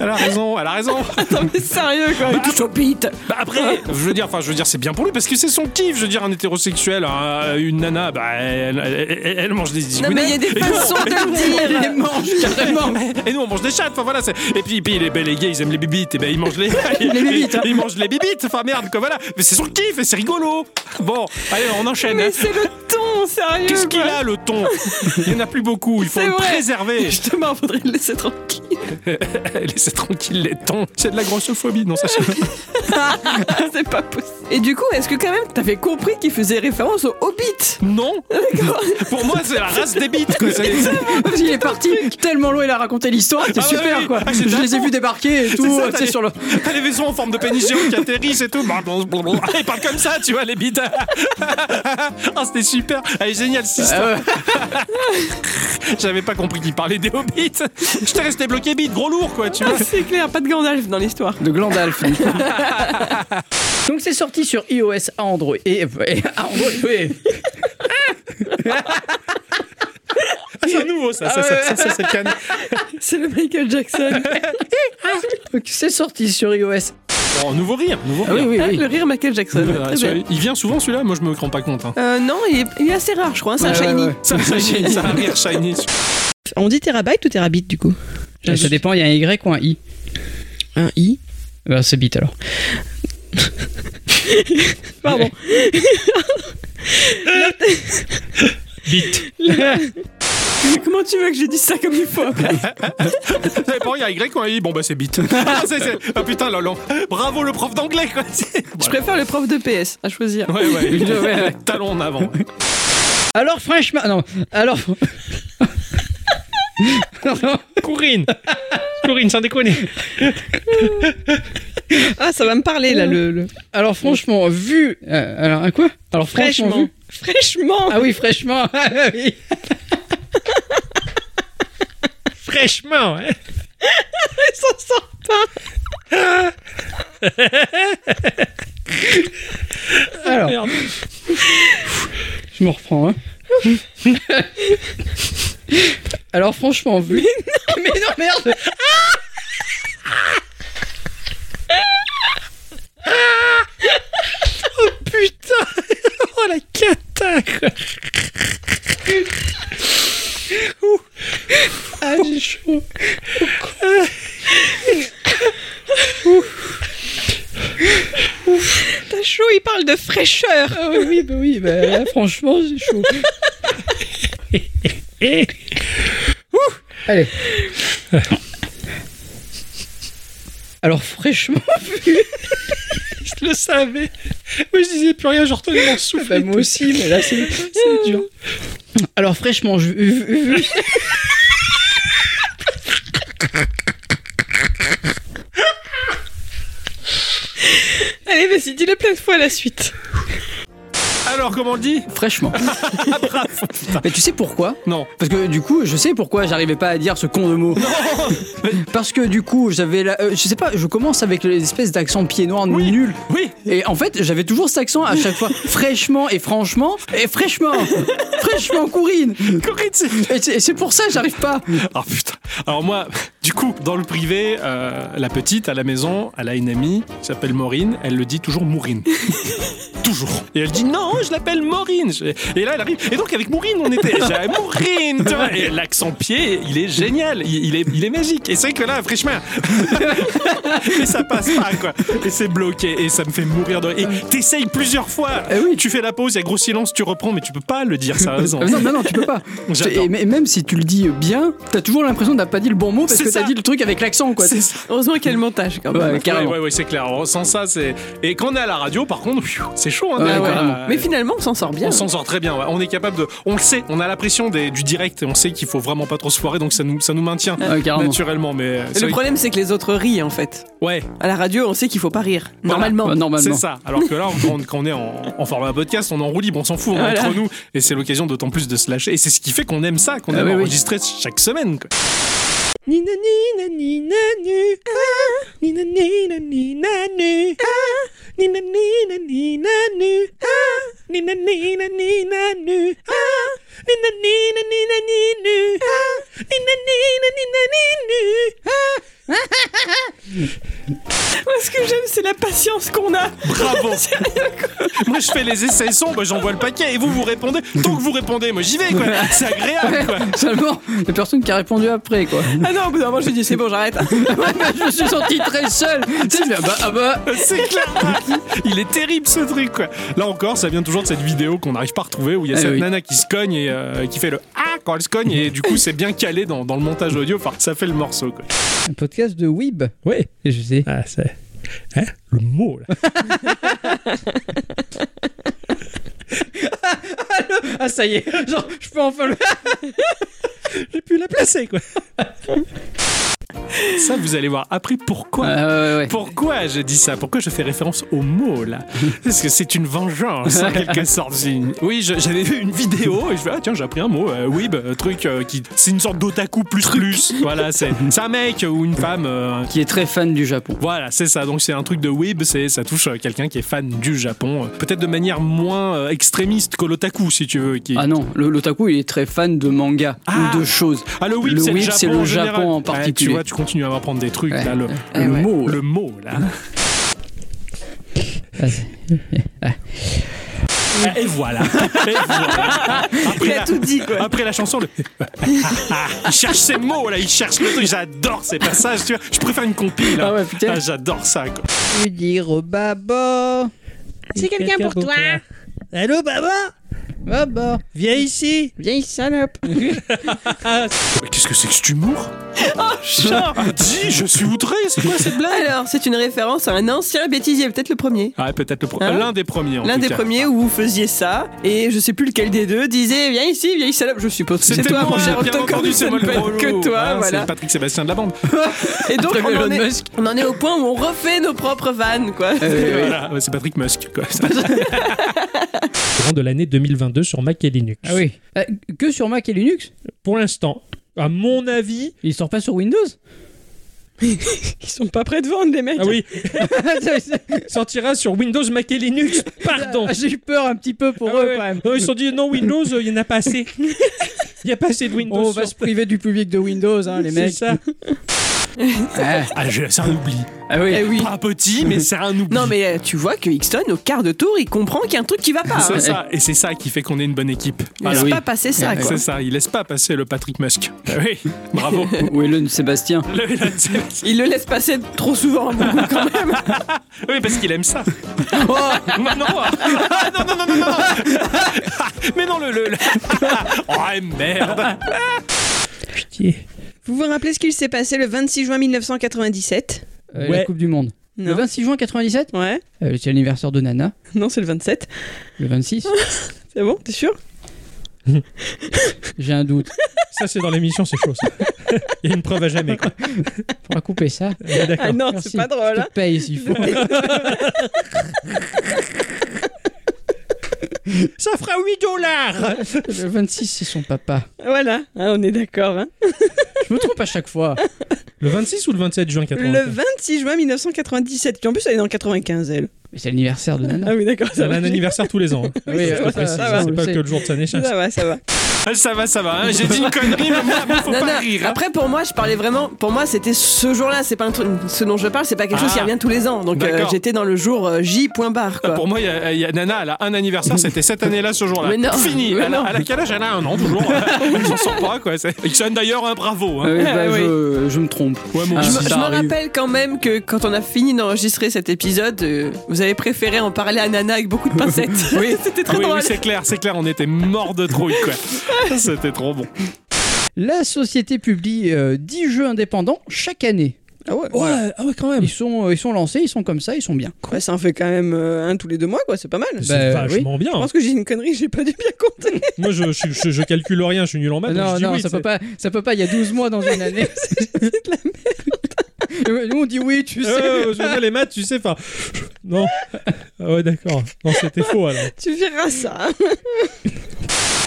Speaker 2: Elle a raison, elle a raison.
Speaker 3: Non, mais sérieux, quoi. Touche aux bites.
Speaker 2: Bah après, je veux dire, enfin, je veux dire, c'est bien pour lui parce que c'est son kiff. Je veux dire, un hétérosexuel, un- une nana, bah, elle, elle- elle- elle mange des
Speaker 3: Non, mais il y a
Speaker 2: zigounettes.
Speaker 3: des façons de le dire.
Speaker 2: Et nous, on mange des chattes. Enfin voilà. c'est- Et puis, et puis les, les gays, ils aiment les bibites. Et ben, ils mangent
Speaker 3: <laughs>
Speaker 2: les, <laughs> les
Speaker 4: bibites, hein.
Speaker 2: Ils, mangent les bibites. Enfin merde, quoi. Voilà. Mais c'est son kiff et c'est rigolo. Bon, allez, on enchaîne.
Speaker 3: Mais
Speaker 2: hein.
Speaker 3: c'est le ton, sérieux.
Speaker 2: Qu'est-ce qu'il
Speaker 3: quoi.
Speaker 2: a le ton Il y en a plus beaucoup. Il faut
Speaker 3: C'est
Speaker 2: le
Speaker 3: vrai. <laughs>
Speaker 2: préserver.
Speaker 3: Justement, faudrait le laisser tranquille.
Speaker 2: Laissez tranquille les tons. C'est de la grossophobie. Non, ça.
Speaker 3: <laughs>
Speaker 2: c'est-
Speaker 3: <laughs> c'est pas possible. Et du coup, est-ce que quand même t'avais compris qu'il faisait référence au Hobbit
Speaker 2: Non.
Speaker 3: D'accord.
Speaker 2: Pour moi, c'est la race des bites. quoi. C'est- c'est-
Speaker 4: Parce qu'il est
Speaker 3: <laughs>
Speaker 4: parti tellement loin, il a raconté l'histoire, c'était
Speaker 2: Ah ouais,
Speaker 4: super
Speaker 2: oui.
Speaker 4: quoi.
Speaker 2: Ah, c'est
Speaker 4: je les ai
Speaker 2: d'accord.
Speaker 4: vus débarquer et
Speaker 2: C'est
Speaker 4: tout,
Speaker 2: ça,
Speaker 4: tu
Speaker 2: t'as
Speaker 4: sais,
Speaker 2: les-
Speaker 4: sur le.
Speaker 2: T'as les vaisseaux en forme de pénis géant qui atterrissent et tout. Blablabla. Ah, Ils parlent comme ça, tu vois, les bites. <laughs> Ah, c'était super. Elle est géniale, cette histoire.
Speaker 4: Ah ouais.
Speaker 2: <laughs> J'avais pas compris qu'ils parlaient des hobbits. J'étais resté bloqué bite, gros lourd, quoi, tu vois.
Speaker 3: Ah, c'est clair, pas de Gandalf dans l'histoire.
Speaker 4: De Glandalf.
Speaker 2: <laughs>
Speaker 5: Donc c'est sorti sur iOS à Android. Et, et à Android, oui.
Speaker 2: Ah, c'est nouveau, ça. Ça, ça, ça, ça, c'est le can.
Speaker 3: <laughs> C'est le Michael Jackson.
Speaker 5: Donc c'est sorti sur iOS
Speaker 2: Oh, nouveau rire, nouveau
Speaker 4: Ah
Speaker 2: rire.
Speaker 4: oui, oui,
Speaker 3: Ah,
Speaker 4: oui.
Speaker 3: Le rire Michael Jackson.
Speaker 2: Euh,
Speaker 3: Très
Speaker 2: celui-
Speaker 3: bien.
Speaker 2: il vient souvent celui-là, moi je me rends pas compte. hein.
Speaker 3: Euh, non, il est, il est assez rare, je crois. hein, C'est un
Speaker 4: Ouais, ouais,
Speaker 3: shiny.
Speaker 4: ouais.
Speaker 2: C'est <laughs> un shiny, c'est un rire shiny.
Speaker 1: On dit terabyte ou terabit du coup
Speaker 5: Ça dépend, il y a un Y ou un I.
Speaker 1: Un i.
Speaker 5: Bah, c'est bit alors.
Speaker 1: Pardon.
Speaker 6: Vite.
Speaker 3: Mais comment tu veux que je dise ça comme il faut après
Speaker 2: Ça dépend, il y a Y ou un I, bon bah c'est bite. <laughs> ah, c'est- c'est- ah, putain, Lolo. Bravo le prof d'anglais quoi. <laughs> C'est-
Speaker 3: Je préfère le prof de PS à choisir.
Speaker 2: Ouais, ouais,
Speaker 4: Ouais, ouais.
Speaker 2: talon en avant.
Speaker 5: Alors, franchement. Non, alors. <laughs> Alors, <laughs>
Speaker 6: Corinne. Corinne, sans déconner.
Speaker 1: Ah, ça va me parler là, le. le-
Speaker 5: alors, franchement, vu. euh, alors, un quoi Alors, franchement.
Speaker 1: Fraîchement.
Speaker 5: vu-
Speaker 1: Fraîchement
Speaker 5: Ah oui, fraîchement. <laughs> Ah oui.
Speaker 6: Fraîchement. hein.
Speaker 1: Elle s'en sort pas
Speaker 5: Alors,
Speaker 6: Merde.
Speaker 5: <laughs> je me reprends. hein. <laughs> Alors, franchement, vu. <laughs> Mais non,
Speaker 6: <laughs>
Speaker 5: merde
Speaker 6: Putain. <laughs> Oh la cata. quoi.
Speaker 5: Ah, j'ai chaud.
Speaker 1: T'as chaud, il parle de fraîcheur
Speaker 5: Ah oui, oui, bah oui, bah là, franchement, j'ai chaud.
Speaker 6: Eh.
Speaker 5: Allez. Alors, fraîchement, <laughs>
Speaker 6: Je le savais. Moi, je disais plus rien, je retenais mon souffle.
Speaker 5: bah, moi aussi, mais là, c'est c'est dur. Alors, fraîchement, je. vu- vu-
Speaker 1: Allez, vas-y, dis-le plein de fois à la suite.
Speaker 2: Alors comment on le dit <laughs>
Speaker 4: Fraîchement. Mais tu sais pourquoi
Speaker 2: Ah, Non.
Speaker 4: Parce que du coup, je sais pourquoi j'arrivais pas à dire ce con de mot. <laughs> Parce que du coup, j'avais la. euh, je sais pas, je commence avec les espèces d'accent pied noir nul.
Speaker 2: Oui.
Speaker 4: Et en fait, j'avais toujours cet accent à chaque
Speaker 2: <laughs>
Speaker 4: fois. Fraîchement et franchement. Et fraîchement Fraîchement, Corinne
Speaker 2: Corinne, c'est-
Speaker 4: Et c'est et c'est pour ça que j'arrive pas.
Speaker 2: Ah putain. Alors moi, du coup, dans le privé, euh, la petite à la maison, elle a une amie qui s'appelle Maureen. Elle le dit toujours
Speaker 4: <laughs>
Speaker 2: Maureen. toujours. Et elle dit non, je l'appelle Maureen. Je- Et là, elle arrive. Et donc avec Maureen, on était. J'avais <laughs> Maureen. tu vois. Et l'accent pied, il est génial. Il, il est, il est magique. Et c'est vrai que là, fraîchement. <laughs> et ça passe pas quoi. Et c'est bloqué. Et ça me fait mourir de. Et t'essayes plusieurs fois.
Speaker 4: Eh oui.
Speaker 2: Tu fais la pause, il y a gros silence, tu reprends, mais tu peux pas le dire. Ça a raison.
Speaker 4: Ah, Non, non, non, tu peux pas.
Speaker 2: <laughs> J'adore.
Speaker 4: <laughs> Et m- même si tu le dis bien, t'as toujours l'impression d'avoir pas dit le bon mot parce
Speaker 2: C'est
Speaker 4: que
Speaker 2: ça.
Speaker 4: t'as dit le truc avec l'accent, quoi.
Speaker 2: C'est ça.
Speaker 3: Heureusement qu'il y a le montage quand même.
Speaker 4: Ouais, carrément.
Speaker 2: Ouais, ouais, ouais, c'est clair. Alors, Sans ça, c'est. Et quand on est à la radio, par contre, pfiou, c'est chaud. Hein,
Speaker 4: Ouais,
Speaker 2: d'être,
Speaker 4: ouais.
Speaker 2: euh,
Speaker 3: Ah Mais finalement, on s'en sort bien.
Speaker 2: On s'en sort très bien. ouais. On est capable de. On le sait. On a la pression des- du direct. et On sait qu'il faut vraiment pas trop se foirer. Donc ça nous, ça nous maintient
Speaker 4: Ouais, carrément.
Speaker 2: naturellement. Mais euh,
Speaker 3: Et
Speaker 2: c'est
Speaker 3: le
Speaker 2: vrai-
Speaker 3: problème, c'est que les autres rient en fait.
Speaker 2: ouais,
Speaker 3: À la radio, on sait qu'il faut pas rire. Normalement. <laughs>
Speaker 4: Bah,
Speaker 2: c'est
Speaker 4: normalement.
Speaker 2: ça. Alors
Speaker 4: <laughs>
Speaker 2: que là, on- quand, quand on est en, en format podcast, on est en roue libre, on s'en fout on est
Speaker 3: Voilà.
Speaker 2: entre nous. Et c'est l'occasion d'autant plus de se lâcher. Et c'est ce qui fait qu'on aime ça, qu'on
Speaker 4: Ah
Speaker 2: aime
Speaker 4: oui, oui.
Speaker 2: enregistrer chaque semaine. quoi.
Speaker 1: Nina nina nina nu ah. Nina nina nina nu ah. Nina nina nina nu ah. Nina nina nina nu ah. Nina nina nina nina nu ah. Nina nina nina nina nu ah.
Speaker 3: Moi, ce que j'aime, c'est la patience qu'on a.
Speaker 4: <laughs>
Speaker 2: Bravo. moi, je fais les essais sons, bah, j'envoie le paquet et vous, vous répondez. Tant que vous répondez, moi, j'y vais. quoi. C'est agréable. Quoi.
Speaker 4: <laughs> Seulement, la personne qui a répondu après, quoi.
Speaker 3: Ah non, au bout d'un moment, j'ai dit c'est bon, j'arrête.
Speaker 4: je me suis senti très seul. Tu sais, je me dis, ah bah, ah bah.
Speaker 2: C'est clair. Il est terrible ce truc quoi. Là encore, ça vient toujours de cette vidéo qu'on n'arrive pas à retrouver où il y a
Speaker 4: Eh
Speaker 2: cette
Speaker 4: oui.
Speaker 2: nana qui se cogne et euh, qui fait le ah quand elle se cogne et du coup c'est bien calé dans, dans le montage audio. Enfin, ça fait le morceau quoi.
Speaker 5: Un podcast de Weeb.
Speaker 6: Ouais.
Speaker 5: Et je sais.
Speaker 6: Ah, c'est. Hein Le mot, là.
Speaker 5: <laughs> Ah, ça y est, genre, je peux enfin le.
Speaker 6: J'ai pu la placer, quoi.
Speaker 2: Ça, vous allez voir après pourquoi.
Speaker 4: Ah, ouais, ouais.
Speaker 2: Pourquoi je dis ça Pourquoi je fais référence au mot là Parce que c'est une vengeance en
Speaker 4: <laughs>
Speaker 2: quelque sorte. C'est une- Oui, je- j'avais vu une vidéo et je fais ah tiens j'ai appris un mot. euh, oui, bah, truc euh, qui c'est une sorte d'otaku plus plus. Voilà, c'est c'est un mec ou une femme euh,
Speaker 4: Qui est très fan du Japon.
Speaker 2: Voilà, c'est ça. Donc c'est un truc de weeb, c'est ça touche euh, quelqu'un qui est fan du Japon, euh, peut-être de manière moins euh, extrémiste que l'otaku si tu veux. Qui...
Speaker 4: Ah non, le- l'otaku il est très fan de manga
Speaker 2: Ah.
Speaker 4: ou de choses.
Speaker 2: Ah, le weeb,
Speaker 4: Le
Speaker 2: c'est le
Speaker 4: weeb,
Speaker 2: Japon,
Speaker 4: c'est le
Speaker 2: général.
Speaker 4: Japon en
Speaker 2: Ouais, tu
Speaker 4: particulier.
Speaker 2: vois, tu continues à m'apprendre des trucs
Speaker 4: Ah Ouais.
Speaker 2: là, le,
Speaker 4: Le mot.
Speaker 2: le mot là. Et voilà. Et voilà. Après,
Speaker 3: Il a
Speaker 2: la,
Speaker 3: tout dit, quoi.
Speaker 2: après la chanson, le... il cherche ses mots là, il cherche le truc. J'adore ces passages. Tu vois, je préfère une compile. là.
Speaker 4: Ah ouais, putain.
Speaker 2: Ah, J'adore ça. Quoi.
Speaker 5: lui dire au baba.
Speaker 8: C'est quelqu'un pour toi.
Speaker 6: Allô, Baba
Speaker 5: Baba,
Speaker 6: Viens ici
Speaker 5: vieille salope.
Speaker 2: Mais Qu'est-ce que c'est que cet humour
Speaker 3: Oh,
Speaker 2: Ah, dis, je suis outré. C'est quoi cette blague
Speaker 3: Alors, c'est une référence à un ancien bêtisier, peut-être le premier.
Speaker 2: Ah, peut-être le pro-
Speaker 3: Hein
Speaker 2: l'un des premiers. en
Speaker 3: L'un
Speaker 2: tout
Speaker 3: des
Speaker 2: cas.
Speaker 3: premiers où vous faisiez ça, et je sais plus lequel des deux disait Viens ici, vieille salope. Je suppose que c'est
Speaker 2: C'était
Speaker 3: toi,
Speaker 2: moi,
Speaker 3: mon cher,
Speaker 2: bien
Speaker 3: autant
Speaker 2: entendu,
Speaker 3: connu,
Speaker 2: c'est
Speaker 3: ça
Speaker 2: moi le
Speaker 3: ne peut être que
Speaker 2: brolo,
Speaker 3: toi,
Speaker 2: hein,
Speaker 3: voilà.
Speaker 2: C'est Patrick Sébastien de la bande.
Speaker 3: Et donc,
Speaker 4: Très
Speaker 3: on
Speaker 4: Elon
Speaker 3: en, est,
Speaker 4: Musk.
Speaker 3: on en est au point où on refait nos propres vannes, quoi.
Speaker 2: Euh. Voilà, ouais, c'est Patrick Musk. Quoi.
Speaker 3: <laughs>
Speaker 6: Courant de l'année 2022 sur Mac et Linux.
Speaker 5: Ah oui. Euh, que sur Mac et Linux
Speaker 6: Pour l'instant, à mon avis.
Speaker 5: Il sort pas sur <laughs> Windows
Speaker 1: Ils sont pas prêts de vendre, les mecs.
Speaker 6: Ah oui, sortira sur Windows, Mac et Linux. Pardon.
Speaker 5: <laughs> Ah, J'ai eu peur un petit peu pour
Speaker 6: Ah
Speaker 5: eux
Speaker 6: ouais.
Speaker 5: quand même.
Speaker 6: Non, ils se sont dit non, Windows, euh, il n'y en a
Speaker 5: <laughs>
Speaker 6: pas assez. Il n'y a pas assez de Windows.
Speaker 5: Oh, On va
Speaker 6: sur-
Speaker 5: se priver du public de Windows, hein, les
Speaker 6: C'est
Speaker 5: mecs.
Speaker 6: ça.
Speaker 4: Ah,
Speaker 2: Ah, je- c'est un oubli.
Speaker 4: ah oui.
Speaker 3: Eh oui.
Speaker 2: Pas petit, mais c'est un oubli.
Speaker 3: <laughs> Non, mais euh, tu vois que Hickston, au quart de tour, il comprend qu'il y a un truc qui va pas.
Speaker 2: C'est
Speaker 3: hein.
Speaker 2: ça, et c'est ça qui fait qu'on est une bonne équipe.
Speaker 3: Il
Speaker 2: Voilà.
Speaker 3: laisse
Speaker 4: oui.
Speaker 3: pas passer ça, quoi.
Speaker 2: Ah, C'est ça, il laisse pas passer le Patrick Musk. Ah Oui,
Speaker 3: <laughs>
Speaker 2: bravo.
Speaker 4: Ou Elon Sébastien.
Speaker 2: Le- le-
Speaker 3: Il le laisse passer trop souvent, beaucoup, quand même.
Speaker 2: oui, parce qu'il aime ça.
Speaker 3: Oh.
Speaker 2: <laughs> non, non, Ah, non, non, non, non, non, <laughs> non. Ah, Mais non, le. <laughs> le, le- oh, merde.
Speaker 1: Vous vous rappelez ce qu'il s'est passé le 26 juin 1997
Speaker 5: Euh,
Speaker 6: Ouais.
Speaker 5: La Coupe du Monde. Le
Speaker 1: Non.
Speaker 5: 26 juin 97
Speaker 1: Ouais.
Speaker 5: euh, C'est l'anniversaire de Nana.
Speaker 1: Non, c'est le 27.
Speaker 5: Le 26
Speaker 1: <laughs> C'est bon, t'es sûr
Speaker 5: J'ai un doute.
Speaker 6: Ça, c'est dans l'émission, c'est
Speaker 5: <laughs>
Speaker 6: chaud. ça. Il y a une preuve à jamais. Quoi.
Speaker 5: Faudra couper ça.
Speaker 6: Ouais, D'accord.
Speaker 1: Ah non,
Speaker 5: Merci.
Speaker 1: c'est pas drôle.
Speaker 5: Je
Speaker 1: hein.
Speaker 5: te paye s'il faut.
Speaker 6: Ça fera 8 dollars.
Speaker 5: Le 26, c'est son papa.
Speaker 1: Voilà, hein, on est d'accord. hein.
Speaker 5: Je me trompe à chaque fois.
Speaker 6: Le 26 ou le 27 juin
Speaker 1: Le
Speaker 6: 95
Speaker 1: 26 juin 1997. Puis en plus, elle est dans 95, elle.
Speaker 5: Mais c'est l'anniversaire de Nana.
Speaker 1: Ah oui, d'accord, ça
Speaker 6: Elle a
Speaker 1: va.
Speaker 6: un anniversaire tous les ans. hein.
Speaker 5: <laughs> Oui,
Speaker 6: Je
Speaker 5: euh,
Speaker 6: te
Speaker 5: ça
Speaker 6: précise,
Speaker 5: va, ça va,
Speaker 6: hein,
Speaker 5: on
Speaker 6: c'est
Speaker 5: le
Speaker 6: pas
Speaker 5: sait.
Speaker 6: que le jour de
Speaker 5: <laughs>
Speaker 6: sa naissance.
Speaker 1: Ça va, ça va.
Speaker 2: Ah, Ça va, ça va. hein. J'ai dit une connerie, mais moi, <laughs> faut
Speaker 3: Non,
Speaker 2: pas
Speaker 3: non.
Speaker 2: rire. hein.
Speaker 3: Après, pour moi, je parlais vraiment. Pour moi, c'était ce jour-là. C'est pas un truc. Ce dont je parle, c'est pas quelque chose
Speaker 2: Ah.
Speaker 3: qui revient tous les ans. Donc, euh,
Speaker 2: D'accord.
Speaker 3: j'étais dans le jour euh, J. Point barre. Quoi.
Speaker 2: Pour moi, il y a- il y a Nana, elle a un anniversaire, c'était cette année-là, ce jour-là.
Speaker 3: Mais non.
Speaker 2: Fini.
Speaker 3: Mais
Speaker 2: elle, a-
Speaker 3: non.
Speaker 2: elle a quel âge Elle a un an, toujours. Je s'en sors pas, quoi. C'est- Ixon, d'ailleurs, un bravo. hein.
Speaker 4: Euh, bah,
Speaker 3: Ah, oui.
Speaker 4: je, je me trompe.
Speaker 2: Ouais, mon
Speaker 4: Ah,
Speaker 3: Je,
Speaker 2: petit.
Speaker 3: me-
Speaker 4: ça
Speaker 3: je me
Speaker 4: arrive.
Speaker 3: rappelle quand même que quand on a fini d'enregistrer cet épisode, euh, vous avez préféré en parler à Nana avec beaucoup de pincettes. Oui, <laughs> c'était
Speaker 2: Ah
Speaker 3: très
Speaker 2: <laughs> oui, oui,
Speaker 3: drôle.
Speaker 2: c'est clair, c'est clair, on était mort de trouille,
Speaker 3: <laughs>
Speaker 2: quoi. C'était trop bon.
Speaker 5: La société publie euh, 10 jeux indépendants chaque année.
Speaker 1: Ah ouais,
Speaker 5: Voilà.
Speaker 6: ah ouais, quand
Speaker 5: Ils sont, euh, ils sont lancés, ils sont comme ça, ils sont bien.
Speaker 1: Ouais, ça en fait quand même euh, un tous les deux mois, quoi. C'est pas mal.
Speaker 6: C'est
Speaker 5: Bah,
Speaker 6: vachement bien.
Speaker 1: Je pense que j'ai une connerie, j'ai pas dû bien
Speaker 6: <laughs>
Speaker 1: compter.
Speaker 6: Moi, je, je, je- je calcule rien, je suis nul en maths. donc je
Speaker 5: non,
Speaker 6: dis
Speaker 5: non,
Speaker 6: oui,
Speaker 5: ça
Speaker 6: c'est-
Speaker 5: peut pas, ça peut pas. Il y a 12 mois dans une
Speaker 6: <laughs>
Speaker 5: année. c'est de la merde. Nous on dit oui, tu sais.
Speaker 6: Euh, je veux dire, les maths, tu sais, enfin. Non. Ah ouais, d'accord. Non, c'était faux alors.
Speaker 1: tu verras ça. hein.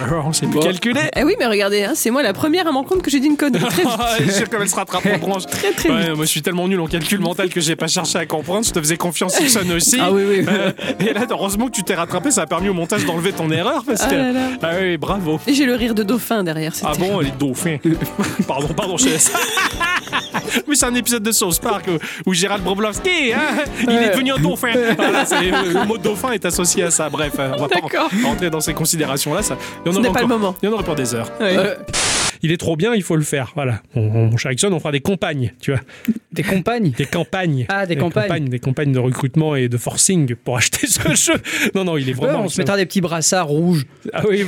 Speaker 2: Alors, on s'est plus
Speaker 4: Bon.
Speaker 2: calculé.
Speaker 3: Eh oui, mais regardez, hein, c'est moi la première à me rendre compte que j'ai dit une connerie. Très vite.
Speaker 2: <laughs> Ah, je sais comme elle se rattrape en branche.
Speaker 3: Très, très vite.
Speaker 2: Ouais, moi je suis tellement nul en calcul mental que j'ai pas cherché à comprendre. Je te faisais confiance, Ixon aussi.
Speaker 4: Ah oui, oui.
Speaker 2: Euh, et là, heureusement que tu t'es rattrapé, ça a permis au montage d'enlever ton erreur parce que.
Speaker 3: Ah là là.
Speaker 2: Ah oui, bravo.
Speaker 3: Et j'ai le rire de dauphin derrière. c'était-
Speaker 2: Ah bon, les
Speaker 3: <laughs>
Speaker 2: dauphins. pardon, pardon, je te laisse. Mais c'est un épisode de South Park où, où Gérald Broblovski, hein, il
Speaker 3: Euh.
Speaker 2: est devenu un
Speaker 3: <laughs>
Speaker 2: dauphin. Voilà, c'est- le mot dauphin est associé à ça. Bref, euh, on va pas
Speaker 3: D'accord.
Speaker 2: en- rentrer dans ces considérations-là. Ça, il y en
Speaker 3: Ce
Speaker 2: aura
Speaker 3: n'est pas le
Speaker 2: encore-
Speaker 3: moment.
Speaker 2: Il y en aurait pour des heures.
Speaker 3: Ouais.
Speaker 4: Euh,
Speaker 6: Il est trop bien, il faut le faire. Voilà. On, on, mon cher Ixon, on fera des campagnes, tu vois.
Speaker 5: Tes compagnes.
Speaker 6: Des campagnes.
Speaker 5: Ah, des campagnes.
Speaker 6: Des campagnes de recrutement et de forcing pour
Speaker 3: <laughs>
Speaker 6: acheter ce jeu. Non, non, il est
Speaker 5: Ouais,
Speaker 6: vraiment.
Speaker 5: on se mettra des petits brassards rouges.
Speaker 6: Ah oui.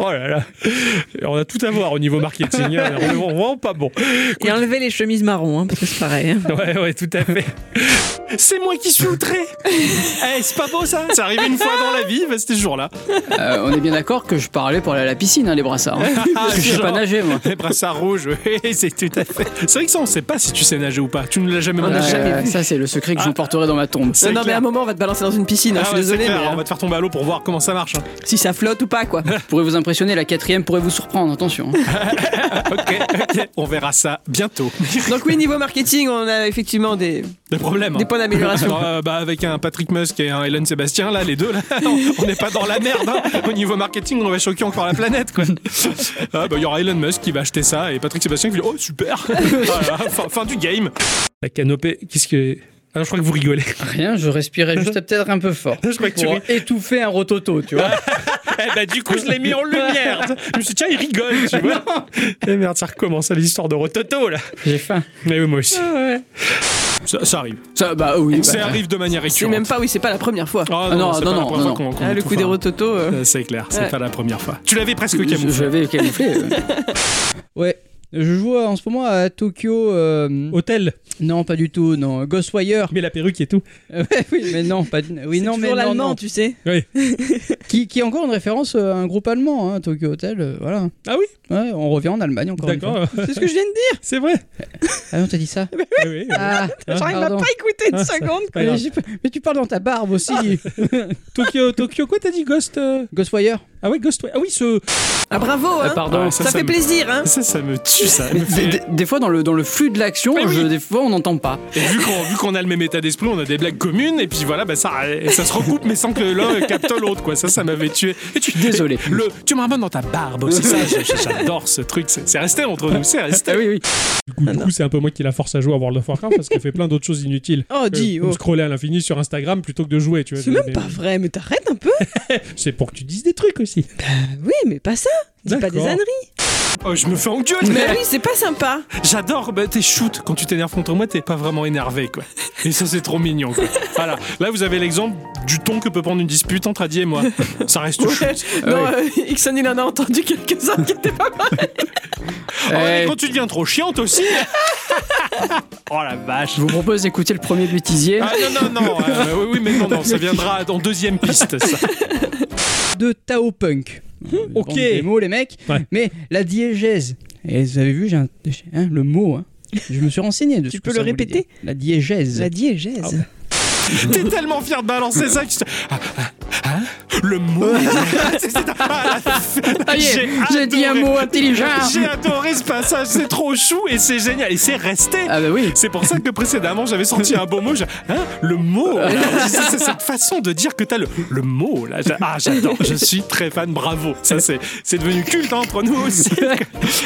Speaker 6: oh là là. On a tout à voir au
Speaker 3: <laughs>
Speaker 6: niveau marketing. hein. On est vraiment pas bon.
Speaker 8: Et enlever les chemises marron, hein, parce que c'est pareil. hein.
Speaker 6: <laughs> Ouais, ouais, tout à fait.
Speaker 2: C'est moi qui suis outré.
Speaker 6: <laughs>
Speaker 2: Eh, c'est pas beau ça. C'est arrivé une fois dans la vie, bah, c'était ce jour-là.
Speaker 4: <laughs> Euh, on est bien d'accord que je parlais pour aller à la piscine, hein, les brassards. hein. Parce que je sais
Speaker 2: Genre.
Speaker 4: pas nager, moi.
Speaker 2: Les brassards rouges, <laughs> oui, c'est tout à fait. C'est vrai que ça, on sait pas si tu sais nager ou pas. Tu ne l'as jamais
Speaker 3: On n'a
Speaker 4: Euh,
Speaker 2: montré.
Speaker 3: jamais vu.
Speaker 4: ça, c'est le secret que j'emporterai dans ma tombe.
Speaker 3: Non,
Speaker 2: C'est
Speaker 3: non, mais à
Speaker 2: clair.
Speaker 3: un moment, on va te balancer dans une piscine. hein,
Speaker 2: Ah
Speaker 3: je suis
Speaker 2: ouais, c'est
Speaker 3: désolé,
Speaker 2: clair,
Speaker 3: mais
Speaker 2: on va te faire tomber à l'eau pour voir comment ça marche.
Speaker 3: <laughs>
Speaker 2: hein.
Speaker 3: euh, si ça flotte ou pas,
Speaker 2: <laughs>
Speaker 3: quoi.
Speaker 4: Pourrait vous impressionner, la quatrième pourrait vous surprendre, attention. hein.
Speaker 2: Ok, ok. on verra ça bientôt.
Speaker 3: Donc oui, niveau marketing, on a effectivement des,
Speaker 2: Des problèmes. hein.
Speaker 3: des points
Speaker 2: <laughs>
Speaker 3: d'amélioration.
Speaker 2: Alors, euh, bah, avec un Patrick Musk et un Elon Sébastien, là, les deux, là, <laughs>
Speaker 6: <laughs>
Speaker 2: on n'est pas dans la merde. hein. Au niveau marketing, on va choquer encore la planète,
Speaker 6: <laughs>
Speaker 2: quoi. Ah, bah, il y aura Elon Musk qui va acheter <laughs> ça et Patrick Sébastien qui dit Oh, super Voilà, fin, fin du game
Speaker 6: La canopée, qu'est-ce que. Ah non, je crois que
Speaker 2: <laughs>
Speaker 6: vous rigolez.
Speaker 5: Rien, je respirais
Speaker 6: <laughs>
Speaker 5: juste peut-être un peu fort.
Speaker 6: Je crois que tu
Speaker 5: Pour
Speaker 6: ris.
Speaker 5: étouffer un rototo, tu vois.
Speaker 6: Eh
Speaker 2: bah,
Speaker 6: ben, du coup, je l'ai mis en <laughs> lumière. Je me suis dit, tiens, il rigole, tu vois. Eh merde, ça recommence à l'histoire de Rototo, là.
Speaker 5: <laughs> J'ai faim.
Speaker 6: Mais oui, moi aussi.
Speaker 2: Ah
Speaker 6: Ça, ça arrive.
Speaker 4: Ça, bah oui.
Speaker 2: Ça
Speaker 4: bah,
Speaker 2: arrive de manière
Speaker 3: C'est
Speaker 2: récurrente.
Speaker 3: même pas, oui, c'est pas la première fois.
Speaker 2: Ah
Speaker 4: Ah non,
Speaker 2: c'est
Speaker 4: non,
Speaker 2: pas la
Speaker 4: non,
Speaker 2: première
Speaker 4: non,
Speaker 2: fois qu'on- qu'on
Speaker 3: Ah, le
Speaker 2: tout
Speaker 3: coup
Speaker 2: fait.
Speaker 3: des rototos.
Speaker 2: <laughs>
Speaker 3: euh.
Speaker 2: Euh, C'est clair, c'est
Speaker 3: Ouais.
Speaker 2: pas la première fois. Tu l'avais presque
Speaker 4: je, je
Speaker 2: camouflé.
Speaker 4: l'avais camouflé. euh.
Speaker 5: Ouais. Je joue euh, en ce moment à Tokyo. euh,
Speaker 6: Hôtel,
Speaker 5: Non, pas du tout. Non, Ghostwire. <laughs>
Speaker 6: mais la perruque et tout.
Speaker 5: Euh, oui, mais non, pas. du- Oui,
Speaker 8: C'est
Speaker 5: non, mais
Speaker 8: toujours
Speaker 5: non,
Speaker 8: l'allemand,
Speaker 5: non.
Speaker 8: tu sais.
Speaker 5: Qui, qui est encore une référence euh, à un groupe allemand, hein, Tokyo Hotel. euh, voilà.
Speaker 6: Ah oui
Speaker 5: Ouais, on revient en Allemagne encore. une fois.
Speaker 6: D'accord,
Speaker 8: C'est ce que je viens de dire.
Speaker 6: <laughs> c'est vrai.
Speaker 5: Ah, on t'a
Speaker 8: <laughs>
Speaker 5: dit ça.
Speaker 6: Eh oui, euh,
Speaker 5: Ah,
Speaker 8: J'arrive à
Speaker 5: pardon.
Speaker 8: pas écouter une
Speaker 6: Ah, ça-
Speaker 8: seconde.
Speaker 6: pas grave.
Speaker 5: Mais, j'ai pas- mais tu parles dans ta barbe aussi.
Speaker 8: Ah.
Speaker 6: Tokyo, Tokyo, quoi t'as dit Ghost euh,
Speaker 5: Ghostwire.
Speaker 6: Ah ouais, Ghost. ouais. Ah oui, ce.
Speaker 3: Ah, bravo, hein.
Speaker 2: Pardon,
Speaker 3: Ça, fait plaisir,
Speaker 2: <laughs>
Speaker 3: hein.
Speaker 2: Me... Ça, ça me
Speaker 8: <laughs>
Speaker 2: tue, ça.
Speaker 4: Mais des, des- des fois, dans le, dans le flux de l'action, je- des fois, on n'entend pas.
Speaker 2: Et vu qu'on vu qu'on a le même état d'esprit, on a des blagues communes, et puis voilà, bah ça, et ça se recoupe, mais sans
Speaker 8: <laughs>
Speaker 2: que l'un capte l'autre, quoi. Ça, ça m'avait tué. Et tu,
Speaker 4: Désolé.
Speaker 2: et Le, tu me ramènes dans ta barbe aussi, ça. je- je- J'adore ce truc. C'est c'est resté entre nous, c'est resté.
Speaker 4: Ah oui, oui.
Speaker 6: Du coup, du coup, c'est un peu moi qui la force à jouer à World of Warcraft parce qu'elle fait plein d'autres choses inutiles.
Speaker 8: Oh,
Speaker 6: Euh,
Speaker 8: dis,
Speaker 6: comme
Speaker 8: oh.
Speaker 6: scroller à l'infini sur Instagram plutôt que de jouer, tu vois.
Speaker 8: C'est
Speaker 6: Mais-
Speaker 8: même pas vrai, mais t'arrêtes un peu.
Speaker 6: <laughs>
Speaker 8: Bah
Speaker 6: C'est pour que tu dises des trucs aussi.
Speaker 8: Oui, mais pas ça. Dis pas des
Speaker 6: D'accord.
Speaker 8: âneries.
Speaker 2: Oh, je me fais engueuler.
Speaker 3: Mais oui, c'est pas sympa.
Speaker 2: J'adore bah, tes shoots. Quand tu t'énerves contre moi, t'es pas vraiment énervé,
Speaker 4: <laughs>
Speaker 2: quoi. Et ça, c'est trop mignon, quoi. Voilà. Là, vous avez l'exemple du ton que peut prendre une dispute entre Adi et
Speaker 4: <laughs>
Speaker 2: moi. Ça reste
Speaker 3: Ouais.
Speaker 2: shoot.
Speaker 3: Non, euh, Ixon, il en a entendu quelques-uns qui étaient pas
Speaker 2: Oh, et
Speaker 4: Eh,
Speaker 2: quand tu deviens trop chiante aussi. oh la vache.
Speaker 4: je vous propose d'écouter le premier bêtisier.
Speaker 2: Ah non, non,
Speaker 4: <laughs>
Speaker 2: non. euh, oui, oui, mais non, non. Ça viendra en deuxième piste, ça.
Speaker 5: De Tao Punk.
Speaker 8: Hum,
Speaker 6: ok.
Speaker 5: Les mots, les mecs.
Speaker 6: Ouais.
Speaker 5: Mais la diégèse. Et vous avez vu, j'ai un- hein, le mot. hein. Je me suis renseigné de
Speaker 8: Tu
Speaker 5: ce que
Speaker 8: peux
Speaker 5: ça
Speaker 8: le
Speaker 5: voulait
Speaker 8: répéter
Speaker 5: dire. La diégèse.
Speaker 8: La diégèse.
Speaker 2: T'es tellement fier de balancer ça que je te- Ah, ah, hein Le mot. <laughs> C'est- c'est- ah,
Speaker 4: Ah, yeah, J'ai dit un
Speaker 2: adoré.
Speaker 4: mot intelligent.
Speaker 2: J'ai adoré ce passage, c'est trop chou et c'est génial et c'est resté.
Speaker 4: Ah bah oui.
Speaker 2: C'est pour ça que précédemment j'avais sorti un beau mot, je- hein, le mot.
Speaker 4: <laughs>
Speaker 2: là. C'est c'est cette façon de dire que t'as le, le mot là. J'a- Ah j'adore, je suis très fan, bravo. Ça c'est c'est devenu culte hein, entre nous aussi.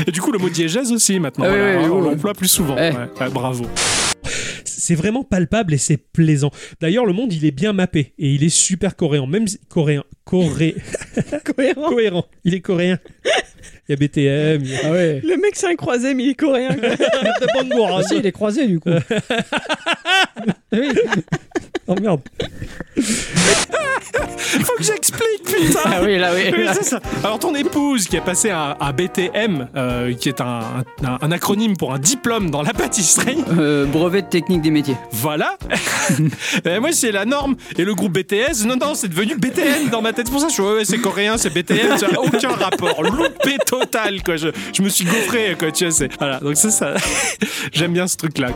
Speaker 2: Et du coup le mot diégèse aussi maintenant,
Speaker 4: Ah oui,
Speaker 2: voilà,
Speaker 4: oui,
Speaker 2: hein, on
Speaker 4: oui.
Speaker 2: l'emploie plus souvent.
Speaker 4: Eh.
Speaker 2: ouais. Ah, bravo.
Speaker 6: C'est vraiment palpable et c'est plaisant. D'ailleurs, le monde, il est bien mappé et il est super coréen. Même si- coréen.
Speaker 5: <laughs>
Speaker 6: Coré...
Speaker 8: Cohérent.
Speaker 6: cohérent. Il est coréen. Il y a BTM, il y a
Speaker 5: Ah ouais.
Speaker 8: Le mec, c'est un croisé, mais il est coréen. quoi.
Speaker 6: de Bangor, hein.
Speaker 5: Ah si, il est croisé
Speaker 6: <laughs>
Speaker 5: du coup. oui.
Speaker 6: Oh merde.
Speaker 2: Faut que j'explique putain.
Speaker 4: Ah oui, là oui.
Speaker 2: Oui, c'est ça. Alors ton épouse qui a passé un, un BTM, euh, qui est un, un- un acronyme pour un diplôme dans la pâtisserie,
Speaker 4: Euh, brevet de technique des métiers.
Speaker 2: <laughs> voilà. Et moi c'est la norme. Et le groupe BTS, non non, c'est devenu BTN dans ma tête. C'est pour ça que je suis, ouais, ouais, c'est coréen, c'est BTN, ça n'a aucun rapport. Loupé total quoi. Je, je me suis gaufré quoi. Tu vois, c'est voilà. Donc c'est ça. <laughs> J'aime bien ce truc là.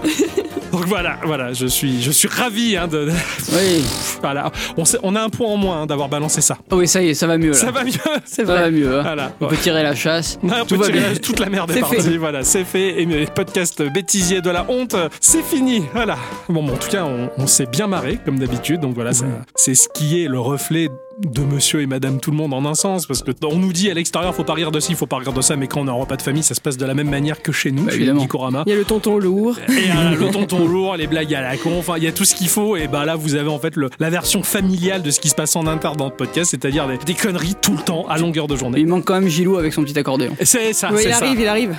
Speaker 2: Donc voilà, voilà, je suis, je suis ravi hein, de, de-
Speaker 4: Oui.
Speaker 2: voilà, on, s'est- on a un point en moins hein, d'avoir balancé ça.
Speaker 4: Ah oui, ça y est, ça va mieux là.
Speaker 2: Ça va mieux.
Speaker 4: Ça va mieux. hein.
Speaker 2: Voilà.
Speaker 4: On peut tirer la chasse.
Speaker 2: Ah,
Speaker 4: Tout
Speaker 2: petit
Speaker 4: va bien.
Speaker 2: tirage, toute la merde est,
Speaker 4: C'est
Speaker 2: partie.
Speaker 4: fait.
Speaker 2: Voilà, c'est fait. Et mes podcasts bêtisiers de la honte, c'est fini. Voilà. Bon, bon, en tout cas, on, on s'est bien marré, comme d'habitude. Donc voilà, ça- c'est ce qui est le reflet de monsieur et madame tout le monde en un sens. Parce que on nous dit à l'extérieur, faut pas rire de ci, faut pas rire de ça. Mais quand on est en repas de famille, ça se passe de la même manière que chez nous,
Speaker 4: Bah,
Speaker 2: chez
Speaker 4: évidemment.
Speaker 2: Gikorama.
Speaker 3: Il y a le tonton lourd.
Speaker 2: Et euh, le tonton lourd, les blagues à la con, enfin, il y a tout ce qu'il faut. Et bah là, vous avez en fait le- la version familiale de ce qui se passe en interne dans le podcast, c'est-à-dire des, des conneries tout le temps, à longueur de journée.
Speaker 4: Il manque quand même Gilou avec son petit accordéon.
Speaker 2: C'est ça,
Speaker 3: Oui,
Speaker 2: c'est
Speaker 3: il
Speaker 2: ça.
Speaker 3: arrive, il arrive.
Speaker 4: <laughs>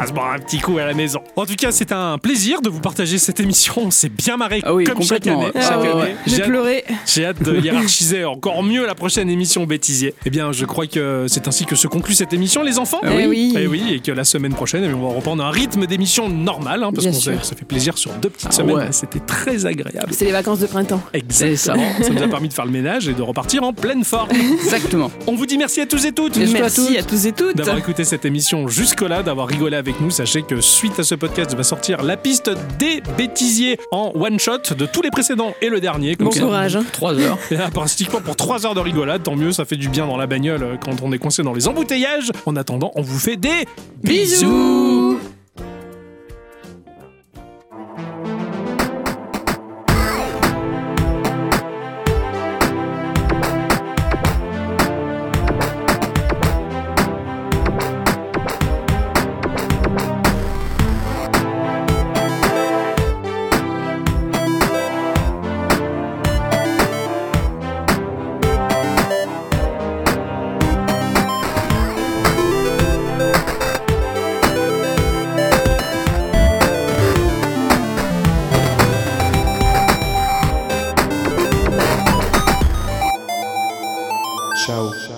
Speaker 2: <laughs> Ah, se boire un petit coup à la maison. En tout cas, c'est un plaisir de vous partager cette émission. On s'est bien marré
Speaker 4: Ah oui,
Speaker 2: comme chaque
Speaker 4: complètement.
Speaker 2: année.
Speaker 4: Ah
Speaker 2: Chaque
Speaker 4: ouais,
Speaker 2: année.
Speaker 4: ouais.
Speaker 2: J'ai Ah
Speaker 3: J'ai
Speaker 2: hâte-
Speaker 3: pleuré.
Speaker 2: J'ai hâte de hiérarchiser encore mieux la prochaine émission bêtisier. Eh bien, je crois que c'est ainsi que se conclut cette émission, les enfants.
Speaker 4: Ah oui.
Speaker 3: Eh oui.
Speaker 2: Et oui, et que la semaine prochaine, eh bien, on va reprendre un rythme d'émission normal, hein, parce
Speaker 3: Bien
Speaker 2: qu'on s'est-
Speaker 3: sûr.
Speaker 2: ça fait plaisir sur deux petites semaines.
Speaker 4: ouais.
Speaker 2: C'était très agréable.
Speaker 3: C'est les vacances de printemps.
Speaker 4: c'est ça.
Speaker 2: Exactement. Ça nous a permis de faire le ménage et de repartir en pleine forme.
Speaker 4: Exactement.
Speaker 2: On vous dit merci à tous et toutes.
Speaker 3: Merci à tous et toutes.
Speaker 2: d'avoir écouté cette émission jusque-là, d'avoir rigolé avec nous. Sachez que suite à ce podcast va sortir la piste des bêtisiers en one-shot de tous les précédents et le dernier. Comme <laughs>
Speaker 3: Bon
Speaker 2: ça,
Speaker 3: courage. hein.
Speaker 4: 3 euh, heures.
Speaker 2: et là, pratiquement pour 3 heures de rigolade, tant mieux, ça fait du bien dans la bagnole euh, quand on est coincé dans les embouteillages. En attendant, on vous fait des
Speaker 3: Bisous.
Speaker 9: Ciao.